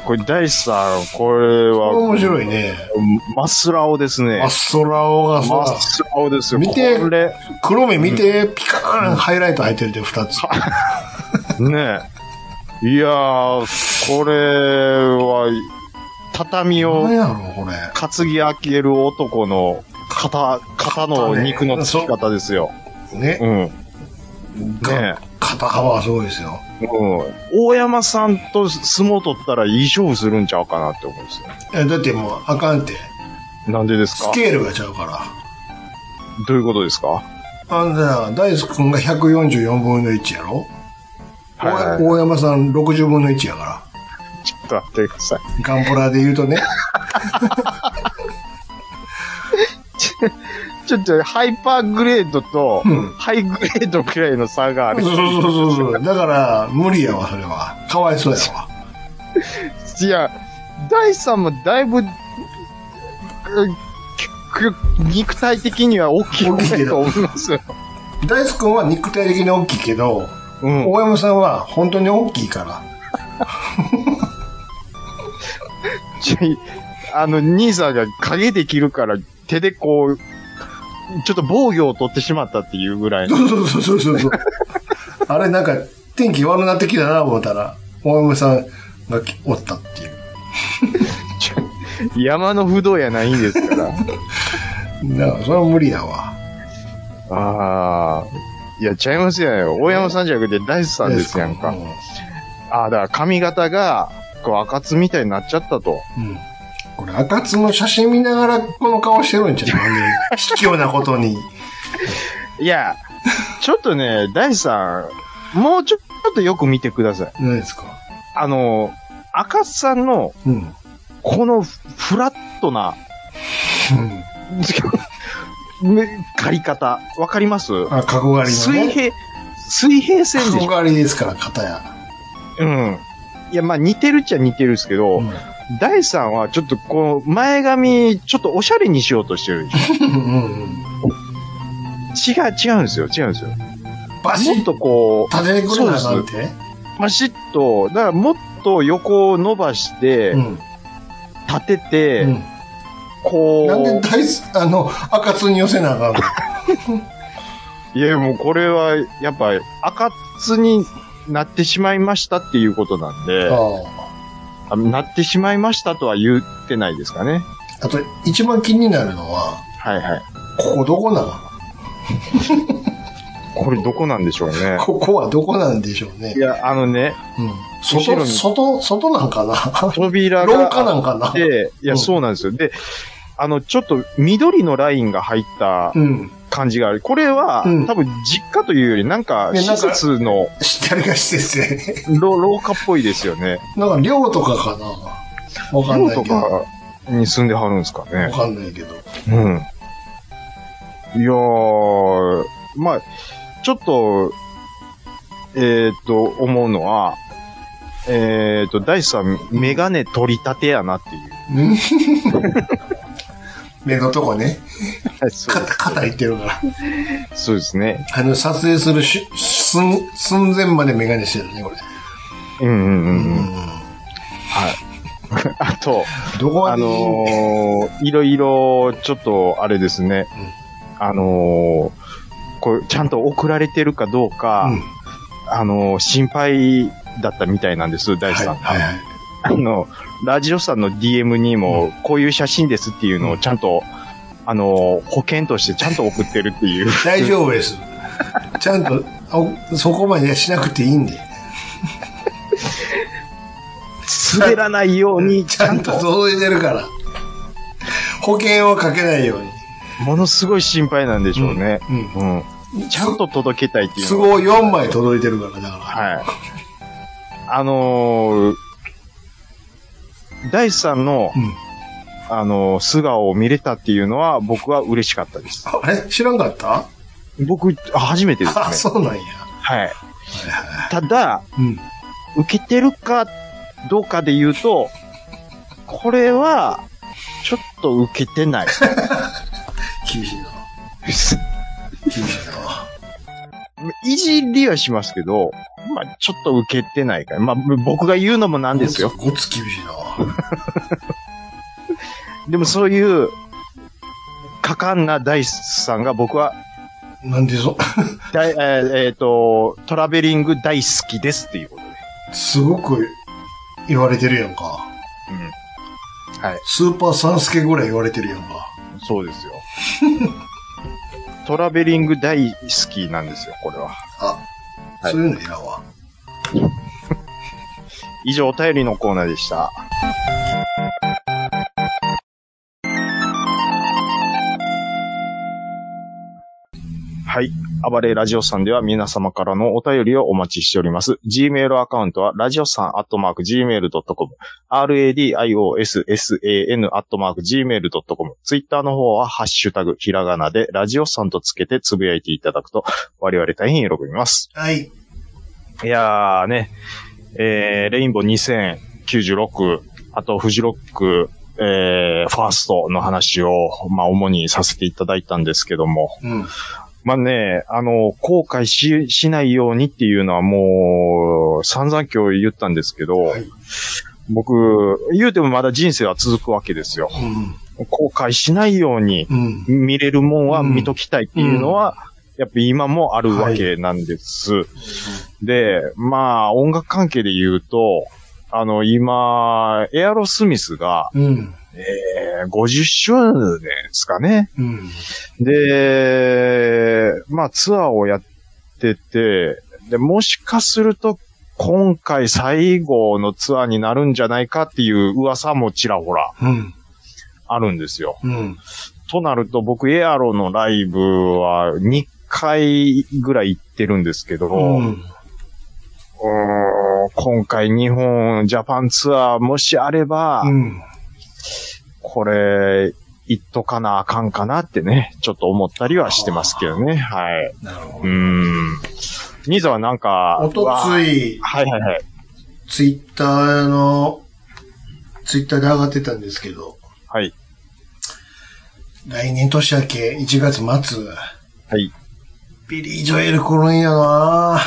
これ、大志さん、これは、
面白いね。
マスラオですね
あ、。空をが
マ
さ、
スラオですよ。
見て
これ、
黒目見て、ピカーンハイライト入ってるで、二つ。
ねえ。いやー、これは、畳
何
を
やろ、これ。
担ぎ上げる男の肩、肩の肉のつき方ですよ。
ね。
うん。ねえ
が。肩幅はすごいですよ。
うん。大山さんと相撲取ったらいい勝負するんちゃうかなって思うんですよ。
えだってもう、あかんって。
なんでです
ス
か
ケールがちゃうから。
どういうことですか
あんな、ダイス君が144分の1やろ、
はいはいはい
大大山さん60分の1やか
ちょっと待ってください。
ら。ガンプラで言うとね。
ちょっとハイパーグレードと、
うん
ハイグレードくらいの差があ
そう
る。
そうそうそう。だから、無理やわ、それは。かわいそうやわ。
いや、第三もだいぶ、うんくく肉体的には大きい方だと思いますよ。
ダイス君は肉体的に大きいけど、
うん。
大山さんは本当に大きいから。
ちょいあの、兄さんが影できるから、手でこう、ちょっと防御を取ってしまったっていうぐらいの。
そうそうそうそうそう。 あれ、なんか、天気悪なってきたな、思ったら、大山さんがきおったっていう。
ちょ山の不動やないんですから。
だから、それは無理やわ。
ああ。いや、ちゃいますやんよ。大山さんじゃなくて、大地さんですやんか
う。ん
ああ、だから髪型が、こう、赤津みたいになっちゃったと。
うん。これ、赤津の写真見ながらこの顔してるんじゃない卑怯なことに。
いや、ちょっとね、大地さん、もうちょっとよく見てください。
何ですか
あの、赤津さんの、
うん。うん
このフラットな、め借り方、わかります
あ、カゴ狩りの
水
ね。
平、水平線
カ
で
ゴ
しょ
狩りですから、片や。
うん。いや、まあ似てるっちゃ似てるんですけど、
うん。
第さんはちょっとこう、前髪、ちょっとおしゃれにしようとしてるでし
うんうん
ょ。違う、違うんですよ、違うんですよ。
バシ
もっ
ッと
とこう、
立ててくれなあかんて。
ましっと、だからもっと横を伸ばして
う、ん。
立てて、
うん
こう、
なんで大す、あの、赤津に寄せなあかんの
いや、もうこれは、やっぱ、赤津になってしまいましたっていうことなんで、
あ
あなってしまいましたとは言ってないですかね。
ああと、一番気になるのは、
はいはい。
ここどこなの
これどこなんでしょうね。
ここはどこなんでしょうね
い。や、あのね、
うん
後ろ
外、外、
に
外なんかな
扉
廊下な
が
んか
あ
な
って、いや、
うん
そうなんですよ。で、あの、ちょっと緑のラインが入った
うん。
感じがある。これは、
うん
多分実家というより、なんか、
ねな
施
んか
設の
知ってるが施設でね。
ろ廊下っぽいですよね。
なんか寮とかかなわかん
寮
ない
と
けど。わ
かに住んではるんですかね。
かんないけど。
うん。いやー、まあ、ちょっと、えーっと、思うのは、えーっと、大地さん、メガネ取り立てやなってい
う
う。
ん目のとこね。
そ
か
う
肩いってるから。
そうですね。
あの、撮影するし寸寸前までメガネしてるね、これ。
うんうんうんうん。
うん
あと、
どこま
あ
でいいん
のー、いろいろ、ちょっと、あれですね。あのー、これ、ちゃんと送られてるかどうか、
うん
あのー、心配だったみたいなんです、
はい
大地さん。
はいはい。
あの、ラジオさんの DM にも、こういう写真ですっていうのをちゃんと、あの、保険としてちゃんと送ってるっていう。
大丈夫です。ちゃんと、あそこまでしなくていいんで。
滑らないように、
ちゃんと届いてるから。保険をかけないように。
ものすごい心配なんでしょうね。
うん。
うん。ちゃんと届けたいっていう
都
の
合
は。
4枚届いてるから、だか
はい。あのー、大地さんの、
ら。うん。
あのー素顔を見れたっていうのは、僕は嬉しかったです。
あれ知らんかった
僕、あ初めてですね
あ、。そうなんや。
はい。ただ、
うん。
受けてるかどうかで言うと、これは、ちょっと受け てない。
厳しいな。厳しいな。
いじりはしますけど、まあ、ちょっと受けてないから。まあ、僕が言うのもなんですよ。
ごつ厳しいな。
でもそういう、果敢なダイスさんが僕は、
なんでそ、
だいえーえーと、トラベリング大好きですっていうことで。
すごく言われてるやんか。スーパーサンスケぐらい言われてるやんか。
うん。そうです よ。トラベリング大好きなんですよ、これは。
あ、
はい
そういうのいらんわ。
以上、お便りのコーナーでした。はい。暴れラジオさんでは皆様からのお便りをお待ちしております。Gmail アカウントは、ラジオさんアットマーク Gmail.com、radiossan アットマーク Gmail.com、Twitter の方は、ハッシュタグ、ひらがなで、ラジオさんとつけてつぶやいていただくと、我々大変喜びます。
はい。
いやーね、えー、レインボー2096、あとフジロック、えー、ファーストの話を、まあ、主にさせていただいたんですけども、
うん。
まあね、あの、後悔し、しないようにっていうのはもう、散々今日言ったんですけど、
はい
僕、言うてもまだ人生は続くわけですよ。後悔しないように
うん。うん。
見れるもんは見ときたいっていうのは、やっぱ今もあるわけなんです。で、まあ、音楽関係で言うと、あの、今、エアロスミスが、
うん。
えー50周年ですかね。
うん。
で、まあ、ツアーをやってて、で、もしかすると、今回最後のツアーになるんじゃないかっていう噂もちらほら
うん。
あるんですよ。
うん。
となると、僕、エアロのライブは2回ぐらい行ってるんですけど、
うん。
うーん今回日本ジャパンツアーもしあれば、
うん。
これ、行っとかなあかんかなってね、ちょっと思ったりはしてますけどね。はい。
なるほ
うーん。ニーザはなんか、
ど。おと
わ
つい、
あはいはいはい。
ツイッターの、ツイッターで上がってたんですけど、
はい。
来年年明け1月末、
はい。
ビリー・ジョエル来るんやな
あ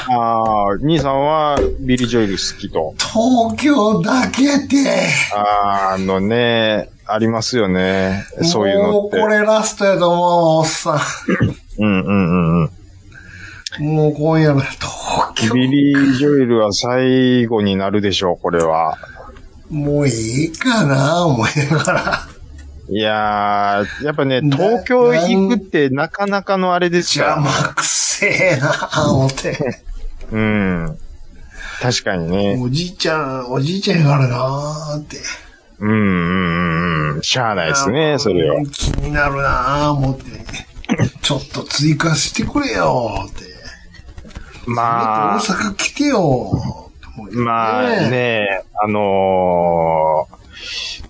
あ、兄さんはビリー・ジョエル好きと。
東京だけで、
あーあのね、ありますよね。そういうの
も
っ
う
て。
これラストやと思う、おっさ
うんうんうんうん。
ん。もう今夜の東京。
ビリー・ジョエルは最後になるでしょう、これは。
もういいかな思いながら。
いやー、やっぱね、
な
東京行くってなかなかのあれです
邪
か
魔くせえな思 って。
ら。うん。確かにね。
おじいちゃん、おじいちゃんやからなーって。
うんうんうんうん。しゃあないですね、それは。
気になるなー思って。ちょっと追加してくれよーって。
まあ
大、阪来てよーって
まあね、あのー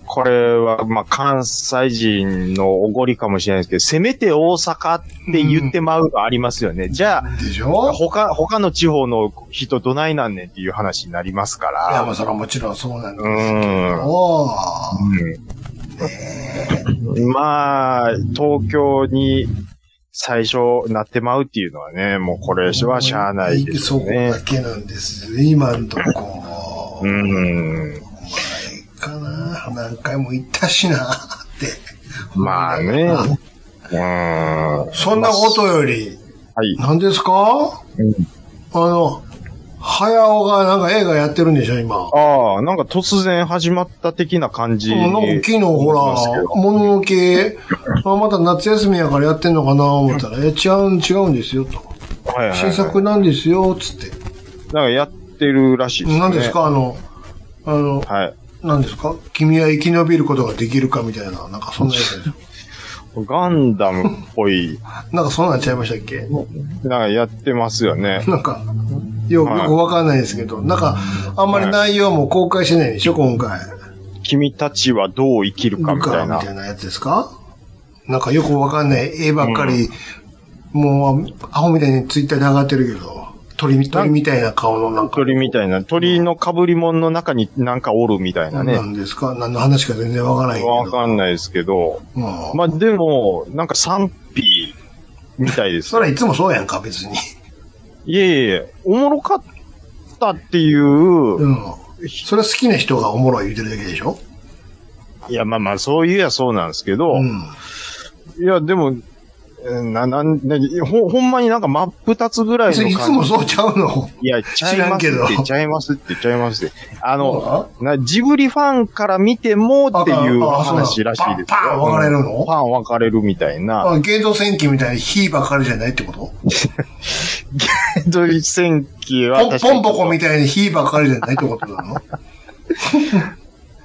これは、まあ、関西人のおごりかもしれないですけど、せめて大阪って言ってまうのありますよね。じゃあ、
でしょ
他、他の地方の人どないなんねんっていう話になりますか
いや、ま
ら。
あそれはもちろんそうなんです
う
け
ん。
ど、
まあ、東京に最初なってまうっていうのはね、もうこれはしゃあないです
そ
よ
こ
ね
だ。けなんですよ。今んとこ。
う
ま
ん。
あいいかな何回も行ったしなって。
まあね。うん。
そんなことより、
はい。
何ですか、
うん
あの、早尾がなんか映画やってるんでしょ、今。
ああ、なんか突然始まった的な感じ。
なんか昨日ほら
ますけ、ど
もののけ、あまた夏休みやからやってんのかな思ったら、え、違うん、違うんですよ、と。
はいはいはい
新作なんですよ、つって。
なんかやってるらしいですね。
何ですかあの、あの、
はい。
何ですか君は生き延びることができるかみたいな、なんかそんなやつ でしょ。
ガンダムっぽい、
なんかそんなんちゃいましたっけ
なんかやってますよね。
なんか、よく
はい
よくわかんないですけど、なんか、あんまり内容も公開してないでしょ、今回。
君たちはどう生きるかみたい
ルカ
な
み。たいなやつですかなんかよくわかんない絵ばっかり、もう、アホみたいにツイッターで上がってるけど、鳥み鳥みたいな顔のなんか、
鳥みたいな。鳥の被り物の中になんかおるみたいな
な
ね。
んですか何の話か全然わからないけど。
わかんないですけど。
うん
まあでも、なんか賛否みたいです
そ。れいつもそうやんか、別に。
いえいえ、おもろかったっていう、
うん。それは好きな人がおもろい言うてるだけでしょ
いやまあまあそういやそうなんですけど、
うん。
いや、でも、えーな、なん、なに、ほ、ほんまになんか真っ二つぐらいの
それ
感
いつ
じ。
もそうちゃうの。
いや、ちゃ
知
います
らん
っ
け
て、
ど
ちゃいますって、ちゃいますって。あの、
あ
なジブリファンから見てもっていう
ああそうなの
話らしいですよ。
パンパン分かれるの
うんパン分かれるみたいな。
あゲート戦記みたいに火ばっかりじゃないってこと
ドイツ戦記は
ポン
確か
ポ
に
ンポコみたいに火ばっかりじゃないってこと なの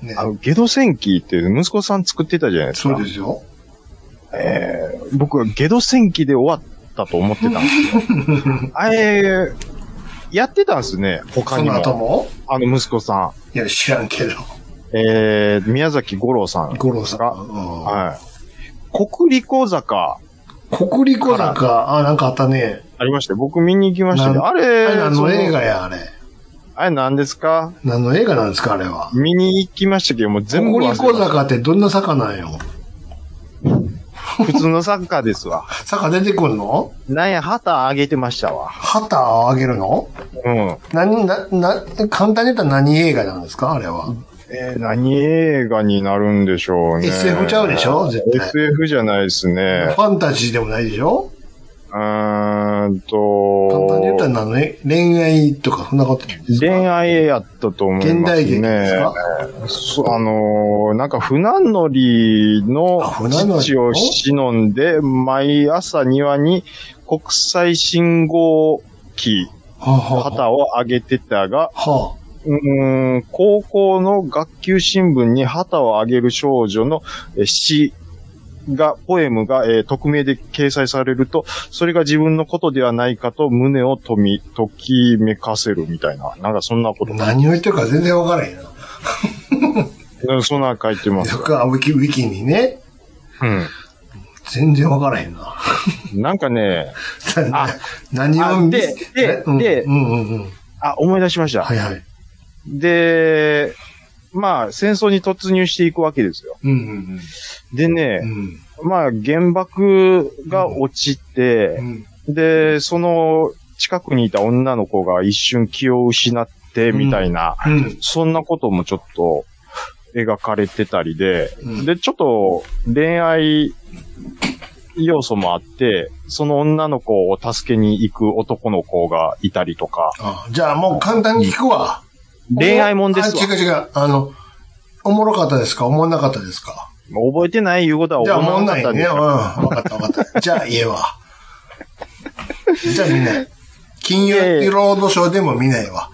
ね
あの、ゲド戦記って息子さん作ってたじゃないです
そう
か
で。すよ。
えー僕はゲド戦記で終わったと思ってたんですよ。 あれ、やってたんですね、他
そ
に
の後
も。
も
あの息子さん。
いや、知らんけど。
えー、宮崎五郎さん。
五郎さん。
が
う
はい。国立小坂、
ん、国立小坂、あ、なんかあったね。
ありましたよ僕見に行きましたけど、
な
あ
あ
れ、
れ何
そ
の映画や、あれ。
あれ何ですか
何の映画なんですか、あれは。
見に行きましたけど、もう全部忘
国
れま
立
し
小
た
坂ってどんな坂なんよ。
普通のサッカーです わ。
坂出てくんの
なんや、旗あげてましたわ。
旗をあげるの
うん。
何、な、な、簡単に言ったら何映画なんですかあれは。
えー、何映画になるんでしょうね。
SF ちゃうでしょ絶対
SF じゃないですね。
ファンタジーでもないでしょ
うーんと、
簡単に言ったら何のね恋愛とかそんなことないんですか
恋愛やったと思いますね。
現代劇ですか
そうあのーなんか船乗りの
あ船乗り
父を忍んで、毎朝庭に国際信号機、
はあ、はあは
旗を上げてたが、
あ、は
うーん高校の学級新聞に旗を上げる少女のえー詩が、ポエムが、えー匿名で掲載されると、それが自分のことではないかと胸をとみ、ときめかせるみたいな、なんかそんなこと
あ、何を言ってるか全然わからへんな。
うんそんな書いてます
そっ。か、ウィキ、ウィキにね。
う
全然わからへんな。
ん。なんかね、あ
何を見
でで
うん
で
うんうんうん。
あ、思い出しました。
はいはい。
で、まあ、戦争に突入していくわけですよ。
うんうん
で
う
ね、
ん。
まあ、原爆が落ち
う
て、
ん。
で、その近くにいた女の子が一瞬気を失って、みたいな、
うん。
そんなこともちょっと描かれてたりで、
うん
で、ちょっと恋愛要素もあって、その女の子を助けに行く男の子がいたりとか、
あじゃあもう簡単に聞くわ。
恋愛もんですわ
あ違う違う。あの、おもろかったですかおもんなかったですか
覚えてないいうことは
じゃあおも
思
ん
んな
な
か
い
ったんで
ね。
す
うん。
よ
わかったわ かった。じゃあ言えわ。じゃあみんない。金曜日ロードショーでも見ないわ。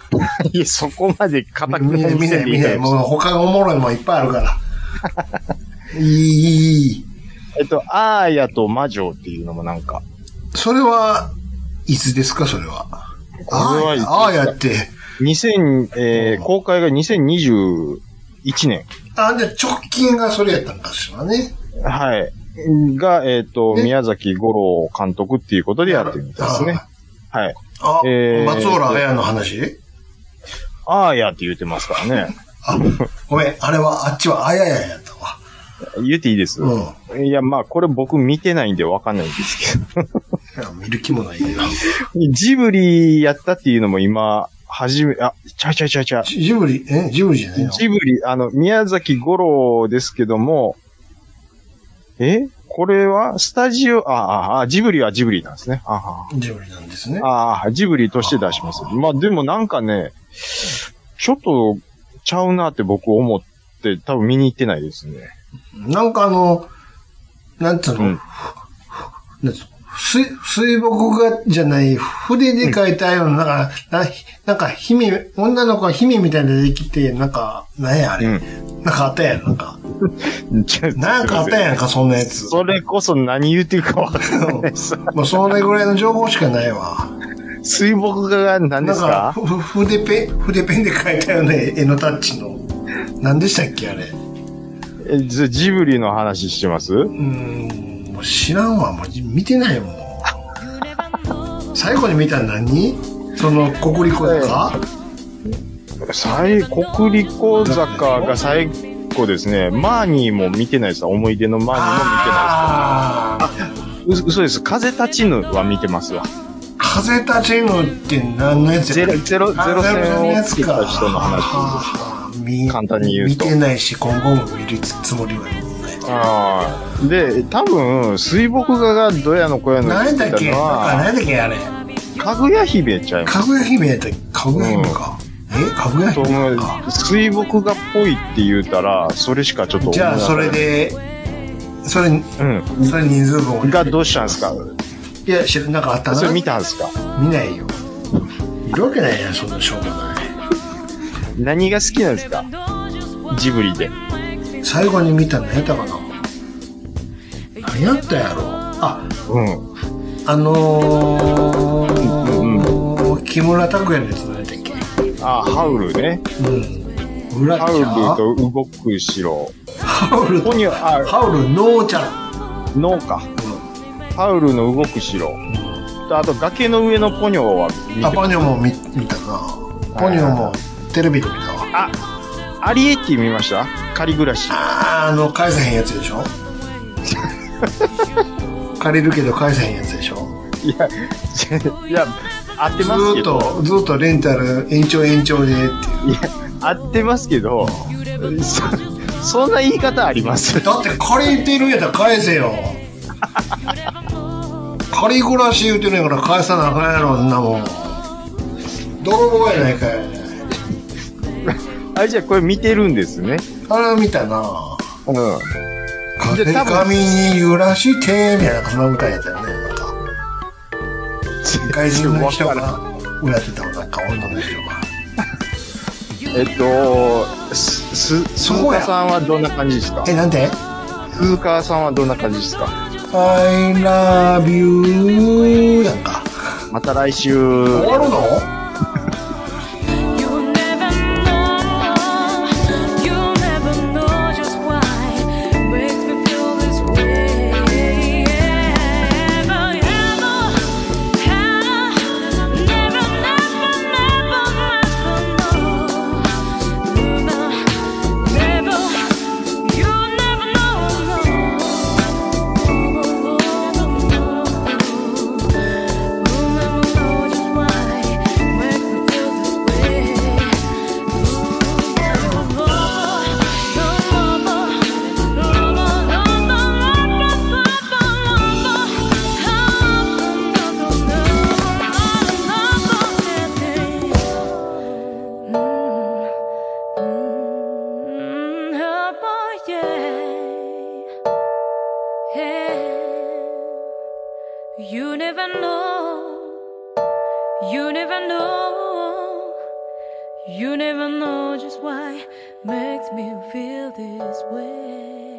いや、そこまで固く
見ない見ない見ない。もう
う。
他がおもろいもんいっぱいある から。いいいいいい。
えっと、アーヤと魔女っていうのもなんか、
それは、いつですかそれは。
これはいつですか
ああやって。
2000、えー公開が2021年。
あ、じゃあ直近がそれやったんかしらね。
はい。が、えっ、と、
ね
宮崎五郎監督っていうことでやってるみたいですね。はい。
あ、
えー
松浦綾の話
あーやって言ってますからね。
あ、ごめん、あれは、あっちはあやややったわ。
言っていいです、
うん。い
いや、まあ、これ僕見てないんでわかんないんですけど。
や見る気もないけど。
ジブリやったっていうのも今、はじめ、あ、ちゃうちゃうちゃうちゃう。
ジジブリ、えジブリじゃないの
ジブリ、あの、宮崎五郎ですけども、えこれは、スタジオ、あああ、ジブリはジブリなんですね。あ
ジブリなんですね。
ああ、ジブリとして出します。まあでもなんかね、ちょっとちゃうなって僕思って、多分見に行ってないですね。
なんかあの、なんつうの、
うん
なんつうの水、水墨画じゃない、筆で描いたような、なんか、ななんか、姫、女の子が姫みたいなのできて、なんか、なんやあれ、なんかあったやん、なんか。 なんかあったやんか、そんなやつ。
それこそ何言ってるかわかんな いです。
もうそれぐらいの情報しかないわ。
水墨画が何で
なん
す
か、
か
ふふ筆ペン、筆ペンで描いたよね、絵のタッチの。何でしたっけ、あれ。う
えじジブリの話してます
ーん、もう知らんわ、もう見てないもん。最後に見たの何その、国立でか
最、国立小坂が最高ですね。マーニーも見てないです。思い出のマーニ
ああ
ーも見てないです。う嘘です。風立ちぬは見てますわ。
ー、風立ちぬって何のやつ
ゼ
や
ロ、ゼロ、ゼロ戦をつけた人の話。
話
簡単に言うと
見てないし、今後も見るつもりはない。
ああ。で、多分、水墨画がどやのこやの
何だっけ
の
なんか
は、
何だっけあれ。
かぐや姫ちゃいます。
かぐや姫やったっけかぐや姫か。えかぐや
と
姫
思う
か。
水墨画っぽいって言うたら、それしかちょっと思い
じ
出せな
ゃ
い
あ、それ。で、それ、
う
それ人数分
ん。がどうしたんですか
いや、知らんなんかあった
そ
な。
れ見
見
たんですか
ないよ。いるわけないやん、そんなしょうもない。
何が好きなんですかジブリで。
最後に見たのやったかな何やったやろあ、
うん。
あの
うん
ー、木村拓哉のやつ何やったっけ
あ、ハウルね。
うん。裏
ハ
ちゃん
ウルと動く城。
ハウル
ことこ、に、あ、
ハウル、ノーちゃん。
脳か。ハウルの動く城。とあと、崖の上のポニョは見
あ、
て
ポニョも見見たな。ポニョもテレビで見たわ。
あ、アリエッティ見ました仮暮らし。
あーあの返せへんやつでし ょ借りるけど返せへんやつでしょ
いや、いや、合って
ず
ます
ー
け
っ
ど、
とずーっとレンタル延長延長でっていう
合ってますけど、そそんな言い方あります
だって借りてるんやったら返せよ借り暮らし言うてるんやから返さなあかんやろそんなもん泥棒やないかい
あれじゃあこれ見てるんですね。
あれは見たな
うん。
風
じゃあ多
髪に揺らしてみたいなそんな歌やったよねなんか外人の人
わからん
が歌ってたわなんか女の人が
えっと、す、す、
そ
鈴
こや
鹿さんはどんな感じですか
えなんて
鈴鹿さんはどんな感じですか
I love you やんか。
また来週。
終わるの
You'll never know, you'll never know just why makes me feel this way. You never know. You never know. You never know just why makes me feel this way.